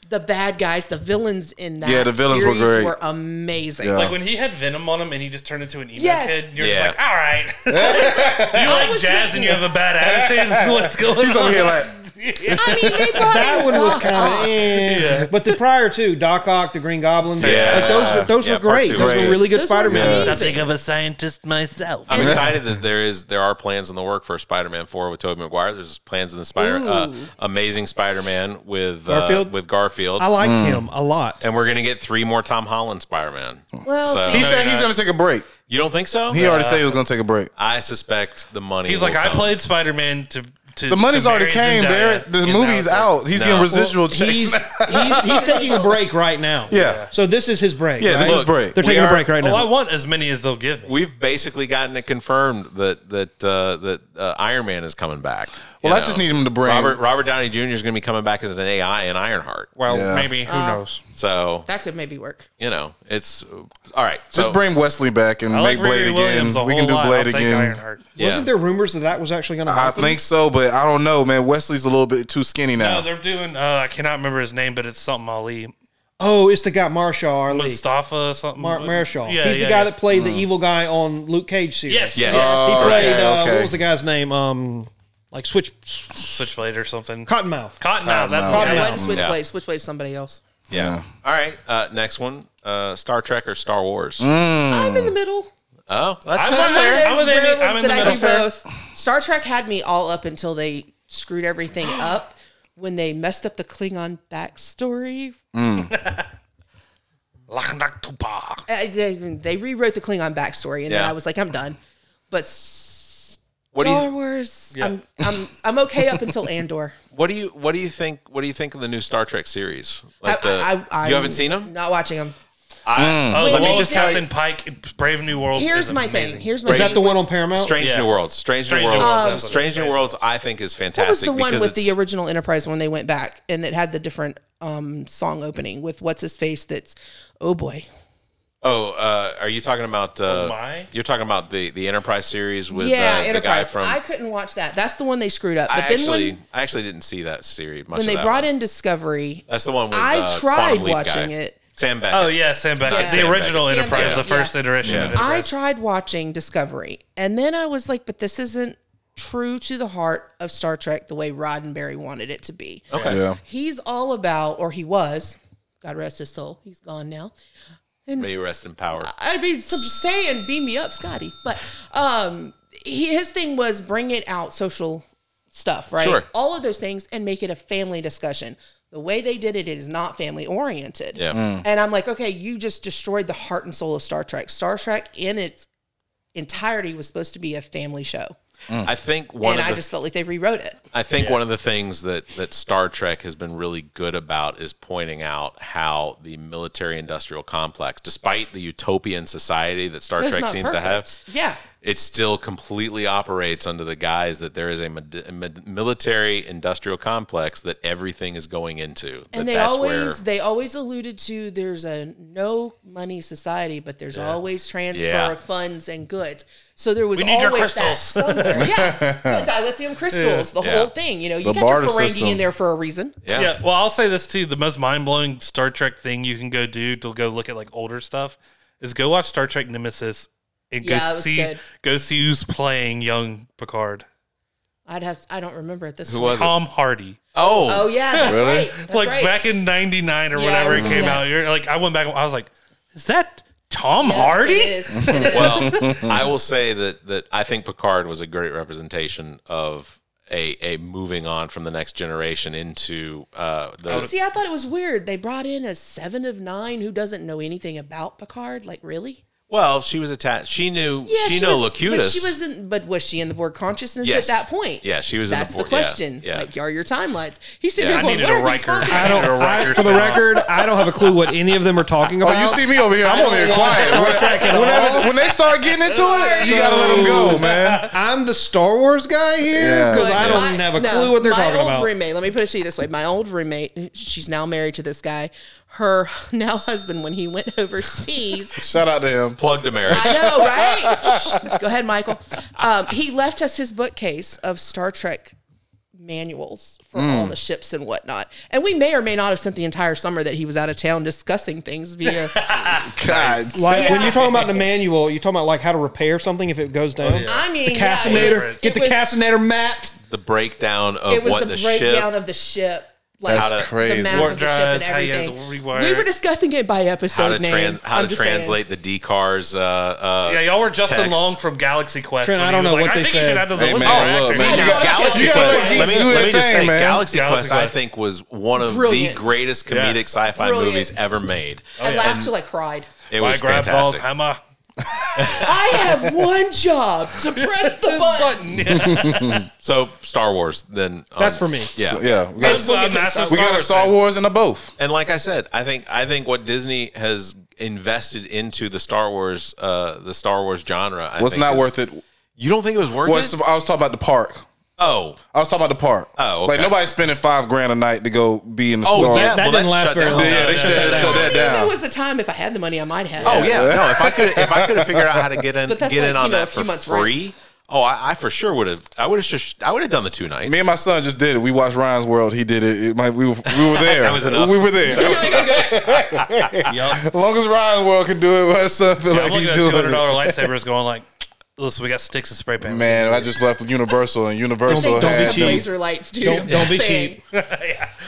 [SPEAKER 5] The bad guys, the villains in that
[SPEAKER 4] Yeah, the villains were
[SPEAKER 5] series
[SPEAKER 4] great.
[SPEAKER 5] were amazing.
[SPEAKER 4] Yeah.
[SPEAKER 5] Like,
[SPEAKER 7] Like when he had Venom on him and he just turned into an emo
[SPEAKER 5] Yes.
[SPEAKER 7] kid, you're
[SPEAKER 1] Yeah.
[SPEAKER 7] just like, all right. you like
[SPEAKER 5] was
[SPEAKER 7] jazz
[SPEAKER 5] with-
[SPEAKER 7] and you have a bad attitude. What's going
[SPEAKER 4] He's
[SPEAKER 7] on?
[SPEAKER 4] over here like,
[SPEAKER 5] I mean, they brought
[SPEAKER 2] That
[SPEAKER 5] in
[SPEAKER 2] one was
[SPEAKER 5] Doc
[SPEAKER 2] kind
[SPEAKER 5] Ock.
[SPEAKER 2] of, but the prior two, Doc Ock, the Green Goblin,
[SPEAKER 1] Yeah.
[SPEAKER 2] like those, were- those
[SPEAKER 1] Yeah,
[SPEAKER 2] were
[SPEAKER 1] part
[SPEAKER 2] great.
[SPEAKER 1] two.
[SPEAKER 2] Those
[SPEAKER 4] Great.
[SPEAKER 2] were really good
[SPEAKER 5] Those were
[SPEAKER 4] uh,
[SPEAKER 2] Spider-Man.
[SPEAKER 5] amazing.
[SPEAKER 7] Something of a scientist myself.
[SPEAKER 1] I'm excited that there is there are plans in the work for Spider-Man 4 with Tobey Maguire. There's plans in the Spider uh, Amazing Spider-Man with uh,
[SPEAKER 2] Garfield?
[SPEAKER 1] with Garfield,
[SPEAKER 2] I liked him a lot.
[SPEAKER 1] and we're gonna get three more Tom Holland Spider-Man.
[SPEAKER 5] Well,
[SPEAKER 1] So-
[SPEAKER 5] see,
[SPEAKER 4] he said he's going to take a break.
[SPEAKER 1] You don't think so?
[SPEAKER 4] He already said he was going to take a break.
[SPEAKER 1] I suspect the money.
[SPEAKER 7] He's
[SPEAKER 1] will
[SPEAKER 7] like, I
[SPEAKER 1] come."
[SPEAKER 7] played Spider Man to, to.
[SPEAKER 4] The money's
[SPEAKER 7] to
[SPEAKER 4] already
[SPEAKER 7] Barry's
[SPEAKER 4] came,
[SPEAKER 7] and
[SPEAKER 4] Barrett.
[SPEAKER 7] Diane.
[SPEAKER 4] The
[SPEAKER 7] And now
[SPEAKER 4] movie's
[SPEAKER 7] it's like,
[SPEAKER 4] out. He's
[SPEAKER 1] No.
[SPEAKER 4] getting residual
[SPEAKER 2] He's,
[SPEAKER 4] checks.
[SPEAKER 2] he's, he's taking a break right now.
[SPEAKER 4] yeah.
[SPEAKER 2] So this is his break.
[SPEAKER 4] Yeah, this
[SPEAKER 2] right?
[SPEAKER 4] is break.
[SPEAKER 2] They're
[SPEAKER 1] We
[SPEAKER 2] taking a
[SPEAKER 1] are-
[SPEAKER 2] break right
[SPEAKER 7] Oh, I
[SPEAKER 2] now.
[SPEAKER 7] want as many as they'll give me.
[SPEAKER 1] We've basically gotten it confirmed that that uh, that uh, Iron Man is coming back.
[SPEAKER 4] Well,
[SPEAKER 1] You
[SPEAKER 4] I just need him to bring-
[SPEAKER 1] Robert Robert Downey Jr. is going to be coming back as an AI in Ironheart.
[SPEAKER 7] Well,
[SPEAKER 4] Yeah.
[SPEAKER 7] maybe who knows?
[SPEAKER 1] So
[SPEAKER 5] that could maybe work.
[SPEAKER 1] you know, it's all right.
[SPEAKER 4] Just
[SPEAKER 1] so-
[SPEAKER 4] bring Wesley back and
[SPEAKER 7] I
[SPEAKER 4] make
[SPEAKER 7] like
[SPEAKER 4] Blade
[SPEAKER 7] Brady
[SPEAKER 4] again.
[SPEAKER 7] Williams a
[SPEAKER 4] We can
[SPEAKER 7] whole
[SPEAKER 4] do
[SPEAKER 7] lot.
[SPEAKER 4] Blade
[SPEAKER 7] I'll take
[SPEAKER 4] again.
[SPEAKER 7] Ironheart.
[SPEAKER 1] Yeah.
[SPEAKER 2] Wasn't there rumors that that was actually going to
[SPEAKER 4] I
[SPEAKER 2] happen?
[SPEAKER 4] think so, but I don't know, man. Wesley's a little bit too skinny
[SPEAKER 7] No,
[SPEAKER 4] now.
[SPEAKER 7] they're doing. Uh, I cannot remember his name, but it's something Ali
[SPEAKER 2] Oh, it's the guy Marshall Ali.
[SPEAKER 7] Mustafa something.
[SPEAKER 2] Mark Marshall.
[SPEAKER 7] Yeah,
[SPEAKER 2] He's
[SPEAKER 7] yeah,
[SPEAKER 2] the guy
[SPEAKER 7] yeah.
[SPEAKER 2] that played the evil guy on Luke Cage series.
[SPEAKER 7] Yes,
[SPEAKER 1] Yes.
[SPEAKER 7] yes.
[SPEAKER 2] He
[SPEAKER 4] Oh,
[SPEAKER 2] played
[SPEAKER 4] okay,
[SPEAKER 2] uh,
[SPEAKER 4] okay.
[SPEAKER 2] what was the guy's name? Um, like Switch
[SPEAKER 7] Switchblade or something.
[SPEAKER 2] Cottonmouth.
[SPEAKER 7] Cottonmouth. That's
[SPEAKER 4] Cottonmouth.
[SPEAKER 7] what
[SPEAKER 5] I
[SPEAKER 7] I
[SPEAKER 5] wouldn't switch
[SPEAKER 1] Yeah.
[SPEAKER 5] ways. Switch ways somebody else.
[SPEAKER 1] yeah. All right. Uh, next one. Uh, Star Trek or Star Wars?
[SPEAKER 4] Mm. Hmm.
[SPEAKER 5] I'm in the middle.
[SPEAKER 1] Oh, that's,
[SPEAKER 7] I'm
[SPEAKER 1] that's
[SPEAKER 7] with her.
[SPEAKER 1] fair.
[SPEAKER 7] I'm
[SPEAKER 5] Those
[SPEAKER 7] with Amy.
[SPEAKER 5] rare ones
[SPEAKER 7] I'm in the
[SPEAKER 5] that I do
[SPEAKER 7] middle.
[SPEAKER 5] both. Star Trek had me all up until they screwed everything up when they messed up the Klingon backstory.
[SPEAKER 7] Lakhnaktupa.
[SPEAKER 5] I- Uh, They they rewrote the Klingon backstory, and then
[SPEAKER 1] Yeah.
[SPEAKER 5] I was like, I'm done. But Star
[SPEAKER 1] What do you
[SPEAKER 5] Wars, I'm, I'm I'm okay up until Andor.
[SPEAKER 1] what do you what do you think what do you think of the new Star Trek series? Like the, you
[SPEAKER 5] I'm
[SPEAKER 1] haven't seen them?
[SPEAKER 5] Not watching them.
[SPEAKER 7] Oh,
[SPEAKER 5] Wait,
[SPEAKER 7] let me
[SPEAKER 5] wait,
[SPEAKER 7] just
[SPEAKER 5] wait.
[SPEAKER 7] Captain Pike, Brave New
[SPEAKER 1] Oh,
[SPEAKER 7] World.
[SPEAKER 5] Here's
[SPEAKER 7] is
[SPEAKER 5] my
[SPEAKER 7] amazing.
[SPEAKER 5] thing. Here's my
[SPEAKER 2] Is that
[SPEAKER 5] thing.
[SPEAKER 2] the one on Paramount?
[SPEAKER 1] Strange
[SPEAKER 7] Yeah.
[SPEAKER 1] New Worlds. Strange,
[SPEAKER 7] Strange
[SPEAKER 1] New
[SPEAKER 7] New
[SPEAKER 1] Worlds.
[SPEAKER 7] Worlds, Um,
[SPEAKER 1] Strange New Worlds. I think is
[SPEAKER 5] What was
[SPEAKER 1] fantastic.
[SPEAKER 5] the one
[SPEAKER 1] because
[SPEAKER 5] with the
[SPEAKER 1] it's-
[SPEAKER 5] original Enterprise when they went back and it had the different um, song opening with what's his face? That's oh boy,
[SPEAKER 1] Oh, uh, are you talking about? Uh,
[SPEAKER 7] Oh, my.
[SPEAKER 1] You're talking about the the Enterprise series with
[SPEAKER 5] yeah,
[SPEAKER 1] uh, the guy
[SPEAKER 5] Enterprise.
[SPEAKER 1] from.
[SPEAKER 5] I
[SPEAKER 1] I,
[SPEAKER 5] couldn't watch that. That's the one they screwed up. But then
[SPEAKER 1] actually,
[SPEAKER 5] when,
[SPEAKER 1] I actually didn't see that series much. of
[SPEAKER 5] when they
[SPEAKER 1] that
[SPEAKER 5] brought
[SPEAKER 1] one.
[SPEAKER 5] in Discovery,
[SPEAKER 1] that's the one. With,
[SPEAKER 5] I
[SPEAKER 1] uh,
[SPEAKER 5] tried
[SPEAKER 1] Quantum Leap
[SPEAKER 5] watching
[SPEAKER 1] guy.
[SPEAKER 5] it.
[SPEAKER 1] Sam Beckett.
[SPEAKER 7] Oh yeah, Sam Beckett.
[SPEAKER 5] Yeah.
[SPEAKER 7] The
[SPEAKER 5] Sam
[SPEAKER 7] original
[SPEAKER 5] Beckett.
[SPEAKER 7] Enterprise,
[SPEAKER 5] Yeah.
[SPEAKER 7] the first
[SPEAKER 5] Yeah.
[SPEAKER 7] iteration. Of
[SPEAKER 5] I
[SPEAKER 7] Enterprise.
[SPEAKER 5] tried watching Discovery, and then I was like, but this isn't true to the heart of Star Trek the way Roddenberry wanted it to be.
[SPEAKER 1] Okay.
[SPEAKER 4] Yeah.
[SPEAKER 5] He's all about, or he was, God rest his soul, he's gone now.
[SPEAKER 1] May you rest in power.
[SPEAKER 5] I mean, so I'm just saying, beam me up, Scotty. But um, he, his thing was bring it out social stuff, right?
[SPEAKER 1] Sure.
[SPEAKER 5] All of those things and make it a family discussion. The way they did it, it is not family oriented.
[SPEAKER 1] Yeah.
[SPEAKER 5] And I'm like, okay, you just destroyed the heart and soul of Star Trek. Star Trek in its entirety was supposed to be a family show.
[SPEAKER 1] I think one
[SPEAKER 5] Mm. and
[SPEAKER 1] of
[SPEAKER 5] I
[SPEAKER 1] the
[SPEAKER 5] just felt like they rewrote it.
[SPEAKER 1] I think one of the things that that Star Trek has been really good about is pointing out how the military industrial complex, despite the utopian society that Star
[SPEAKER 5] It's
[SPEAKER 1] Trek
[SPEAKER 5] not
[SPEAKER 1] seems to
[SPEAKER 5] perfect.
[SPEAKER 1] have,
[SPEAKER 5] Yeah.
[SPEAKER 1] it still completely operates under the guise that there is a mid- mid- military industrial complex that everything is going into. that
[SPEAKER 5] and they
[SPEAKER 1] that's
[SPEAKER 5] always
[SPEAKER 1] where-
[SPEAKER 5] they always alluded to there's a no money society, but there's always transfer
[SPEAKER 1] Yeah.
[SPEAKER 5] of funds and goods. So there was
[SPEAKER 7] We need your
[SPEAKER 5] always that
[SPEAKER 7] crystals.
[SPEAKER 5] somewhere. yeah, the dilithium crystals, the
[SPEAKER 1] Yeah.
[SPEAKER 5] whole thing. You know, you
[SPEAKER 4] The
[SPEAKER 5] got
[SPEAKER 4] barter
[SPEAKER 5] your Ferengi
[SPEAKER 4] system.
[SPEAKER 5] in there for a reason.
[SPEAKER 1] yeah.
[SPEAKER 7] Yeah, well, I'll say this too: the most mind-blowing Star Trek thing you can go do to go look at like older stuff is go watch Star Trek Nemesis and go
[SPEAKER 5] Yeah, it was
[SPEAKER 7] see
[SPEAKER 5] good.
[SPEAKER 7] go see who's playing young Picard.
[SPEAKER 5] I'd have I don't remember at this
[SPEAKER 1] Who
[SPEAKER 5] point.
[SPEAKER 1] was it?
[SPEAKER 7] Tom Hardy.
[SPEAKER 1] Oh,
[SPEAKER 5] Oh yeah, that's
[SPEAKER 4] Really?
[SPEAKER 5] right. That's
[SPEAKER 7] like
[SPEAKER 5] right.
[SPEAKER 7] back in '99 or
[SPEAKER 5] Yeah, I
[SPEAKER 7] whatever
[SPEAKER 2] Mm-hmm.
[SPEAKER 7] it
[SPEAKER 5] remember
[SPEAKER 7] came
[SPEAKER 5] that.
[SPEAKER 7] out, you're like, I went back. and I was like, is that Tom
[SPEAKER 5] Yeah,
[SPEAKER 7] Hardy?
[SPEAKER 5] It is. It is.
[SPEAKER 1] well, I will say that that I think Picard was a great representation of a a moving on from the next generation into uh, the
[SPEAKER 5] See, I thought it was weird. They brought in a seven of nine who doesn't know anything about Picard. Like, really?
[SPEAKER 1] well. She was attached. She knew. she, knew
[SPEAKER 5] was, But
[SPEAKER 1] Locutus.
[SPEAKER 5] she wasn't. But was she in the board consciousness
[SPEAKER 1] Yes.
[SPEAKER 5] at that point?
[SPEAKER 1] Yeah, she was in the
[SPEAKER 5] That's the,
[SPEAKER 1] board- yeah,
[SPEAKER 5] question.
[SPEAKER 1] yeah.
[SPEAKER 5] Like, are your timelines? He said,
[SPEAKER 1] Yeah, I
[SPEAKER 5] yeah,
[SPEAKER 7] needed a Riker.
[SPEAKER 2] I don't. I, for the record, I don't have a clue what any of them are talking
[SPEAKER 4] Oh,
[SPEAKER 2] about.
[SPEAKER 4] you see me over here. I'm over here quiet. When, whenever- when they start getting into it, you gotta let them go, man.
[SPEAKER 2] I'm the Star Wars guy here because I don't have a clue what they're
[SPEAKER 5] my
[SPEAKER 2] talking
[SPEAKER 5] old
[SPEAKER 2] about.
[SPEAKER 5] Roommate, let me put it to you this way: my old roommate, she's now married to this guy. Her now husband, when he went overseas,
[SPEAKER 4] Shout out to him.
[SPEAKER 1] plugged to marriage.
[SPEAKER 5] I know, right? Go ahead, Michael. Um, he left us his bookcase of Star Trek manuals for
[SPEAKER 2] Mm.
[SPEAKER 5] all the ships and whatnot. And we may or may not have spent the entire summer that he was out of town discussing things via.
[SPEAKER 4] God,
[SPEAKER 2] Like when you're talking about the manual, you're talking about like how to repair something if it goes down.
[SPEAKER 7] Oh,
[SPEAKER 5] I mean,
[SPEAKER 2] The
[SPEAKER 5] yeah,
[SPEAKER 2] Cassinator,
[SPEAKER 5] it was-
[SPEAKER 2] get the
[SPEAKER 5] it was-
[SPEAKER 2] Cassinator mat.
[SPEAKER 1] the breakdown of
[SPEAKER 5] It was
[SPEAKER 1] what
[SPEAKER 5] the,
[SPEAKER 1] the,
[SPEAKER 5] breakdown
[SPEAKER 1] ship.
[SPEAKER 5] of the ship. Like
[SPEAKER 4] that's
[SPEAKER 1] How to-
[SPEAKER 5] the
[SPEAKER 4] crazy.
[SPEAKER 5] map
[SPEAKER 7] Warp
[SPEAKER 5] of the ship and
[SPEAKER 7] drives, how you
[SPEAKER 5] everything.
[SPEAKER 7] have to rewire
[SPEAKER 5] We were
[SPEAKER 7] it.
[SPEAKER 5] discussing it by episode
[SPEAKER 1] how to
[SPEAKER 5] name.
[SPEAKER 1] trans, how
[SPEAKER 5] I'm
[SPEAKER 1] to
[SPEAKER 5] just saying.
[SPEAKER 1] translate the decars. Uh, uh,
[SPEAKER 7] Yeah, y'all were Justin
[SPEAKER 1] Text.
[SPEAKER 7] Long from Galaxy Quest.
[SPEAKER 2] Trent,
[SPEAKER 7] when
[SPEAKER 2] I
[SPEAKER 7] he
[SPEAKER 2] don't
[SPEAKER 7] was
[SPEAKER 2] know
[SPEAKER 7] like,
[SPEAKER 2] what
[SPEAKER 7] I
[SPEAKER 2] they
[SPEAKER 7] think you
[SPEAKER 2] said.
[SPEAKER 7] should have the
[SPEAKER 4] Hey,
[SPEAKER 7] little
[SPEAKER 4] man,
[SPEAKER 7] tracks."
[SPEAKER 4] look, man, you got-
[SPEAKER 1] Galaxy
[SPEAKER 4] you gotta let
[SPEAKER 1] Quest. Let me,
[SPEAKER 4] geeks do
[SPEAKER 1] let
[SPEAKER 4] their
[SPEAKER 1] me just
[SPEAKER 4] thing,
[SPEAKER 1] say,
[SPEAKER 4] man.
[SPEAKER 1] Galaxy
[SPEAKER 7] Galaxy
[SPEAKER 1] Quest, I
[SPEAKER 7] Quest.
[SPEAKER 1] think, was one of
[SPEAKER 5] Brilliant.
[SPEAKER 1] the greatest comedic sci-fi
[SPEAKER 5] Brilliant.
[SPEAKER 1] movies ever made.
[SPEAKER 5] I laughed till I cried.
[SPEAKER 1] It
[SPEAKER 7] Why
[SPEAKER 1] was
[SPEAKER 7] grab balls,
[SPEAKER 1] fantastic.
[SPEAKER 7] hammer?
[SPEAKER 5] I have one job to press the button.
[SPEAKER 1] So Star Wars, then um,
[SPEAKER 2] That's for me.
[SPEAKER 1] Yeah,
[SPEAKER 4] So, yeah, we
[SPEAKER 7] That's
[SPEAKER 4] got,
[SPEAKER 7] a massive
[SPEAKER 4] we got a Star
[SPEAKER 7] thing.
[SPEAKER 4] Wars and a both.
[SPEAKER 1] and like I said, I think I think what Disney has invested into the Star Wars, uh, the Star Wars genre, I
[SPEAKER 4] What's
[SPEAKER 1] think
[SPEAKER 4] not
[SPEAKER 1] is-
[SPEAKER 4] worth it?
[SPEAKER 1] You don't think it was worth
[SPEAKER 4] What's
[SPEAKER 1] it?
[SPEAKER 4] I was talking about the park.
[SPEAKER 1] oh,
[SPEAKER 4] I was talking about the park.
[SPEAKER 1] Oh, okay.
[SPEAKER 4] like nobody's spending five grand a night to go be in the
[SPEAKER 1] oh,
[SPEAKER 4] store.
[SPEAKER 1] yeah.
[SPEAKER 2] That
[SPEAKER 1] well, that's
[SPEAKER 2] didn't last
[SPEAKER 1] shut
[SPEAKER 2] very
[SPEAKER 1] down.
[SPEAKER 2] long.
[SPEAKER 4] Yeah,
[SPEAKER 1] No,
[SPEAKER 4] they
[SPEAKER 1] no,
[SPEAKER 4] shut,
[SPEAKER 1] no,
[SPEAKER 4] they
[SPEAKER 1] no,
[SPEAKER 4] shut that
[SPEAKER 5] There
[SPEAKER 4] down.
[SPEAKER 5] was a time if I had the money, I might have.
[SPEAKER 1] Oh
[SPEAKER 5] it.
[SPEAKER 1] yeah, no. If I could, if I could have figured out how to get in,
[SPEAKER 5] But
[SPEAKER 1] get
[SPEAKER 5] that's like,
[SPEAKER 1] in on
[SPEAKER 5] you know, a
[SPEAKER 1] that
[SPEAKER 5] few
[SPEAKER 1] for
[SPEAKER 5] months, right?
[SPEAKER 1] free. Oh, I, I for sure would have. I would have. Just, I would have done the two nights.
[SPEAKER 4] Me and my son just did it. We watched Ryan's World. He did it. it might, we, were, we were there.
[SPEAKER 1] That was enough.
[SPEAKER 4] We were there.
[SPEAKER 7] Yup.
[SPEAKER 4] As long as Ryan's World can do it, my son feel
[SPEAKER 7] I'm
[SPEAKER 4] like
[SPEAKER 7] looking
[SPEAKER 4] he
[SPEAKER 7] at
[SPEAKER 4] do
[SPEAKER 7] two
[SPEAKER 4] it.
[SPEAKER 7] hundred dollar lightsabers, going like, "Listen, we got sticks and spray paint."
[SPEAKER 4] Man, I just left Universal, and Universal
[SPEAKER 5] They don't
[SPEAKER 4] had
[SPEAKER 5] have
[SPEAKER 2] cheap.
[SPEAKER 5] laser lights, dude.
[SPEAKER 2] Don't- don't be
[SPEAKER 5] Saying.
[SPEAKER 2] cheap.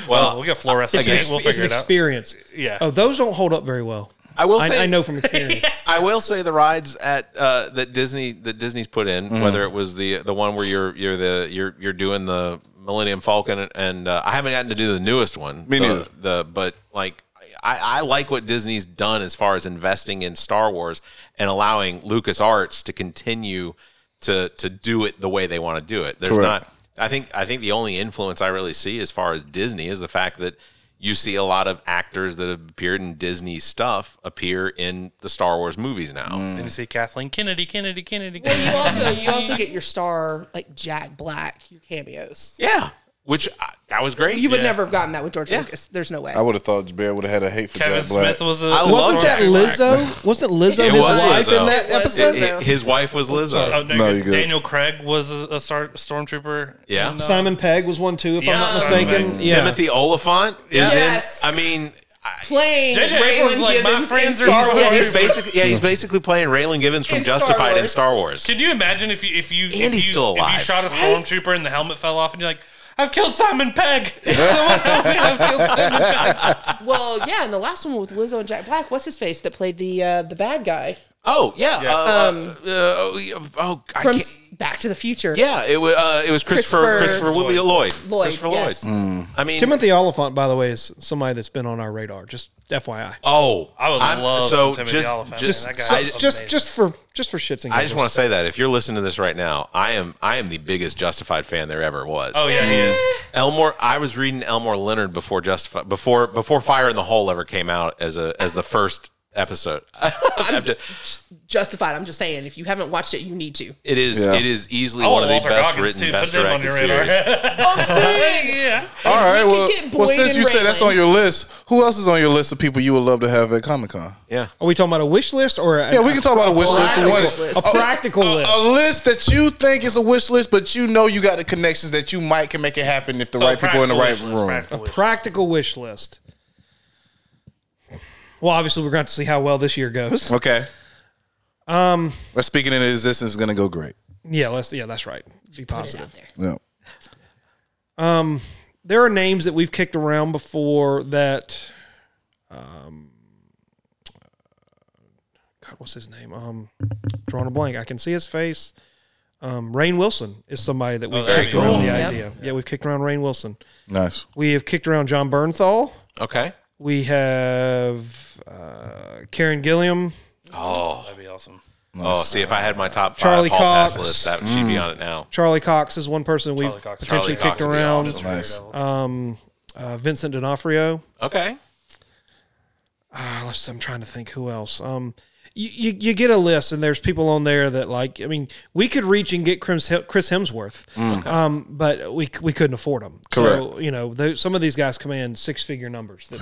[SPEAKER 7] well, we got fluorescent.
[SPEAKER 2] It's an
[SPEAKER 7] paint.
[SPEAKER 2] ex-
[SPEAKER 7] We'll
[SPEAKER 2] it's
[SPEAKER 7] figure
[SPEAKER 2] an
[SPEAKER 7] it out.
[SPEAKER 2] experience.
[SPEAKER 7] Yeah.
[SPEAKER 2] Oh, those don't hold up very well.
[SPEAKER 1] I will
[SPEAKER 2] I,
[SPEAKER 1] say.
[SPEAKER 2] I know from experience.
[SPEAKER 1] I will say the rides at uh, that Disney that Disney's put in, whether it was the the one where you're you're the you're you're doing the Millennium Falcon, and, uh, I haven't gotten to do the newest one.
[SPEAKER 4] Me
[SPEAKER 1] the,
[SPEAKER 4] neither.
[SPEAKER 1] The but like. I, I like what Disney's done as far as investing in Star Wars and allowing LucasArts to continue to to do it the way they want to do it. There's
[SPEAKER 4] Correct.
[SPEAKER 1] not I think I think the only influence I really see as far as Disney is the fact that you see a lot of actors that have appeared in Disney stuff appear in the Star Wars movies now.
[SPEAKER 7] Then you see Kathleen Kennedy, Kennedy, Kennedy.
[SPEAKER 5] Well, you also
[SPEAKER 7] Kennedy.
[SPEAKER 5] you also get your star like Jack Black, your cameos.
[SPEAKER 1] Yeah, which I, that was great.
[SPEAKER 5] You would
[SPEAKER 1] Yeah.
[SPEAKER 5] never have gotten that with George Lucas. There's no way.
[SPEAKER 4] I would have thought Bear would have had a hate for
[SPEAKER 7] Kevin
[SPEAKER 4] Jack Black.
[SPEAKER 7] Smith was a. Oh,
[SPEAKER 1] I love
[SPEAKER 2] Wasn't that Lizzo? Wasn't Lizzo
[SPEAKER 1] It
[SPEAKER 2] his
[SPEAKER 1] was
[SPEAKER 2] wife
[SPEAKER 1] Lizzo.
[SPEAKER 2] in that
[SPEAKER 5] It was
[SPEAKER 2] episode?
[SPEAKER 5] Lizzo.
[SPEAKER 1] It- his wife was
[SPEAKER 7] Oh,
[SPEAKER 1] Lizzo.
[SPEAKER 7] no,
[SPEAKER 4] No,
[SPEAKER 7] you-
[SPEAKER 4] you're good.
[SPEAKER 7] Daniel Craig was a, a star, stormtrooper.
[SPEAKER 1] Yeah.
[SPEAKER 7] in, uh,
[SPEAKER 2] Simon Pegg was one too, if I'm
[SPEAKER 7] Yeah,
[SPEAKER 2] not
[SPEAKER 7] Simon
[SPEAKER 2] mistaken.
[SPEAKER 7] Pegg.
[SPEAKER 2] Yeah.
[SPEAKER 1] Timothy Oliphant is
[SPEAKER 5] Yes.
[SPEAKER 1] in. I mean, I-
[SPEAKER 5] Playing
[SPEAKER 7] J.J. Abrams
[SPEAKER 5] Raylan
[SPEAKER 7] like, my
[SPEAKER 5] Givens
[SPEAKER 7] friends
[SPEAKER 5] in
[SPEAKER 7] are
[SPEAKER 5] Star
[SPEAKER 7] Star
[SPEAKER 5] Wars.
[SPEAKER 7] Wars.
[SPEAKER 1] he's basically yeah, he's basically playing Raylan Givens from
[SPEAKER 5] In Star
[SPEAKER 1] Justified in
[SPEAKER 5] Wars.
[SPEAKER 1] Star Wars.
[SPEAKER 7] Can you imagine if you if you if
[SPEAKER 1] Andy's
[SPEAKER 7] you,
[SPEAKER 1] still
[SPEAKER 7] If you
[SPEAKER 1] alive,
[SPEAKER 7] shot a stormtrooper and the helmet fell off, and you're like, "I've killed Simon Pegg." Someone help me, I've killed Simon Pegg.
[SPEAKER 5] Well, yeah, and the last one with Lizzo and Jack Black, what's his face that played the uh, the bad guy
[SPEAKER 1] Oh yeah. Uh, uh, oh, yeah,
[SPEAKER 7] Um,
[SPEAKER 1] oh, I
[SPEAKER 5] from
[SPEAKER 1] can't.
[SPEAKER 5] S- Back to the Future?
[SPEAKER 1] Yeah, it was. Uh, it was Christopher
[SPEAKER 5] Christopher-
[SPEAKER 1] Christopher Woodley Lloyd.
[SPEAKER 5] Lloyd,
[SPEAKER 1] Christopher
[SPEAKER 5] yes.
[SPEAKER 1] Lloyd. Mm. I mean,
[SPEAKER 2] Timothy Oliphant, by the way, is somebody that's been on our radar. Just FYI.
[SPEAKER 1] Oh,
[SPEAKER 7] I would
[SPEAKER 1] I'm-
[SPEAKER 7] love
[SPEAKER 1] so
[SPEAKER 7] some Timothy
[SPEAKER 1] just,
[SPEAKER 7] Oliphant.
[SPEAKER 1] Just,
[SPEAKER 7] Man, that
[SPEAKER 2] So,
[SPEAKER 7] guy is
[SPEAKER 2] just,
[SPEAKER 7] amazing.
[SPEAKER 2] just for just for shits and giggles.
[SPEAKER 1] I just want to say that if you're listening to this right now, I am I am the biggest Justified fan there ever was.
[SPEAKER 7] Oh yeah, he is.
[SPEAKER 1] Elmore. I was reading Elmore Leonard before Justified before before Fire in the Hole ever came out as a as the first episode. I'm just-
[SPEAKER 5] Justified. I'm just saying, if you haven't watched it, you need to.
[SPEAKER 1] it is
[SPEAKER 4] Yeah.
[SPEAKER 1] it is easily
[SPEAKER 7] I
[SPEAKER 1] one
[SPEAKER 7] want
[SPEAKER 1] of the
[SPEAKER 7] Walter
[SPEAKER 1] best
[SPEAKER 7] Goggins,
[SPEAKER 1] written,
[SPEAKER 7] too.
[SPEAKER 1] best
[SPEAKER 7] Put them on
[SPEAKER 1] directed
[SPEAKER 7] your
[SPEAKER 1] series.
[SPEAKER 7] radar.
[SPEAKER 5] Oh, see?
[SPEAKER 7] yeah.
[SPEAKER 4] All right.
[SPEAKER 5] we
[SPEAKER 4] Well,
[SPEAKER 5] could get
[SPEAKER 4] well,
[SPEAKER 5] Boyd
[SPEAKER 4] since
[SPEAKER 5] and
[SPEAKER 4] you said that's on
[SPEAKER 5] Raylan.
[SPEAKER 4] your list, who else is on your list of people you would love to have at Comic Con?
[SPEAKER 1] Yeah.
[SPEAKER 2] Are we talking about a wish list or a,
[SPEAKER 4] Yeah, we can talk about a wish list.
[SPEAKER 5] practical
[SPEAKER 4] What-
[SPEAKER 5] list.
[SPEAKER 2] a practical
[SPEAKER 4] a,
[SPEAKER 2] list?
[SPEAKER 4] a list that you think is a wish list, but you know you got the connections that you might can make it happen if the right people in the right room.
[SPEAKER 2] practical wish list. Well, obviously, we're going to see how well this year goes.
[SPEAKER 4] Okay. Um, but speaking into existence is gonna go great.
[SPEAKER 2] Yeah, let's. Yeah, that's right. Be positive.
[SPEAKER 4] Yeah.
[SPEAKER 2] There are names that we've kicked around before that. Um, God, what's his name? Um, drawing a blank. I can see his face. Um, Rain Wilson is somebody that
[SPEAKER 1] Oh,
[SPEAKER 2] we've
[SPEAKER 7] that'd
[SPEAKER 2] kicked
[SPEAKER 7] be
[SPEAKER 2] around
[SPEAKER 7] cool.
[SPEAKER 2] the
[SPEAKER 5] Yep.
[SPEAKER 2] idea. Yeah, we've kicked around Rain Wilson.
[SPEAKER 4] Nice.
[SPEAKER 2] We have kicked around John Bernthal.
[SPEAKER 1] Okay.
[SPEAKER 2] We have uh, Karen Gilliam.
[SPEAKER 1] Oh,
[SPEAKER 7] That'd be awesome.
[SPEAKER 1] oh. See, if I had my top five
[SPEAKER 2] Charlie
[SPEAKER 1] Hall Pass
[SPEAKER 2] Cox.
[SPEAKER 1] list, that she'd
[SPEAKER 4] Mm.
[SPEAKER 1] be on it now.
[SPEAKER 2] Charlie Cox is one person we've
[SPEAKER 7] Charlie Cox.
[SPEAKER 2] potentially
[SPEAKER 1] Charlie Cox
[SPEAKER 2] kicked
[SPEAKER 1] would be
[SPEAKER 2] around.
[SPEAKER 1] awesome.
[SPEAKER 4] Nice.
[SPEAKER 2] Um, uh, Vincent D'Onofrio.
[SPEAKER 1] Okay.
[SPEAKER 2] Ah, let's, I'm trying to think who else. Um, you, you, you get a list, and there's people on there that like. I mean, we could reach and get Chris Hem- Chris Hemsworth, um, but we c- we couldn't afford them. So
[SPEAKER 4] Mm. Correct.
[SPEAKER 2] you know, those, some of these guys command six figure numbers. That,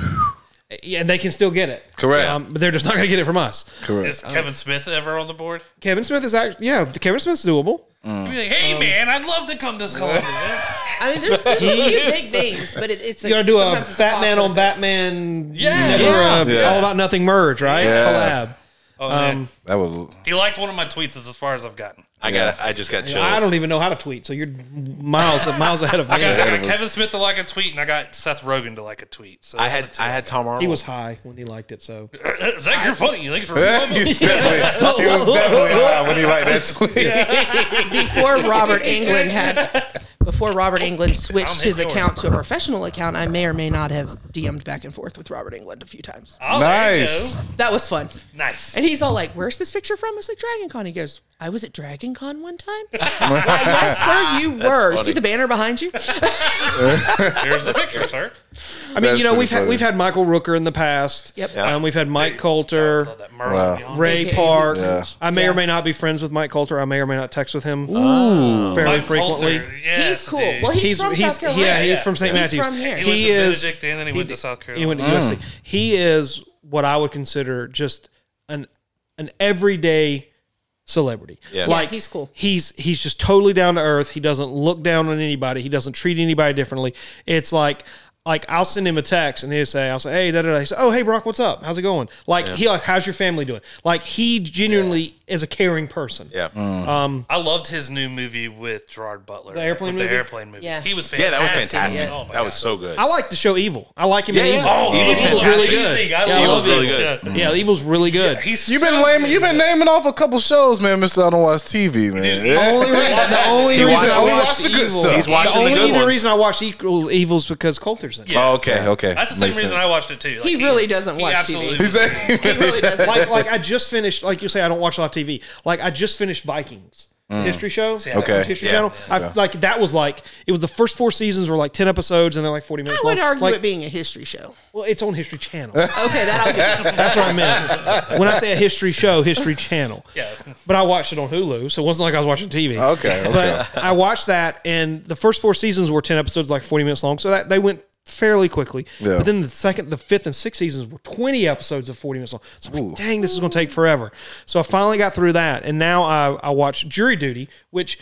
[SPEAKER 2] yeah, and they can still get it.
[SPEAKER 4] Correct.
[SPEAKER 2] Um, but they're just not going to get it from us.
[SPEAKER 4] Correct.
[SPEAKER 7] Is Kevin Smith ever on the board?
[SPEAKER 2] Kevin Smith is actually yeah. Kevin Smith's doable.
[SPEAKER 4] uh,
[SPEAKER 7] He'd be like, hey,
[SPEAKER 4] um,
[SPEAKER 7] man, I'd love to come this Columbus. man."
[SPEAKER 5] I mean, there's, there's a few big names, but it, it's
[SPEAKER 2] You gotta do a
[SPEAKER 5] sometimes it's
[SPEAKER 2] Batman on
[SPEAKER 5] impossible.
[SPEAKER 2] Batman,
[SPEAKER 7] Yeah.
[SPEAKER 2] never
[SPEAKER 5] Yeah.
[SPEAKER 2] uh,
[SPEAKER 4] Yeah.
[SPEAKER 2] all about nothing merge, right?
[SPEAKER 4] Yeah.
[SPEAKER 2] Collab. Um,
[SPEAKER 7] Oh, man.
[SPEAKER 4] That was
[SPEAKER 7] He liked one of my tweets. It's as far as I've gotten.
[SPEAKER 1] I got. I just got chills.
[SPEAKER 2] I don't even know how to tweet, so you're miles miles ahead of me.
[SPEAKER 7] I got, I
[SPEAKER 4] that
[SPEAKER 7] got
[SPEAKER 4] was-
[SPEAKER 7] Kevin Smith to like a tweet, and I got Seth Rogen to like a tweet. So
[SPEAKER 1] I
[SPEAKER 7] that's
[SPEAKER 1] had.
[SPEAKER 7] the two.
[SPEAKER 1] I had Tom Arnold.
[SPEAKER 2] He was high when he liked it, so
[SPEAKER 7] Zach, you're funny. Thanks for
[SPEAKER 4] he was definitely, he was definitely high when he liked that tweet.
[SPEAKER 5] before Robert England had before Robert England switched his
[SPEAKER 7] ignoring
[SPEAKER 5] account to a professional account, I may or may not have DM'd back and forth with Robert England a few times.
[SPEAKER 7] Oh, there you
[SPEAKER 4] Nice.
[SPEAKER 7] go.
[SPEAKER 5] That was fun.
[SPEAKER 7] Nice.
[SPEAKER 5] And he's all like, Where's this picture from? I was like, Dragon Con. He goes, I was at Dragon Con one time. Like, yes, sir, you were.
[SPEAKER 1] funny.
[SPEAKER 5] See the banner behind you?
[SPEAKER 7] Here's the picture, sir.
[SPEAKER 2] I mean,
[SPEAKER 4] That's
[SPEAKER 2] you know,
[SPEAKER 4] pretty
[SPEAKER 2] we've had
[SPEAKER 4] funny.
[SPEAKER 2] we've had Michael Rooker in the past.
[SPEAKER 5] Yep. Yeah.
[SPEAKER 2] Um, we've had Mike Coulter,
[SPEAKER 7] Love that Merlin.
[SPEAKER 4] Wow.
[SPEAKER 7] Beyond.
[SPEAKER 2] Ray
[SPEAKER 5] AKA.
[SPEAKER 2] Park.
[SPEAKER 4] Yeah.
[SPEAKER 2] I may or may not be friends with Mike Coulter. I may or may not text with him fairly
[SPEAKER 7] Mike
[SPEAKER 2] frequently.
[SPEAKER 7] Coulter. Yes,
[SPEAKER 5] he's cool.
[SPEAKER 7] dude.
[SPEAKER 5] Well, he's,
[SPEAKER 2] He's
[SPEAKER 5] from
[SPEAKER 2] he's
[SPEAKER 5] South Carolina.
[SPEAKER 2] yeah he's from St.
[SPEAKER 5] He's
[SPEAKER 2] Matthews.
[SPEAKER 5] from here.
[SPEAKER 7] he,
[SPEAKER 5] He
[SPEAKER 7] went
[SPEAKER 2] He
[SPEAKER 7] to
[SPEAKER 2] is
[SPEAKER 7] Benedict and then he, went to South Carolina.
[SPEAKER 2] He went to
[SPEAKER 1] Mm.
[SPEAKER 2] USC. He is what I would consider just an an everyday celebrity.
[SPEAKER 1] Yeah.
[SPEAKER 2] Like
[SPEAKER 5] Yeah, he's cool.
[SPEAKER 2] He's he's just totally down to earth. He doesn't look down on anybody. He doesn't treat anybody differently. It's like like I'll send him a text and he'll say, I'll say, hey, da da da. He says, Oh, hey Brock, what's up? How's it going? Like he like, how's your family doing? Like he genuinely is a caring person.
[SPEAKER 1] Yeah.
[SPEAKER 4] Mm.
[SPEAKER 7] I loved his new movie with Gerard Butler.
[SPEAKER 2] The airplane
[SPEAKER 7] With
[SPEAKER 2] movie?
[SPEAKER 7] The airplane movie.
[SPEAKER 5] Yeah.
[SPEAKER 7] He was
[SPEAKER 1] Yeah.
[SPEAKER 7] fantastic.
[SPEAKER 1] That was fantastic.
[SPEAKER 7] Oh, my
[SPEAKER 1] that was
[SPEAKER 7] God.
[SPEAKER 1] so good.
[SPEAKER 2] I like the show Evil. I like him in
[SPEAKER 1] Yeah, yeah.
[SPEAKER 2] Evil.
[SPEAKER 7] Oh,
[SPEAKER 1] He
[SPEAKER 7] he
[SPEAKER 1] was
[SPEAKER 7] was
[SPEAKER 1] fantastic.
[SPEAKER 7] really good.
[SPEAKER 2] Yeah,
[SPEAKER 7] I
[SPEAKER 2] I
[SPEAKER 7] love
[SPEAKER 2] love
[SPEAKER 7] really
[SPEAKER 1] him.
[SPEAKER 7] good.
[SPEAKER 2] Yeah, Evil's really good.
[SPEAKER 7] He's
[SPEAKER 4] You've been
[SPEAKER 7] so
[SPEAKER 4] lame, you've
[SPEAKER 7] good.
[SPEAKER 4] been naming off a couple shows, man, Mister I don't watch TV, man. Yeah.
[SPEAKER 2] only re- the only
[SPEAKER 4] He
[SPEAKER 2] reason
[SPEAKER 4] watched-
[SPEAKER 2] I
[SPEAKER 4] he
[SPEAKER 2] watched
[SPEAKER 4] watched the good
[SPEAKER 2] Evil-
[SPEAKER 4] stuff.
[SPEAKER 1] He's watching
[SPEAKER 2] the only
[SPEAKER 1] the good
[SPEAKER 2] even
[SPEAKER 1] ones.
[SPEAKER 2] reason I watch Equal Evil is because Coulter's in it.
[SPEAKER 4] Oh, okay, okay.
[SPEAKER 7] That's the same
[SPEAKER 4] Makes
[SPEAKER 7] reason
[SPEAKER 4] sense.
[SPEAKER 7] I watched it too. Like,
[SPEAKER 5] He really doesn't watch TV.
[SPEAKER 7] absolutely-
[SPEAKER 4] He said he
[SPEAKER 5] he really doesn't.
[SPEAKER 2] Like, like I just finished. Like you say, I don't watch a lot of TV. Like I just finished Vikings the history show.
[SPEAKER 7] I don't
[SPEAKER 4] Okay. watch
[SPEAKER 2] History
[SPEAKER 1] Yeah.
[SPEAKER 2] Channel. I like that was like it was the first four seasons were like ten episodes and they're like forty
[SPEAKER 5] I
[SPEAKER 2] minutes long.
[SPEAKER 5] would argue
[SPEAKER 2] like,
[SPEAKER 5] it being a history show.
[SPEAKER 2] well, it's on History Channel.
[SPEAKER 5] Okay, that I'll give you.
[SPEAKER 2] That's what I meant. When I say a history show, History Channel.
[SPEAKER 7] Yeah.
[SPEAKER 2] But I watched it on Hulu, so it wasn't like I was watching TV.
[SPEAKER 4] Okay, okay.
[SPEAKER 2] But I watched that, and the first four seasons were ten episodes, like forty minutes long. So that they went fairly quickly.
[SPEAKER 4] Yeah.
[SPEAKER 2] But then the second, the fifth, and sixth seasons were twenty episodes of forty minutes long. So I'm like, dang, this is going to take forever. So I finally got through that, and now I, I watch Jury Duty. Which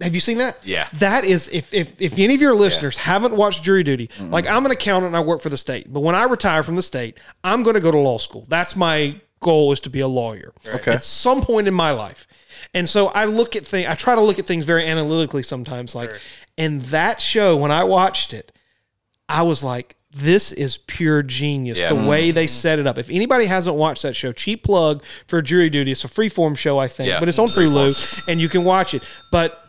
[SPEAKER 2] have you seen that?
[SPEAKER 1] Yeah.
[SPEAKER 2] That is, if if, if any of your listeners haven't watched jury duty, like I'm an accountant and I work for the state, but when I retire from the state, I'm going to go to law school. That's my goal is to be a lawyer
[SPEAKER 4] Okay.
[SPEAKER 2] at some point in my life. And so I look at things, I try to look at things very analytically sometimes. Like, and that show, when I watched it, I was like, this is pure genius.
[SPEAKER 1] Yeah. Mm-hmm.
[SPEAKER 2] The way they set it up. If anybody hasn't watched that show, cheap plug for Jury Duty. It's a freeform show, I think,
[SPEAKER 1] Yeah.
[SPEAKER 2] but it's on Hulu and you can watch it. But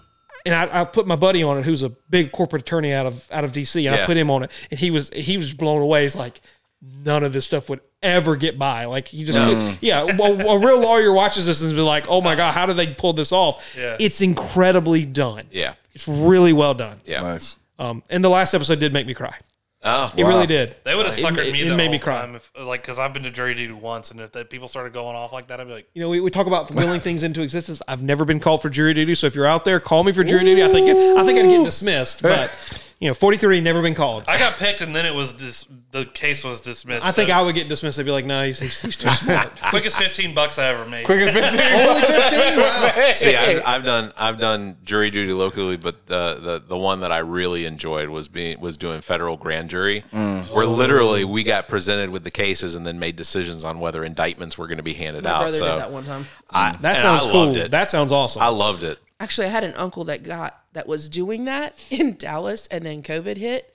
[SPEAKER 2] and I, I put my buddy on it, who's a big corporate attorney out of out of DC, and
[SPEAKER 1] Yeah.
[SPEAKER 2] I put him on it, and he was he was blown away. He's like, none of this stuff would ever get by. Like he just, yeah. Well, a real lawyer watches this and be like, oh my god, how did they pull this off?
[SPEAKER 7] Yeah.
[SPEAKER 2] It's incredibly done.
[SPEAKER 1] Yeah.
[SPEAKER 2] It's really well done.
[SPEAKER 1] Yeah.
[SPEAKER 4] Nice.
[SPEAKER 2] Um, and the last episode did make me cry.
[SPEAKER 1] Oh,
[SPEAKER 2] It really did.
[SPEAKER 7] They would have suckered
[SPEAKER 2] ma-
[SPEAKER 7] me.
[SPEAKER 2] it
[SPEAKER 7] the
[SPEAKER 2] made
[SPEAKER 7] whole
[SPEAKER 2] me cry.
[SPEAKER 7] Time if, like, because I've been to jury duty once, and if that people started going off like that, I'd be like,
[SPEAKER 2] You know, we, we talk about willing things into existence. I've never been called for jury duty, so if you're out there, call me for jury duty. I think it, I think I'd get dismissed. But you know, 43 never been called.
[SPEAKER 7] I got picked, and then it was dis- the case was dismissed.
[SPEAKER 2] I think
[SPEAKER 7] So,
[SPEAKER 2] I would get dismissed. I'd be like, no, he's, he's, he's too smart.
[SPEAKER 7] quickest fifteen bucks I ever made.
[SPEAKER 4] Quick and 15.
[SPEAKER 2] Only 15? Wow.
[SPEAKER 1] See, I've, I've done I've done jury duty locally, but the, the the one that I really enjoyed was being was doing federal grand jury,
[SPEAKER 4] Mm.
[SPEAKER 1] where literally we got presented with the cases and then made decisions on whether indictments were going to be handed
[SPEAKER 5] My
[SPEAKER 1] out.
[SPEAKER 5] brother
[SPEAKER 1] so
[SPEAKER 5] did that one time.
[SPEAKER 1] I,
[SPEAKER 2] That
[SPEAKER 1] and
[SPEAKER 2] sounds
[SPEAKER 1] I
[SPEAKER 2] cool.
[SPEAKER 1] Loved it.
[SPEAKER 2] That sounds awesome.
[SPEAKER 1] I loved it.
[SPEAKER 5] actually I had an uncle that got that was doing that in Dallas and then COVID hit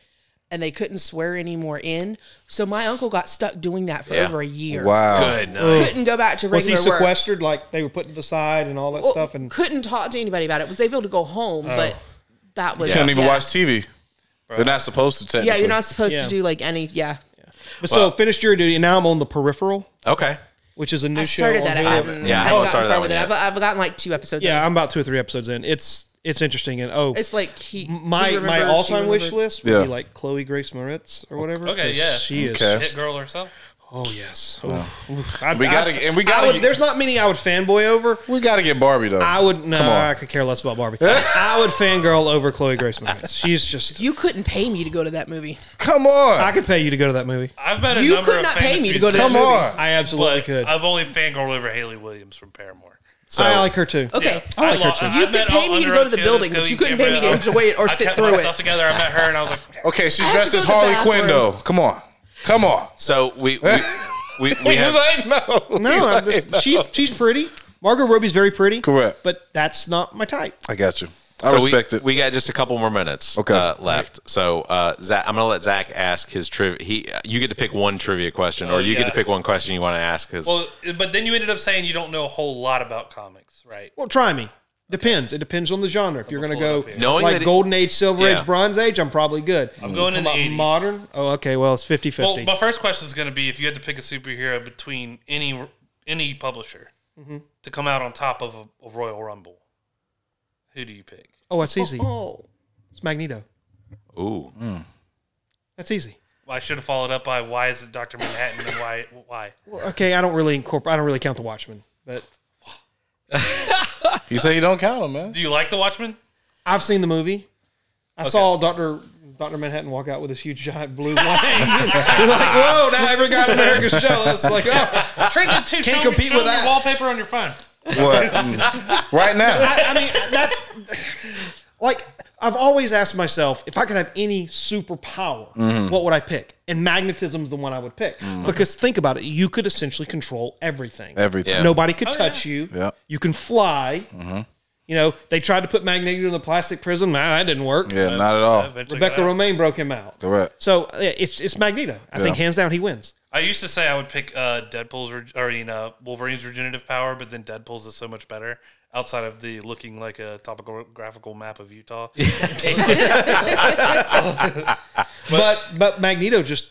[SPEAKER 5] and they couldn't swear anymore in. So my uncle got stuck doing that for
[SPEAKER 1] Yeah.
[SPEAKER 5] over a year.
[SPEAKER 4] Wow.
[SPEAKER 1] Good. night.
[SPEAKER 5] Couldn't go back to
[SPEAKER 2] was he
[SPEAKER 5] regular work.
[SPEAKER 2] sequestered? Like they were put to the side and all that
[SPEAKER 5] Well,
[SPEAKER 2] stuff. And Oh.
[SPEAKER 5] couldn't talk to anybody about it. Was able to go home, but that was
[SPEAKER 4] Couldn't even
[SPEAKER 5] yeah.
[SPEAKER 4] watch TV. They're not supposed to. Technically.
[SPEAKER 5] Yeah, you're not supposed
[SPEAKER 2] Yeah.
[SPEAKER 5] to do like any yeah.
[SPEAKER 2] but so finished jury duty, and now I'm on the peripheral,
[SPEAKER 1] Okay.
[SPEAKER 2] which is a new
[SPEAKER 5] I started
[SPEAKER 2] show. on
[SPEAKER 5] that. I
[SPEAKER 2] Hulu.
[SPEAKER 5] haven't,
[SPEAKER 1] Yeah, I
[SPEAKER 5] I
[SPEAKER 1] haven't
[SPEAKER 5] haven't
[SPEAKER 1] started
[SPEAKER 5] gotten
[SPEAKER 1] that
[SPEAKER 5] far with it.
[SPEAKER 1] one
[SPEAKER 5] I've, I've gotten like two episodes. in.
[SPEAKER 2] Yeah, I'm about two or three episodes in. It's it's interesting and oh,
[SPEAKER 5] It's like he
[SPEAKER 2] my my
[SPEAKER 5] he remembers, she
[SPEAKER 2] all time wish
[SPEAKER 5] remembered.
[SPEAKER 2] list would
[SPEAKER 4] Yeah.
[SPEAKER 2] be like Chloe Grace Moritz or whatever.
[SPEAKER 7] Okay,
[SPEAKER 2] 'cause
[SPEAKER 7] yeah.
[SPEAKER 2] she is.
[SPEAKER 4] Okay.
[SPEAKER 7] Hit girl herself.
[SPEAKER 2] Oh yes. Oof. I-
[SPEAKER 4] We
[SPEAKER 2] I-
[SPEAKER 4] gotta- and we
[SPEAKER 2] I
[SPEAKER 4] gotta-
[SPEAKER 2] would- there's not many I would fanboy over.
[SPEAKER 4] We got to get Barbie though.
[SPEAKER 2] I would no.
[SPEAKER 4] Come on.
[SPEAKER 2] I could care less about Barbie. I would fangirl over Chloe Grace Moritz. She's just.
[SPEAKER 5] You couldn't pay me to go to that movie.
[SPEAKER 4] Come on.
[SPEAKER 2] I could pay you to go to that movie.
[SPEAKER 7] I've met a
[SPEAKER 5] You
[SPEAKER 7] number
[SPEAKER 5] could
[SPEAKER 7] of
[SPEAKER 5] not
[SPEAKER 7] famous
[SPEAKER 5] pay me to go to
[SPEAKER 7] musicians,
[SPEAKER 4] Come on.
[SPEAKER 2] I absolutely
[SPEAKER 7] but
[SPEAKER 2] could.
[SPEAKER 7] I've only fangirled over Haley Williams from Paramore.
[SPEAKER 2] I like her too.
[SPEAKER 5] Okay.
[SPEAKER 2] I like her
[SPEAKER 7] lo-
[SPEAKER 2] too.
[SPEAKER 7] I
[SPEAKER 5] You could
[SPEAKER 7] met
[SPEAKER 5] pay
[SPEAKER 7] all
[SPEAKER 5] me to
[SPEAKER 7] under
[SPEAKER 5] go to the
[SPEAKER 7] Achilles
[SPEAKER 5] building, but
[SPEAKER 7] Cody
[SPEAKER 5] you couldn't pay me to
[SPEAKER 7] Gabriel.
[SPEAKER 5] enjoy it or
[SPEAKER 7] I
[SPEAKER 5] sit
[SPEAKER 7] kept
[SPEAKER 5] through
[SPEAKER 7] myself
[SPEAKER 5] it.
[SPEAKER 7] together. I met her and I was like,
[SPEAKER 4] Okay, she's
[SPEAKER 5] I have to
[SPEAKER 4] dressed
[SPEAKER 5] go
[SPEAKER 4] as
[SPEAKER 5] to the
[SPEAKER 4] Harley
[SPEAKER 5] bathroom.
[SPEAKER 4] Quinn though. Come on. Come on.
[SPEAKER 1] So we we, we, we have
[SPEAKER 4] no.
[SPEAKER 2] No, I'm just, she's she's pretty. Margot Robbie's very pretty.
[SPEAKER 4] Correct.
[SPEAKER 2] But that's not my type.
[SPEAKER 4] I got you. I
[SPEAKER 1] so
[SPEAKER 4] respect
[SPEAKER 1] we,
[SPEAKER 4] it.
[SPEAKER 1] we got just a couple more minutes
[SPEAKER 4] Okay.
[SPEAKER 1] uh, left. So uh, Zach, I'm gonna let Zach ask his trivia. He you get to pick one trivia question,
[SPEAKER 5] Oh,
[SPEAKER 1] or you get
[SPEAKER 7] yeah.
[SPEAKER 1] to pick one question you want to ask. His
[SPEAKER 7] well, but then you ended up saying you don't know a whole lot about comics, right?
[SPEAKER 2] Well, try me. Depends. It depends on the genre. If you're going to
[SPEAKER 7] pull it
[SPEAKER 2] go
[SPEAKER 7] up here.
[SPEAKER 1] Knowing that
[SPEAKER 2] like
[SPEAKER 1] it-
[SPEAKER 2] Golden Age, Silver
[SPEAKER 1] Yeah.
[SPEAKER 2] Age, Bronze Age, I'm probably good.
[SPEAKER 7] I'm Mm. going in the
[SPEAKER 2] About
[SPEAKER 7] 80s.
[SPEAKER 2] modern. Oh, okay. Well, it's 50
[SPEAKER 7] Well,
[SPEAKER 2] 50.
[SPEAKER 7] my first question is going to be if you had to pick a superhero between any any publisher
[SPEAKER 5] Mm-hmm.
[SPEAKER 7] to come out on top of a, a Royal Rumble, who do you pick?
[SPEAKER 2] oh, that's easy.
[SPEAKER 5] Oh,
[SPEAKER 2] It's Magneto.
[SPEAKER 1] ooh,
[SPEAKER 4] Mm.
[SPEAKER 2] That's easy.
[SPEAKER 7] Well, I should have followed up by why is it Doctor Manhattan and why why?
[SPEAKER 2] Well, okay. I don't really incorporate. I don't really count the Watchmen, but
[SPEAKER 4] you say you don't count them, man.
[SPEAKER 7] Do you like the Watchmen?
[SPEAKER 2] I've seen the movie. I saw Doctor Doctor Manhattan walk out with this huge giant blue wang. You're like, whoa! Now every guy in America's jealous. Like, oh,
[SPEAKER 7] Trade the two.
[SPEAKER 2] Can't
[SPEAKER 7] show me-
[SPEAKER 2] compete
[SPEAKER 7] show
[SPEAKER 2] with
[SPEAKER 7] me
[SPEAKER 2] that.
[SPEAKER 7] Your wallpaper on your phone.
[SPEAKER 4] What? Mm. right now.
[SPEAKER 2] I mean, that's like I've always asked myself if I could have any superpower, what would I pick? And magnetism's the one I would pick because think about it, you could essentially control everything.
[SPEAKER 4] Everything.
[SPEAKER 2] Nobody
[SPEAKER 7] Oh,
[SPEAKER 2] could touch you.
[SPEAKER 4] Yeah.
[SPEAKER 2] You can fly. You know, they tried to put Magneto in the plastic prison. Nah, that didn't work.
[SPEAKER 4] Yeah, not at all.
[SPEAKER 7] Eventually
[SPEAKER 2] Rebecca
[SPEAKER 7] got out.
[SPEAKER 2] Romaine broke him out.
[SPEAKER 4] Correct.
[SPEAKER 2] So yeah, it's it's Magneto. I think hands down he wins.
[SPEAKER 7] I used to say I would pick uh, Deadpool's reg- or you know Wolverine's regenerative power, but then Deadpool's is so much better outside of the looking like a topographical map of Utah.
[SPEAKER 2] But but Magneto just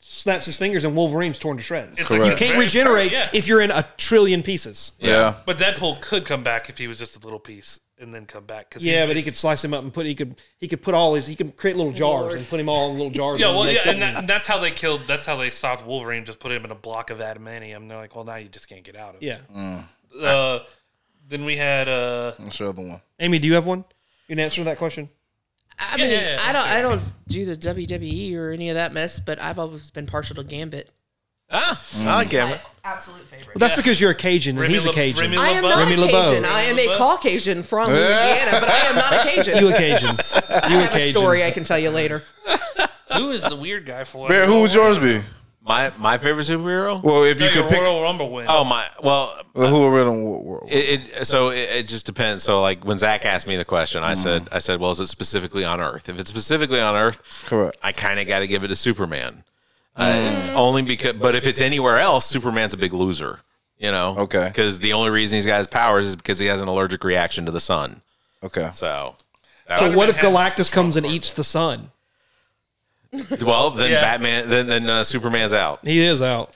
[SPEAKER 2] snaps his fingers and Wolverine's torn to shreds.
[SPEAKER 7] It's
[SPEAKER 4] Correct.
[SPEAKER 7] it's
[SPEAKER 2] Can't
[SPEAKER 7] very-
[SPEAKER 2] regenerate
[SPEAKER 7] yeah.
[SPEAKER 2] if you're in a trillion pieces.
[SPEAKER 4] Yeah.
[SPEAKER 7] But Deadpool could come back if he was just a little piece and then come back. Cause
[SPEAKER 2] Yeah,
[SPEAKER 7] he's-
[SPEAKER 2] but he could slice him up and put he could he could put all his he could create little jars and put him all in little jars.
[SPEAKER 7] yeah,
[SPEAKER 2] and
[SPEAKER 7] well,
[SPEAKER 2] make
[SPEAKER 7] yeah, and,
[SPEAKER 2] them-
[SPEAKER 7] that, and that's how they killed. That's how they stopped Wolverine. Just put him in a block of adamantium. They're like, well, now you just can't get out of it.
[SPEAKER 2] yeah.
[SPEAKER 7] Yeah. Uh, then we had uh,
[SPEAKER 4] What's your other one?
[SPEAKER 2] Amy, do you have one? You can answer that question.
[SPEAKER 5] I mean,
[SPEAKER 7] yeah, yeah,
[SPEAKER 5] I don't, I don't do the WWE or any of that mess, but I've always been partial to Gambit.
[SPEAKER 1] ah, I like Cameron.
[SPEAKER 5] Absolute favorite.
[SPEAKER 2] Well, that's because you're a Cajun and
[SPEAKER 7] Remy
[SPEAKER 2] he's a
[SPEAKER 7] Le-
[SPEAKER 2] Cajun.
[SPEAKER 7] Remy
[SPEAKER 5] I am
[SPEAKER 7] LeBeau.
[SPEAKER 5] not
[SPEAKER 2] Remy
[SPEAKER 5] a Cajun.
[SPEAKER 2] LeBeau.
[SPEAKER 5] I am a Caucasian from Louisiana, but I am not a Cajun.
[SPEAKER 2] you a Cajun. You
[SPEAKER 5] I
[SPEAKER 2] a
[SPEAKER 5] have a
[SPEAKER 2] Cajun.
[SPEAKER 5] story I can tell you later.
[SPEAKER 7] Who is the weird guy for?
[SPEAKER 4] Bear, who would yours be?
[SPEAKER 1] My my favorite superhero.
[SPEAKER 4] Well, if you
[SPEAKER 7] You
[SPEAKER 4] could pick,
[SPEAKER 7] Royal Rumble win.
[SPEAKER 1] oh my, well,
[SPEAKER 4] well, who would win on what world?
[SPEAKER 1] It, it so it, it just depends. So like when Zach asked me the question, I said I said, well, is it specifically on Earth? If it's specifically on Earth,
[SPEAKER 4] Correct.
[SPEAKER 1] I kind of got to give it to Superman, uh, only because. But if it's anywhere else, Superman's a big loser. You know,
[SPEAKER 4] Okay.
[SPEAKER 1] Because the only reason he's got his powers is because he has an allergic reaction to the sun.
[SPEAKER 4] Okay.
[SPEAKER 1] So,
[SPEAKER 2] But what if Galactus comes and eats the sun?
[SPEAKER 1] well, then
[SPEAKER 7] Yeah.
[SPEAKER 1] Batman, then then uh, Superman's out.
[SPEAKER 2] He is out.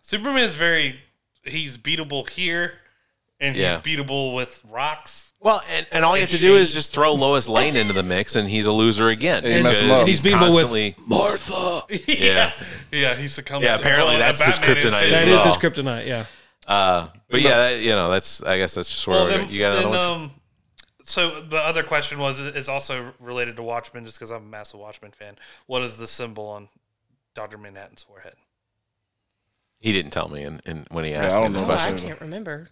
[SPEAKER 7] Superman's very. He's beatable here, and
[SPEAKER 1] Yeah.
[SPEAKER 7] he's beatable with rocks.
[SPEAKER 1] Well, and, and all you have to do is just throw Lois Lane into the mix, and he's a loser again.
[SPEAKER 4] And you mess him
[SPEAKER 1] Because
[SPEAKER 4] up.
[SPEAKER 1] He's
[SPEAKER 2] These people with-
[SPEAKER 1] constantly.
[SPEAKER 7] yeah. yeah, he succumbs.
[SPEAKER 1] Yeah,
[SPEAKER 7] to-
[SPEAKER 1] apparently
[SPEAKER 7] oh,
[SPEAKER 1] that's his
[SPEAKER 7] Batman is-
[SPEAKER 1] kryptonite as
[SPEAKER 2] That
[SPEAKER 1] well.
[SPEAKER 2] is his kryptonite. Yeah.
[SPEAKER 1] Uh, but yeah, that, you know, that's. I guess that's just where
[SPEAKER 7] Well,
[SPEAKER 1] we're
[SPEAKER 7] then,
[SPEAKER 1] you got another
[SPEAKER 7] then,
[SPEAKER 1] one.
[SPEAKER 7] um, so the other question was is also related to Watchmen, just because I'm a massive Watchmen fan. What is the symbol on Doctor Manhattan's forehead?
[SPEAKER 1] He didn't tell me, and, and when he asked
[SPEAKER 4] I
[SPEAKER 1] me
[SPEAKER 4] don't
[SPEAKER 1] the
[SPEAKER 4] know.
[SPEAKER 5] Oh, I
[SPEAKER 1] question,
[SPEAKER 5] can't remember.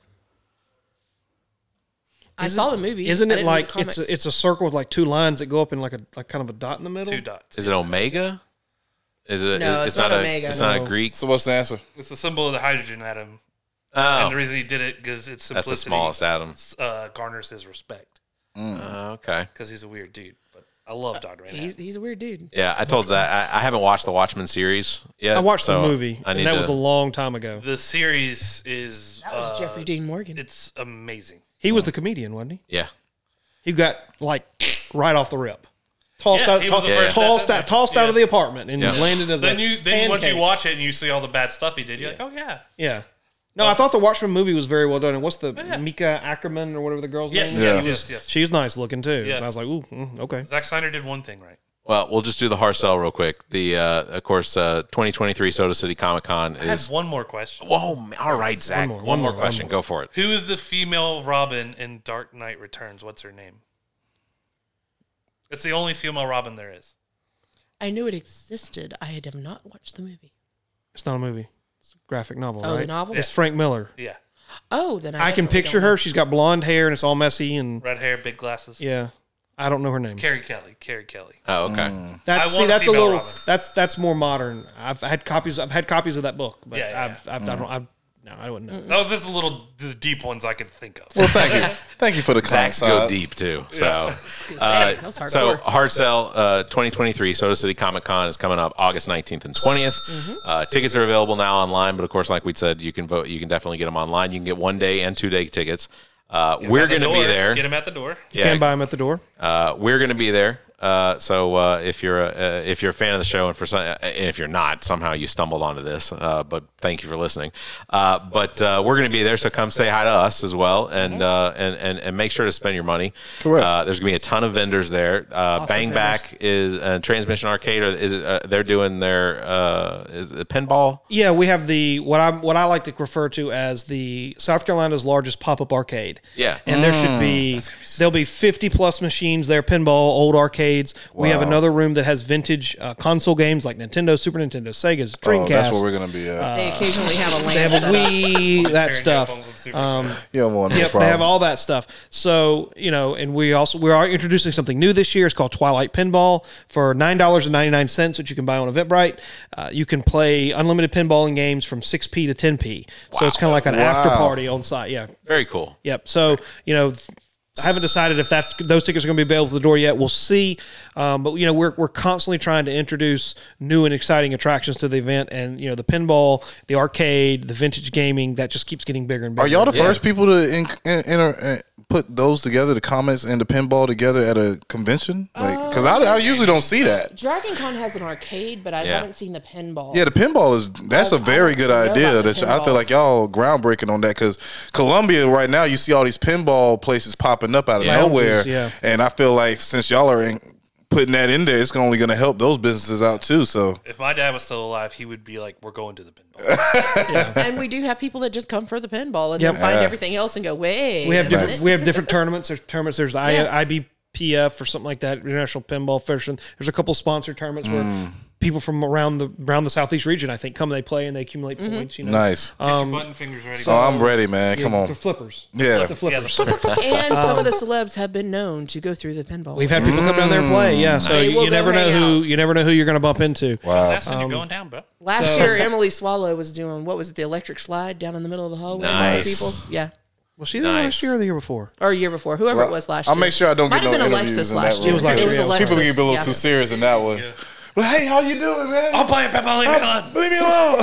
[SPEAKER 5] I saw the movie.
[SPEAKER 2] Isn't
[SPEAKER 5] I
[SPEAKER 2] it
[SPEAKER 5] didn't read
[SPEAKER 2] like
[SPEAKER 5] the
[SPEAKER 2] it's a,
[SPEAKER 5] comics.
[SPEAKER 2] it's a circle with like two lines that go up in like a like kind of a dot in the middle?
[SPEAKER 7] Two dots.
[SPEAKER 1] is it Omega? Is it?
[SPEAKER 5] No, it's not
[SPEAKER 1] a,
[SPEAKER 5] Omega.
[SPEAKER 1] It's not a
[SPEAKER 2] No.
[SPEAKER 1] Greek.
[SPEAKER 4] So what's the answer?
[SPEAKER 7] It's the symbol of the hydrogen atom, and the
[SPEAKER 1] Oh,
[SPEAKER 7] reason he did it because it's
[SPEAKER 1] that's
[SPEAKER 7] simplicity.
[SPEAKER 1] the smallest atom.
[SPEAKER 7] Uh, garners his respect
[SPEAKER 1] Uh, okay.
[SPEAKER 7] because he's a weird dude. But I love Doctor Manhattan.
[SPEAKER 5] He's, he's a weird dude.
[SPEAKER 1] Yeah, I told Zach I, I haven't watched the Watchmen series yet.
[SPEAKER 2] I watched
[SPEAKER 1] so
[SPEAKER 2] the movie,
[SPEAKER 1] I need
[SPEAKER 2] and that
[SPEAKER 1] to,
[SPEAKER 2] was a long time ago.
[SPEAKER 7] the series is
[SPEAKER 5] That was
[SPEAKER 7] uh,
[SPEAKER 5] Jeffrey Dean Morgan.
[SPEAKER 7] It's amazing.
[SPEAKER 2] He was the comedian, wasn't he?
[SPEAKER 1] yeah.
[SPEAKER 2] He got like right off the rip, tossed
[SPEAKER 7] Yeah,
[SPEAKER 2] out,
[SPEAKER 7] he was
[SPEAKER 2] tossed,
[SPEAKER 7] the first-
[SPEAKER 2] tossed, out, tossed out of the apartment, and
[SPEAKER 1] Yeah.
[SPEAKER 2] landed as
[SPEAKER 7] Then
[SPEAKER 2] a
[SPEAKER 7] you then once you
[SPEAKER 2] pancake.
[SPEAKER 7] watch it and you see all the bad stuff he did, you're like, oh yeah,
[SPEAKER 2] Yeah. No, I thought the Watchmen movie was very well done. And what's the
[SPEAKER 7] Oh. yeah.
[SPEAKER 2] Mika Ackerman or whatever the girl's
[SPEAKER 7] yes,
[SPEAKER 2] name?
[SPEAKER 4] Yeah.
[SPEAKER 7] yes, yes, yes.
[SPEAKER 2] She's nice looking too.
[SPEAKER 7] Yeah.
[SPEAKER 2] So I was like, ooh, mm, okay.
[SPEAKER 7] Zack Snyder did one thing right.
[SPEAKER 1] Well, we'll just do the hard sell real quick. The uh, of course, uh, 2023 Soda City Comic Con
[SPEAKER 7] I had
[SPEAKER 1] is.
[SPEAKER 7] one more question.
[SPEAKER 1] Whoa! man, All right, Zach. One more,
[SPEAKER 2] more, one more, one
[SPEAKER 1] question.
[SPEAKER 2] more.
[SPEAKER 1] Go for it.
[SPEAKER 7] Who is the female Robin in Dark Knight Returns? What's her name? It's the only female Robin there is.
[SPEAKER 5] I knew it existed. I had not watched the movie.
[SPEAKER 2] It's not a movie. It's a graphic novel,
[SPEAKER 5] Oh, the
[SPEAKER 2] right?
[SPEAKER 5] novel?
[SPEAKER 2] It's Frank Miller.
[SPEAKER 7] Yeah,
[SPEAKER 5] Oh, then I,
[SPEAKER 2] I can
[SPEAKER 5] definitely
[SPEAKER 2] picture
[SPEAKER 5] don't know.
[SPEAKER 2] her. She's got blonde hair and it's all messy and
[SPEAKER 7] red hair, big glasses.
[SPEAKER 2] yeah. I don't know her name.
[SPEAKER 7] Carrie Kelly. Carrie Kelly.
[SPEAKER 1] Oh, okay.
[SPEAKER 7] I
[SPEAKER 2] That,
[SPEAKER 7] want
[SPEAKER 2] see,
[SPEAKER 7] a
[SPEAKER 2] that's a
[SPEAKER 7] female
[SPEAKER 2] little
[SPEAKER 7] Robin.
[SPEAKER 2] that's that's more modern. I've had copies. I've had copies of that book, but
[SPEAKER 7] Yeah, yeah,
[SPEAKER 2] I've, I've I don't I've, no, I wouldn't know.
[SPEAKER 7] That was just a little the deep ones I could think of.
[SPEAKER 4] Well, thank you, thank you for the
[SPEAKER 1] Zach's
[SPEAKER 4] Zach's
[SPEAKER 2] Uh,
[SPEAKER 1] go deep too. So, uh,
[SPEAKER 5] That was hardcore.
[SPEAKER 1] so hard sell uh, 2023 Soda City Comic Con is coming up August 19th and 20th. Uh, tickets are available now online, but of course, like we said, you can vote. You can definitely get them online. You can get one day and two day tickets. Uh, we're
[SPEAKER 7] At the
[SPEAKER 1] going to be
[SPEAKER 7] door,
[SPEAKER 1] there.
[SPEAKER 7] Get him at the door.
[SPEAKER 2] You can buy them at the door.
[SPEAKER 1] Uh, we're going to be there. Uh, so uh, if you're a, uh, if you're a fan of the show, and for some, uh, and if you're not, somehow you stumbled onto this. Uh, but thank you for listening. Uh, but uh, we're going to be there, so come say hi to us as well, and uh, and, and and make sure to spend your money.
[SPEAKER 4] Correct.
[SPEAKER 1] Uh, there's going to be a ton of vendors there. Uh, Bang Back is uh, Transmission Arcade. Or is it, uh, they're doing their uh, is it pinball?
[SPEAKER 2] Yeah, we have the what I what I like to refer to as the South Carolina's largest pop up arcade.
[SPEAKER 1] Yeah.
[SPEAKER 2] and there should
[SPEAKER 7] Mm.
[SPEAKER 2] be there'll be fifty plus machines there, pinball, old arcades. We have another room that has vintage uh, console games like Nintendo, Super Nintendo, Sega's, Dreamcast.
[SPEAKER 4] Oh, that's where we're gonna be at.
[SPEAKER 2] Uh,
[SPEAKER 5] They occasionally have a
[SPEAKER 2] they have
[SPEAKER 5] land.
[SPEAKER 2] a Wii, that
[SPEAKER 7] Phones with
[SPEAKER 2] stuff.
[SPEAKER 7] super-
[SPEAKER 4] you don't want no
[SPEAKER 2] Yep, they
[SPEAKER 4] problems.
[SPEAKER 2] have all that stuff. So you know, and we also we are introducing something new this year. It's called Twilight Pinball for nine dollars and ninety nine cents, which you can buy on Eventbrite. Uh, you can play unlimited pinballing games from six p to ten p. So it's kind of like an after party on site. Yeah,
[SPEAKER 1] Very cool.
[SPEAKER 2] Yep. So you know, th- I haven't decided if that's those tickets are going to be available at the door yet. We'll see. Um, but you know, we're we're constantly trying to introduce new and exciting attractions to the event, and you know, the pinball, the arcade, the vintage gaming that just keeps getting bigger and bigger.
[SPEAKER 4] Are y'all the first people to in, in, enter- uh, put those together, the comments and the pinball together at a convention? Like, because I, I usually don't see that.
[SPEAKER 5] Dragon Con has an arcade, but I
[SPEAKER 1] Yeah.
[SPEAKER 5] haven't seen the pinball.
[SPEAKER 4] Yeah, the pinball is that's a very good
[SPEAKER 5] I know
[SPEAKER 4] idea.
[SPEAKER 5] about the
[SPEAKER 4] That I feel
[SPEAKER 5] pinball.
[SPEAKER 4] like y'all groundbreaking on that because Columbia right now you see all these pinball places popping up out of nowhere,
[SPEAKER 2] yeah.
[SPEAKER 4] and I feel like since y'all are in, putting that in there, it's only going to help those businesses out too. So
[SPEAKER 7] If my dad was still alive, he would be like, "We're going to the pinball."
[SPEAKER 5] and we do have people that just come for the pinball and
[SPEAKER 2] Yep.
[SPEAKER 5] then find everything else and go, wait.
[SPEAKER 2] we have
[SPEAKER 5] a
[SPEAKER 2] different
[SPEAKER 5] minute."
[SPEAKER 2] we have different tournaments. There's tournaments. There's I,
[SPEAKER 5] Yeah.
[SPEAKER 2] IBPF or something like that, International Pinball Federation. There's a couple sponsored tournaments
[SPEAKER 4] Mm.
[SPEAKER 2] where people from around the around the southeast region, I think, come they play and they accumulate points. You know,
[SPEAKER 4] nice.
[SPEAKER 7] Get your button fingers ready.
[SPEAKER 4] oh, I'm ready, man. Come
[SPEAKER 2] for
[SPEAKER 4] on.
[SPEAKER 2] flippers.
[SPEAKER 4] Yeah.
[SPEAKER 2] The flippers.
[SPEAKER 5] And some
[SPEAKER 4] Um,
[SPEAKER 5] of the celebs have been known to go through the pinball.
[SPEAKER 2] We've had people come down there and play. Yeah, so
[SPEAKER 5] They will
[SPEAKER 2] you
[SPEAKER 5] go
[SPEAKER 2] never know
[SPEAKER 5] hang
[SPEAKER 2] who you never know who you're going to bump into.
[SPEAKER 4] Mm. Wow.
[SPEAKER 7] That's when you're going down, bro.
[SPEAKER 5] Last year, Emily Swallow was doing what was it, the electric slide down in the middle of the hallway? with some
[SPEAKER 1] Nice.
[SPEAKER 5] people's- yeah,
[SPEAKER 2] Was she there last year or the year before?
[SPEAKER 5] or a year before, whoever it was last
[SPEAKER 4] I'll
[SPEAKER 5] year.
[SPEAKER 4] make sure I don't
[SPEAKER 5] Might
[SPEAKER 4] get no
[SPEAKER 5] have been
[SPEAKER 4] interviews
[SPEAKER 5] Alexis
[SPEAKER 4] in
[SPEAKER 5] last
[SPEAKER 4] that
[SPEAKER 5] year.
[SPEAKER 4] one.
[SPEAKER 2] was Alexis,
[SPEAKER 5] It was
[SPEAKER 2] yeah.
[SPEAKER 5] Alexis.
[SPEAKER 4] People get a little
[SPEAKER 5] yeah.
[SPEAKER 4] too serious in that one. But hey, how you doing, man?
[SPEAKER 7] I'm playing pinball. Leave me alone.
[SPEAKER 4] Leave me alone.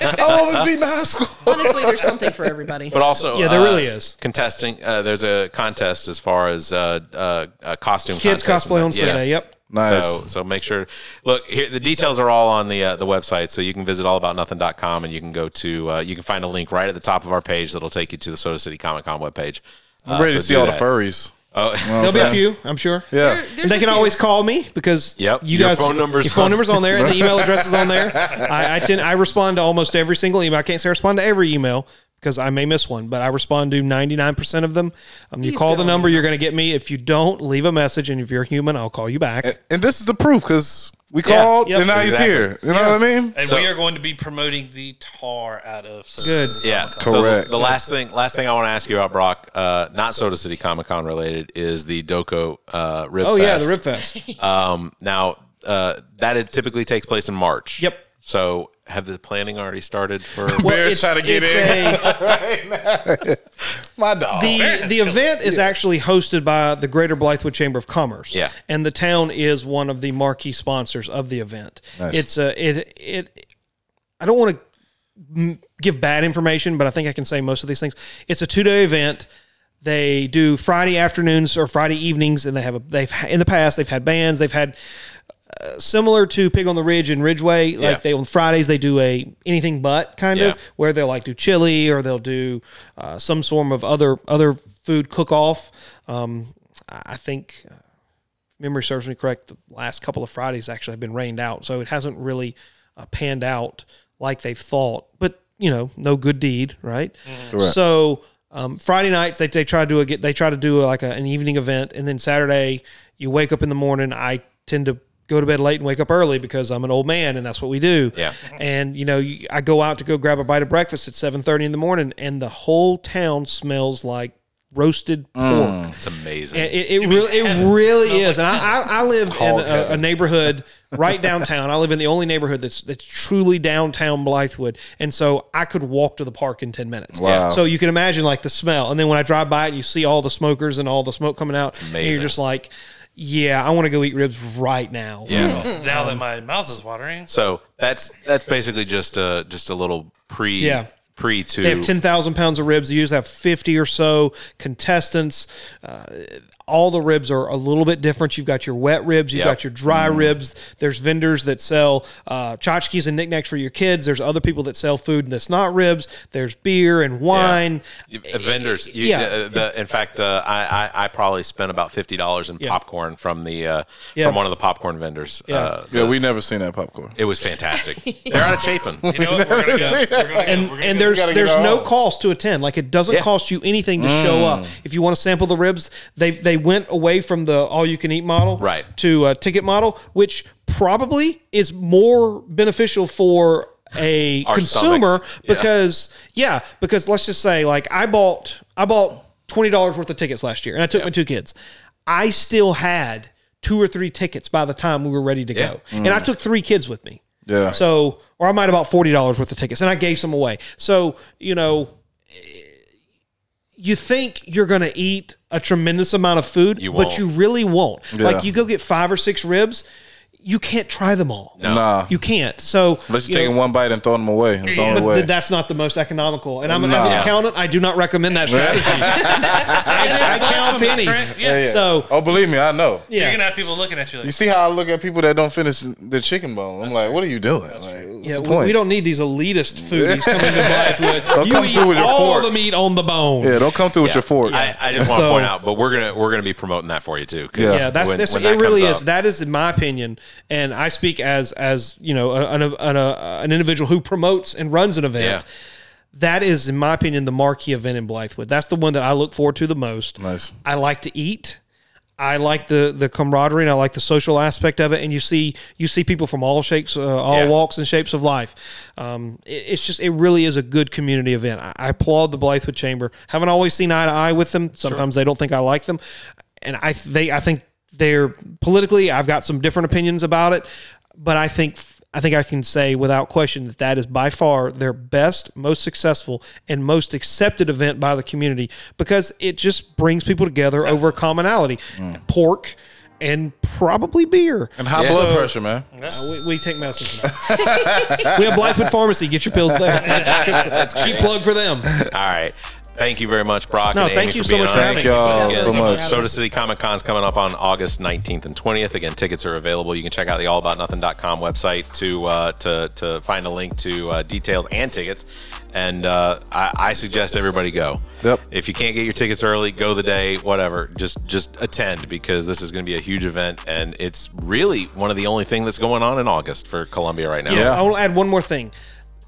[SPEAKER 4] I always beat in high school.
[SPEAKER 5] Honestly, there's something for everybody.
[SPEAKER 1] But also,
[SPEAKER 2] Yeah, there
[SPEAKER 1] uh,
[SPEAKER 2] really is.
[SPEAKER 1] contesting. Uh, there's a contest as far as uh, uh, uh, costume.
[SPEAKER 2] Kids
[SPEAKER 1] contest and
[SPEAKER 2] cosplay on
[SPEAKER 1] that. Yeah.
[SPEAKER 2] Sunday. Yep.
[SPEAKER 4] Nice.
[SPEAKER 1] So, so make sure. Look, here, the details are all on the uh, the website, so you can visit allaboutnothing.com and you can go to uh, you can find a link right at the top of our page that'll take you to the Soda City Comic Con webpage.
[SPEAKER 4] I'm ready
[SPEAKER 1] so
[SPEAKER 4] to see
[SPEAKER 1] do
[SPEAKER 4] all
[SPEAKER 1] that.
[SPEAKER 4] the furries.
[SPEAKER 1] Oh,
[SPEAKER 2] There'll be a few, I'm sure.
[SPEAKER 4] Yeah.
[SPEAKER 5] There- there's
[SPEAKER 2] And they
[SPEAKER 5] a
[SPEAKER 2] can
[SPEAKER 5] few.
[SPEAKER 2] always call me because
[SPEAKER 1] Yep,
[SPEAKER 2] you
[SPEAKER 1] your
[SPEAKER 2] guys
[SPEAKER 1] phone number's
[SPEAKER 2] your phone
[SPEAKER 1] on-
[SPEAKER 2] number's on there and the email address is on there. I, I tend I respond to almost every single email. I can't say I respond to every email because I may miss one, but I respond to 99% of them. Um, you
[SPEAKER 5] Please
[SPEAKER 2] call the
[SPEAKER 5] don't.
[SPEAKER 2] number, you're going to get me. If you don't, leave a message, and if you're human, I'll call you back.
[SPEAKER 4] And this is the proof because we called
[SPEAKER 2] yep.
[SPEAKER 4] and now
[SPEAKER 1] Exactly.
[SPEAKER 4] he's here. You know what I mean?
[SPEAKER 7] And
[SPEAKER 1] So-
[SPEAKER 7] we are going to be promoting the tar out of Soda
[SPEAKER 2] Good.
[SPEAKER 7] City.
[SPEAKER 1] Yeah,
[SPEAKER 4] Correct.
[SPEAKER 1] So the last thing, last thing I want to ask you about, Brock, uh, not Soda City Comic Con related, is the Doko uh, Rib
[SPEAKER 2] Oh yeah,
[SPEAKER 1] Fest.
[SPEAKER 2] the Rib Fest.
[SPEAKER 1] Um, now uh, that it typically takes place in March.
[SPEAKER 2] Yep.
[SPEAKER 1] So have the planning already started for?
[SPEAKER 4] Bears trying to get
[SPEAKER 2] it's
[SPEAKER 4] in.
[SPEAKER 2] a-
[SPEAKER 4] My dog.
[SPEAKER 2] the, the event is actually hosted by the Greater Blythewood Chamber of Commerce.
[SPEAKER 1] Yeah.
[SPEAKER 2] And the town is one of the marquee sponsors of the event. It's a it it I don't want to give bad information, but I think I can say most of these things. It's a two-day event. They do Friday afternoons or Friday evenings and they have a they've in the past they've had bands, they've had uh, similar to Pig on the Ridge in Ridgeway. Like
[SPEAKER 1] Yeah.
[SPEAKER 2] they on Fridays they do a anything but kind
[SPEAKER 1] Yeah.
[SPEAKER 2] of where they'll like do chili or they'll do uh, some form of other other food cook off. Um, I I think. Uh, if Memory serves me correct. The last couple of Fridays actually have been rained out, so it hasn't really uh, panned out like they've thought. But you know, no good deed, right? So um, Friday nights they, they try to do a get they try to do uh, like a, an evening event, and then Saturday you wake up in the morning. I tend to go to bed late and wake up early because I'm an old man and that's what we do.
[SPEAKER 1] Yeah.
[SPEAKER 2] And you know, you, I go out to go grab a bite of breakfast at 7:30 in the morning and the whole town smells like roasted pork.
[SPEAKER 1] It's amazing.
[SPEAKER 2] And it, it really, it really is. And I, I, I live in a, a neighborhood right downtown. I live in the only neighborhood that's that's truly downtown Blythewood, and so I could walk to the park in ten minutes.
[SPEAKER 4] Wow.
[SPEAKER 2] So you can imagine like the smell. And then when I drive by it, and you see all the smokers and all the smoke coming out. And
[SPEAKER 1] amazing.
[SPEAKER 2] you're just like, yeah, I want to go eat ribs right now.
[SPEAKER 1] yeah.
[SPEAKER 7] Now that my mouth is watering,
[SPEAKER 1] so that's that's basically just a just a little pre
[SPEAKER 2] Yeah.
[SPEAKER 1] pre to
[SPEAKER 2] They have 10,000 pounds of ribs. They usually have 50 or so contestants. Uh, all the ribs are a little bit different. You've got your wet ribs, you've
[SPEAKER 1] Yep. Mm-hmm.
[SPEAKER 2] got your dry ribs. There's vendors that sell uh, tchotchkes and knickknacks for your kids. There's other people that sell food that's not ribs. There's beer and wine.
[SPEAKER 1] Uh, vendors. You,
[SPEAKER 2] Yeah.
[SPEAKER 1] uh, the, in fact, uh, I, I I probably spent about fifty dollars in popcorn from the uh,
[SPEAKER 2] Yeah.
[SPEAKER 1] from one of the popcorn vendors.
[SPEAKER 2] Yeah.
[SPEAKER 1] Uh,
[SPEAKER 4] Yeah, we never seen that popcorn.
[SPEAKER 1] it was fantastic. They're out of Chapin.
[SPEAKER 7] you know what? We're gonna go. We're gonna go.
[SPEAKER 2] And,
[SPEAKER 7] We're gonna
[SPEAKER 2] and
[SPEAKER 7] go.
[SPEAKER 2] there's
[SPEAKER 4] gotta get
[SPEAKER 2] there's
[SPEAKER 4] our
[SPEAKER 2] no
[SPEAKER 4] own.
[SPEAKER 2] cost to attend. Like it doesn't cost you anything to show up. If you want to sample the ribs, they they went away from the all you can eat model
[SPEAKER 1] Right.
[SPEAKER 2] to a ticket model, which probably is more beneficial for a
[SPEAKER 1] Our
[SPEAKER 2] consumer
[SPEAKER 1] stomachs. Yeah.
[SPEAKER 2] because yeah. because let's just say like I bought I bought twenty dollars worth of tickets last year and I took my two kids. I still had two or three tickets by the time we were ready to go, and I took three kids with me.
[SPEAKER 4] Yeah.
[SPEAKER 2] So, or I might have bought forty dollars worth of tickets, and I gave some away. So, you know, you think you're going to eat a tremendous amount of food,
[SPEAKER 1] won't.
[SPEAKER 2] but you really won't.
[SPEAKER 4] Yeah.
[SPEAKER 2] Like you go get five or six ribs, you can't try them all.
[SPEAKER 4] Nah.
[SPEAKER 2] You can't. So
[SPEAKER 4] Unless
[SPEAKER 2] you
[SPEAKER 4] you're taking
[SPEAKER 2] know,
[SPEAKER 4] one bite and throwing them away. It's the only
[SPEAKER 2] but
[SPEAKER 4] way.
[SPEAKER 2] th- that's not the most economical. And I'm as an
[SPEAKER 4] Nah.
[SPEAKER 2] accountant, I do not recommend that strategy. I, I count
[SPEAKER 7] From the
[SPEAKER 2] pennies.
[SPEAKER 7] strength- Yeah.
[SPEAKER 4] Yeah.
[SPEAKER 2] So
[SPEAKER 4] oh, believe me, I know.
[SPEAKER 7] You're
[SPEAKER 2] yeah.
[SPEAKER 7] gonna have people looking at you like,
[SPEAKER 4] You see how I look at people that don't finish the chicken bone? I'm like, what are you doing? Like, what's
[SPEAKER 2] Yeah,
[SPEAKER 4] the
[SPEAKER 2] we,
[SPEAKER 4] point?
[SPEAKER 2] we don't need these elitist foodies coming to Blythewood. You
[SPEAKER 4] come
[SPEAKER 2] eat
[SPEAKER 4] through with your
[SPEAKER 2] all the
[SPEAKER 4] forks.
[SPEAKER 2] meat on the bone.
[SPEAKER 4] yeah, don't come through with your forks.
[SPEAKER 1] I, I just want to
[SPEAKER 2] So-
[SPEAKER 1] point out, but we're gonna we're gonna be promoting that for you too. 'cause
[SPEAKER 4] Yeah.
[SPEAKER 2] yeah that's
[SPEAKER 1] when-
[SPEAKER 2] this
[SPEAKER 1] when
[SPEAKER 2] it
[SPEAKER 1] that
[SPEAKER 2] really
[SPEAKER 1] comes
[SPEAKER 2] is
[SPEAKER 1] up-
[SPEAKER 2] that is in my opinion and i speak as as you know a- an, an, a, an individual who promotes and runs an event
[SPEAKER 1] Yeah.
[SPEAKER 2] that is in my opinion the marquee event in blythewood that's the one that i look forward to the most
[SPEAKER 4] Nice.
[SPEAKER 2] i like to eat I like the the camaraderie and I like the social aspect of it, and you see you see people from all shapes, uh, all
[SPEAKER 1] Yeah.
[SPEAKER 2] walks and shapes of life. Um, it- it's just it really is a good community event. I, I applaud the Blythewood Chamber. Haven't always seen eye to eye with them. Sometimes they don't think I like them, and I th- they I think they're politically. I've got some different opinions about it, but I think. I think I can say without question that that is by far their best, most successful, and most accepted event by the community because it just brings people together over a commonality pork and probably beer.
[SPEAKER 4] and high blood pressure, man.
[SPEAKER 2] Uh, we, we take medicine. for that. we have Blythewood Pharmacy. Get your pills there. Cheap plug for them.
[SPEAKER 1] All right. Thank you very much, Brock.
[SPEAKER 2] No,
[SPEAKER 1] and
[SPEAKER 2] thank
[SPEAKER 1] Amy
[SPEAKER 2] you
[SPEAKER 1] for
[SPEAKER 2] so
[SPEAKER 1] being
[SPEAKER 2] much
[SPEAKER 1] on.
[SPEAKER 2] for
[SPEAKER 4] Thank y'all
[SPEAKER 5] Yeah,
[SPEAKER 4] so
[SPEAKER 5] thank you.
[SPEAKER 4] much.
[SPEAKER 1] Soda City Comic Con's coming up on August 19th and 20th. Again, tickets are available. You can check out the allaboutnothing.com website to uh, to to find a link to uh, details and tickets. And uh, I, I suggest everybody go.
[SPEAKER 4] Yep.
[SPEAKER 1] If you can't get your tickets early, go the day, whatever. Just just attend because this is going to be a huge event, and it's really one of the only thing that's going on in August for Columbia right now.
[SPEAKER 2] I will add one more thing.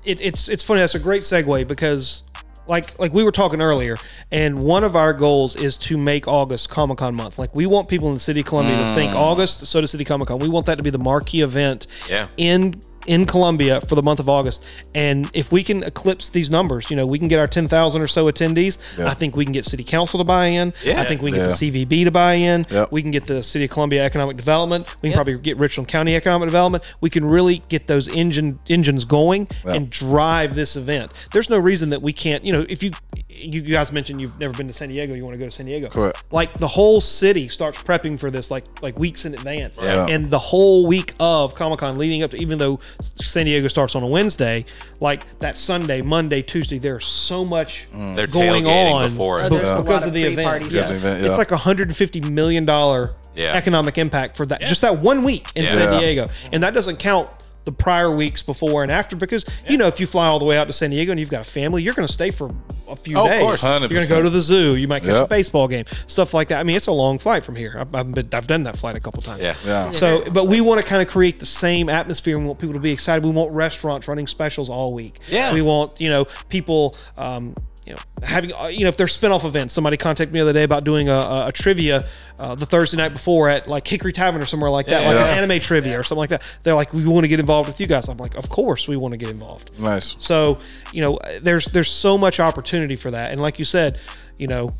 [SPEAKER 2] It, it's it's funny. That's a great segue because, like like we were talking earlier, and one of our goals is to make August Comic Con month. Like we want people in the city of Columbia to
[SPEAKER 1] Mm.
[SPEAKER 2] think August Soda City Comic Con. We want that to be the marquee event.
[SPEAKER 1] Yeah.
[SPEAKER 2] In in Columbia for the month of August, and if we can eclipse these numbers, you know, we can get our ten thousand or so attendees. I think we can get City Council to buy in.
[SPEAKER 1] Yeah.
[SPEAKER 2] I think we can
[SPEAKER 4] Yeah.
[SPEAKER 2] get the CVB to buy in.
[SPEAKER 4] Yep.
[SPEAKER 2] We can get the City of Columbia Economic Development. We can probably get Richland County Economic Development. We can really get those engine engines going and drive this event. There's no reason that we can't. You know, if you you guys mentioned you've never been to San Diego, you want to go to San Diego.
[SPEAKER 4] Correct.
[SPEAKER 2] Like the whole city starts prepping for this, like like weeks in advance,
[SPEAKER 4] Yeah.
[SPEAKER 2] and the whole week of Comic Con leading up to. Even though San Diego starts on a Wednesday, like that Sunday, Monday, Tuesday, there's so much
[SPEAKER 1] They're
[SPEAKER 2] going
[SPEAKER 1] tailgating
[SPEAKER 2] on
[SPEAKER 1] before it.
[SPEAKER 5] Oh, there's a lot
[SPEAKER 2] because
[SPEAKER 5] of
[SPEAKER 2] of the
[SPEAKER 5] pre-party
[SPEAKER 2] event.
[SPEAKER 5] stuff. Yeah,
[SPEAKER 4] the event, Mm. yeah.
[SPEAKER 2] It's like a hundred and fifty million dollar
[SPEAKER 1] Yeah.
[SPEAKER 2] economic impact for that just that one week in
[SPEAKER 1] Yeah.
[SPEAKER 4] Yeah.
[SPEAKER 2] San Diego, and that doesn't count the prior weeks before and after because you know if you fly all the way out to San Diego and you've got a family, you're going to stay for a few
[SPEAKER 1] Oh, of
[SPEAKER 2] days.
[SPEAKER 1] course.
[SPEAKER 2] you are going to go to the zoo. You might catch a
[SPEAKER 4] Yep.
[SPEAKER 2] baseball game, stuff like that. I mean, it's a long flight from here. I've, I've, been, I've done that flight a couple times.
[SPEAKER 1] Yeah.
[SPEAKER 4] Yeah.
[SPEAKER 2] So, but we want to kind of create the same atmosphere. We want people to be excited. We want restaurants running specials all week.
[SPEAKER 1] Yeah.
[SPEAKER 2] We want you know people. Um, you know, having uh, you know, if there's spinoff events, somebody contacted me the other day about doing a, a, a trivia uh, the Thursday night before at like Hickory Tavern or somewhere like that, like
[SPEAKER 4] Yeah.
[SPEAKER 2] an anime trivia or something like that. They're like, we want to get involved with you guys. I'm like, of course we want to get involved.
[SPEAKER 4] Nice.
[SPEAKER 2] So, you know, there's there's so much opportunity for that. And like you said, you know,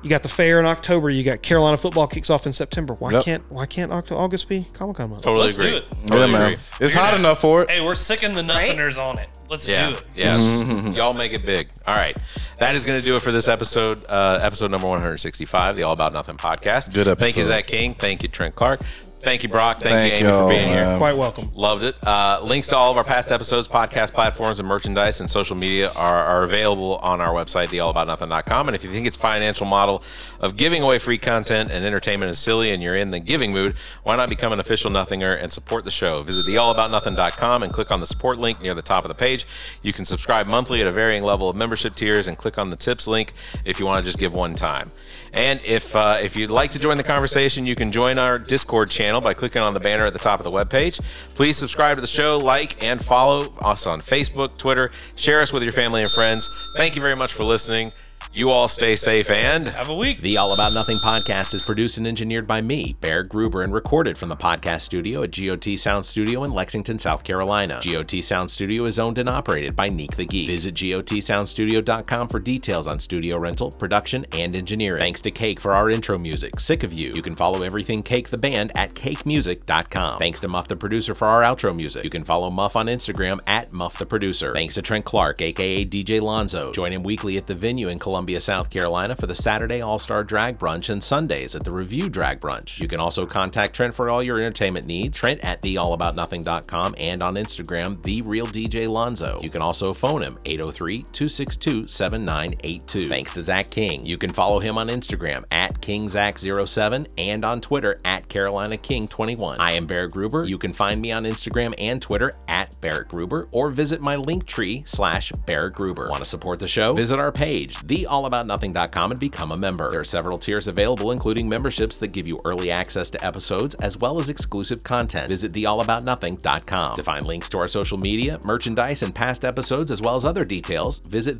[SPEAKER 2] you got the fair in October, you got Carolina football kicks off in September. Why
[SPEAKER 4] Yep.
[SPEAKER 2] can't why can't Oct- August be Comic Con month?
[SPEAKER 1] Totally
[SPEAKER 7] Let's do
[SPEAKER 1] agree.
[SPEAKER 7] it.
[SPEAKER 2] Oh,
[SPEAKER 1] Totally
[SPEAKER 4] yeah, man.
[SPEAKER 1] agree.
[SPEAKER 4] It's hot enough for it.
[SPEAKER 7] Hey, we're sicking the nothingers on it. Let's
[SPEAKER 1] Yeah.
[SPEAKER 7] do it.
[SPEAKER 1] Yes.
[SPEAKER 4] Mm-hmm.
[SPEAKER 1] Y'all make it big. All right. That is going to do it for this episode, uh, episode number 165, the All About Nothing podcast.
[SPEAKER 4] Good
[SPEAKER 1] Thank you,
[SPEAKER 4] episode.
[SPEAKER 1] Zach King. Thank you, Trent Clark. Thank you, Brock. Thank,
[SPEAKER 4] Thank
[SPEAKER 1] you, Amy,
[SPEAKER 4] y'all,
[SPEAKER 1] for being here.
[SPEAKER 4] man.
[SPEAKER 2] Quite welcome.
[SPEAKER 1] Loved it. Uh, links to all of our past episodes, podcast platforms, and merchandise and social media are, are available on our website, theallaboutnothing.com. And if you think its financial model of giving away free content and entertainment is silly and you're in the giving mood, why not become an official nothinger and support the show? Visit theallaboutnothing.com and click on the support link near the top of the page. You can subscribe monthly at a varying level of membership tiers and click on the tips link if you want to just give one time. And if uh, if you'd like to join the conversation, you can join our Discord channel by clicking on the banner at the top of the webpage. Please subscribe to the show, like and follow us on Facebook, Twitter. Share us with your family and friends. Thank you very much for listening. You all stay safe and.
[SPEAKER 7] Have a week.
[SPEAKER 8] The All About Nothing podcast is produced and engineered by me, Bear Gruber, and recorded from the podcast studio at GOT Sound Studio in Lexington, South Carolina. GOT Sound Studio is owned and operated by Neek the Geek. Visit GOTSoundstudio.com for details on studio rental, production, and engineering. Thanks to Cake for our intro music, Sick of You. You can follow everything Cake the Band at cakemusic.com. Thanks to Muff the Producer for our outro music. You can follow Muff on Instagram at Muff the Producer. Thanks to Trent Clark, aka DJ Lonzo. Join him weekly at the venue in Columbia, South Carolina for the Saturday All Star Drag Brunch and Sundays at the Review Drag Brunch. You can also contact Trent for all your entertainment needs. Trent at theallaboutnothing.com and on Instagram, the real DJ Lonzo. You can also phone him 803 262 7982. Thanks to Zach King. You can follow him on Instagram at KingZach07 and on Twitter at Carolina King 21. I am Barrett Gruber. You can find me on Instagram and Twitter at Barrett Gruber or visit my link tree slash Barrett Gruber. Want to support the show? Visit our page, theallaboutnothing.com, and become a member. There are several tiers available, including memberships that give you early access to episodes as well as exclusive content. Visit theallaboutnothing.com. To find links to our social media, merchandise, and past episodes, as well as other details, visit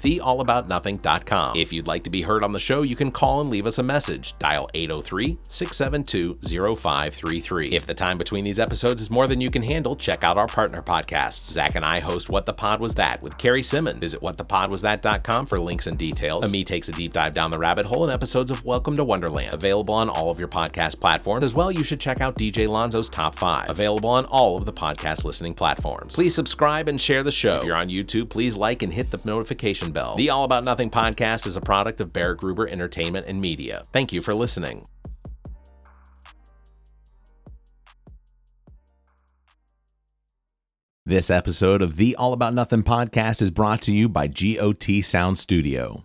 [SPEAKER 8] theallaboutnothing.com. If you'd like to be heard on the show, you can call and leave us a message. Dial 803 672 0533. If the time between these episodes is more than you can handle, check out our partner podcasts. Zach and I host What the Pod Was That with Carrie Simmons. Visit whatthepodwasthat.com for links and details. Ami takes a deep dive down the rabbit hole in episodes of Welcome to Wonderland, available on all of your podcast platforms. As well, you should check out DJ Lonzo's Top 5, available on all of the podcast listening platforms. Please subscribe and share the show. If you're on YouTube, please like and hit the notification bell. The All About Nothing podcast is a product of Bear Gruber Entertainment and Media. Thank you for listening. This episode of the All About Nothing podcast is brought to you by GOT Sound Studio.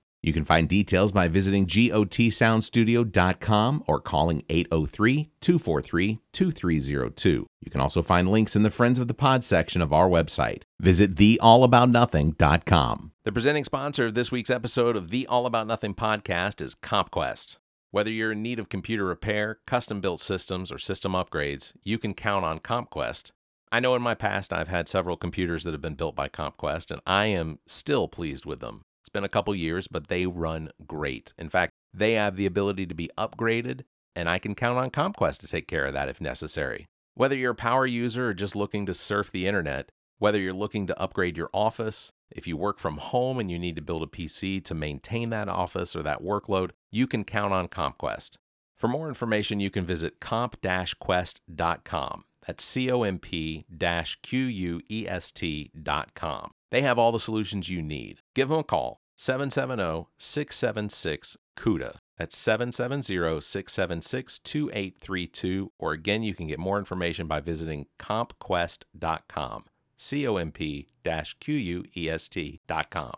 [SPEAKER 8] You can find details by visiting gotsoundstudio.com or calling 803 243 2302. You can also find links in the Friends of the Pod section of our website. Visit theallaboutnothing.com. The presenting sponsor of this week's episode of the All About Nothing podcast is CompQuest. Whether you're in need of computer repair, custom built systems, or system upgrades, you can count on CompQuest. I know in my past I've had several computers that have been built by CompQuest, and I am still pleased with them. It's been a couple years, but they run great. In fact, they have the ability to be upgraded, and I can count on ComQuest to take care of that if necessary. Whether you're a power user or just looking to surf the internet, whether you're looking to upgrade your office, if you work from home and you need to build a PC to maintain that office or that workload, you can count on ComQuest. For more information, you can visit comp-quest.com. That's E C-O-M-P-Q-U-E-S-T.com. They have all the solutions you need. Give them a call, 770-676-CUDA. That's 770-676-2832. Or again, you can get more information by visiting compquest.com, C-O-M-P-Q-U-E-S-T E dot com.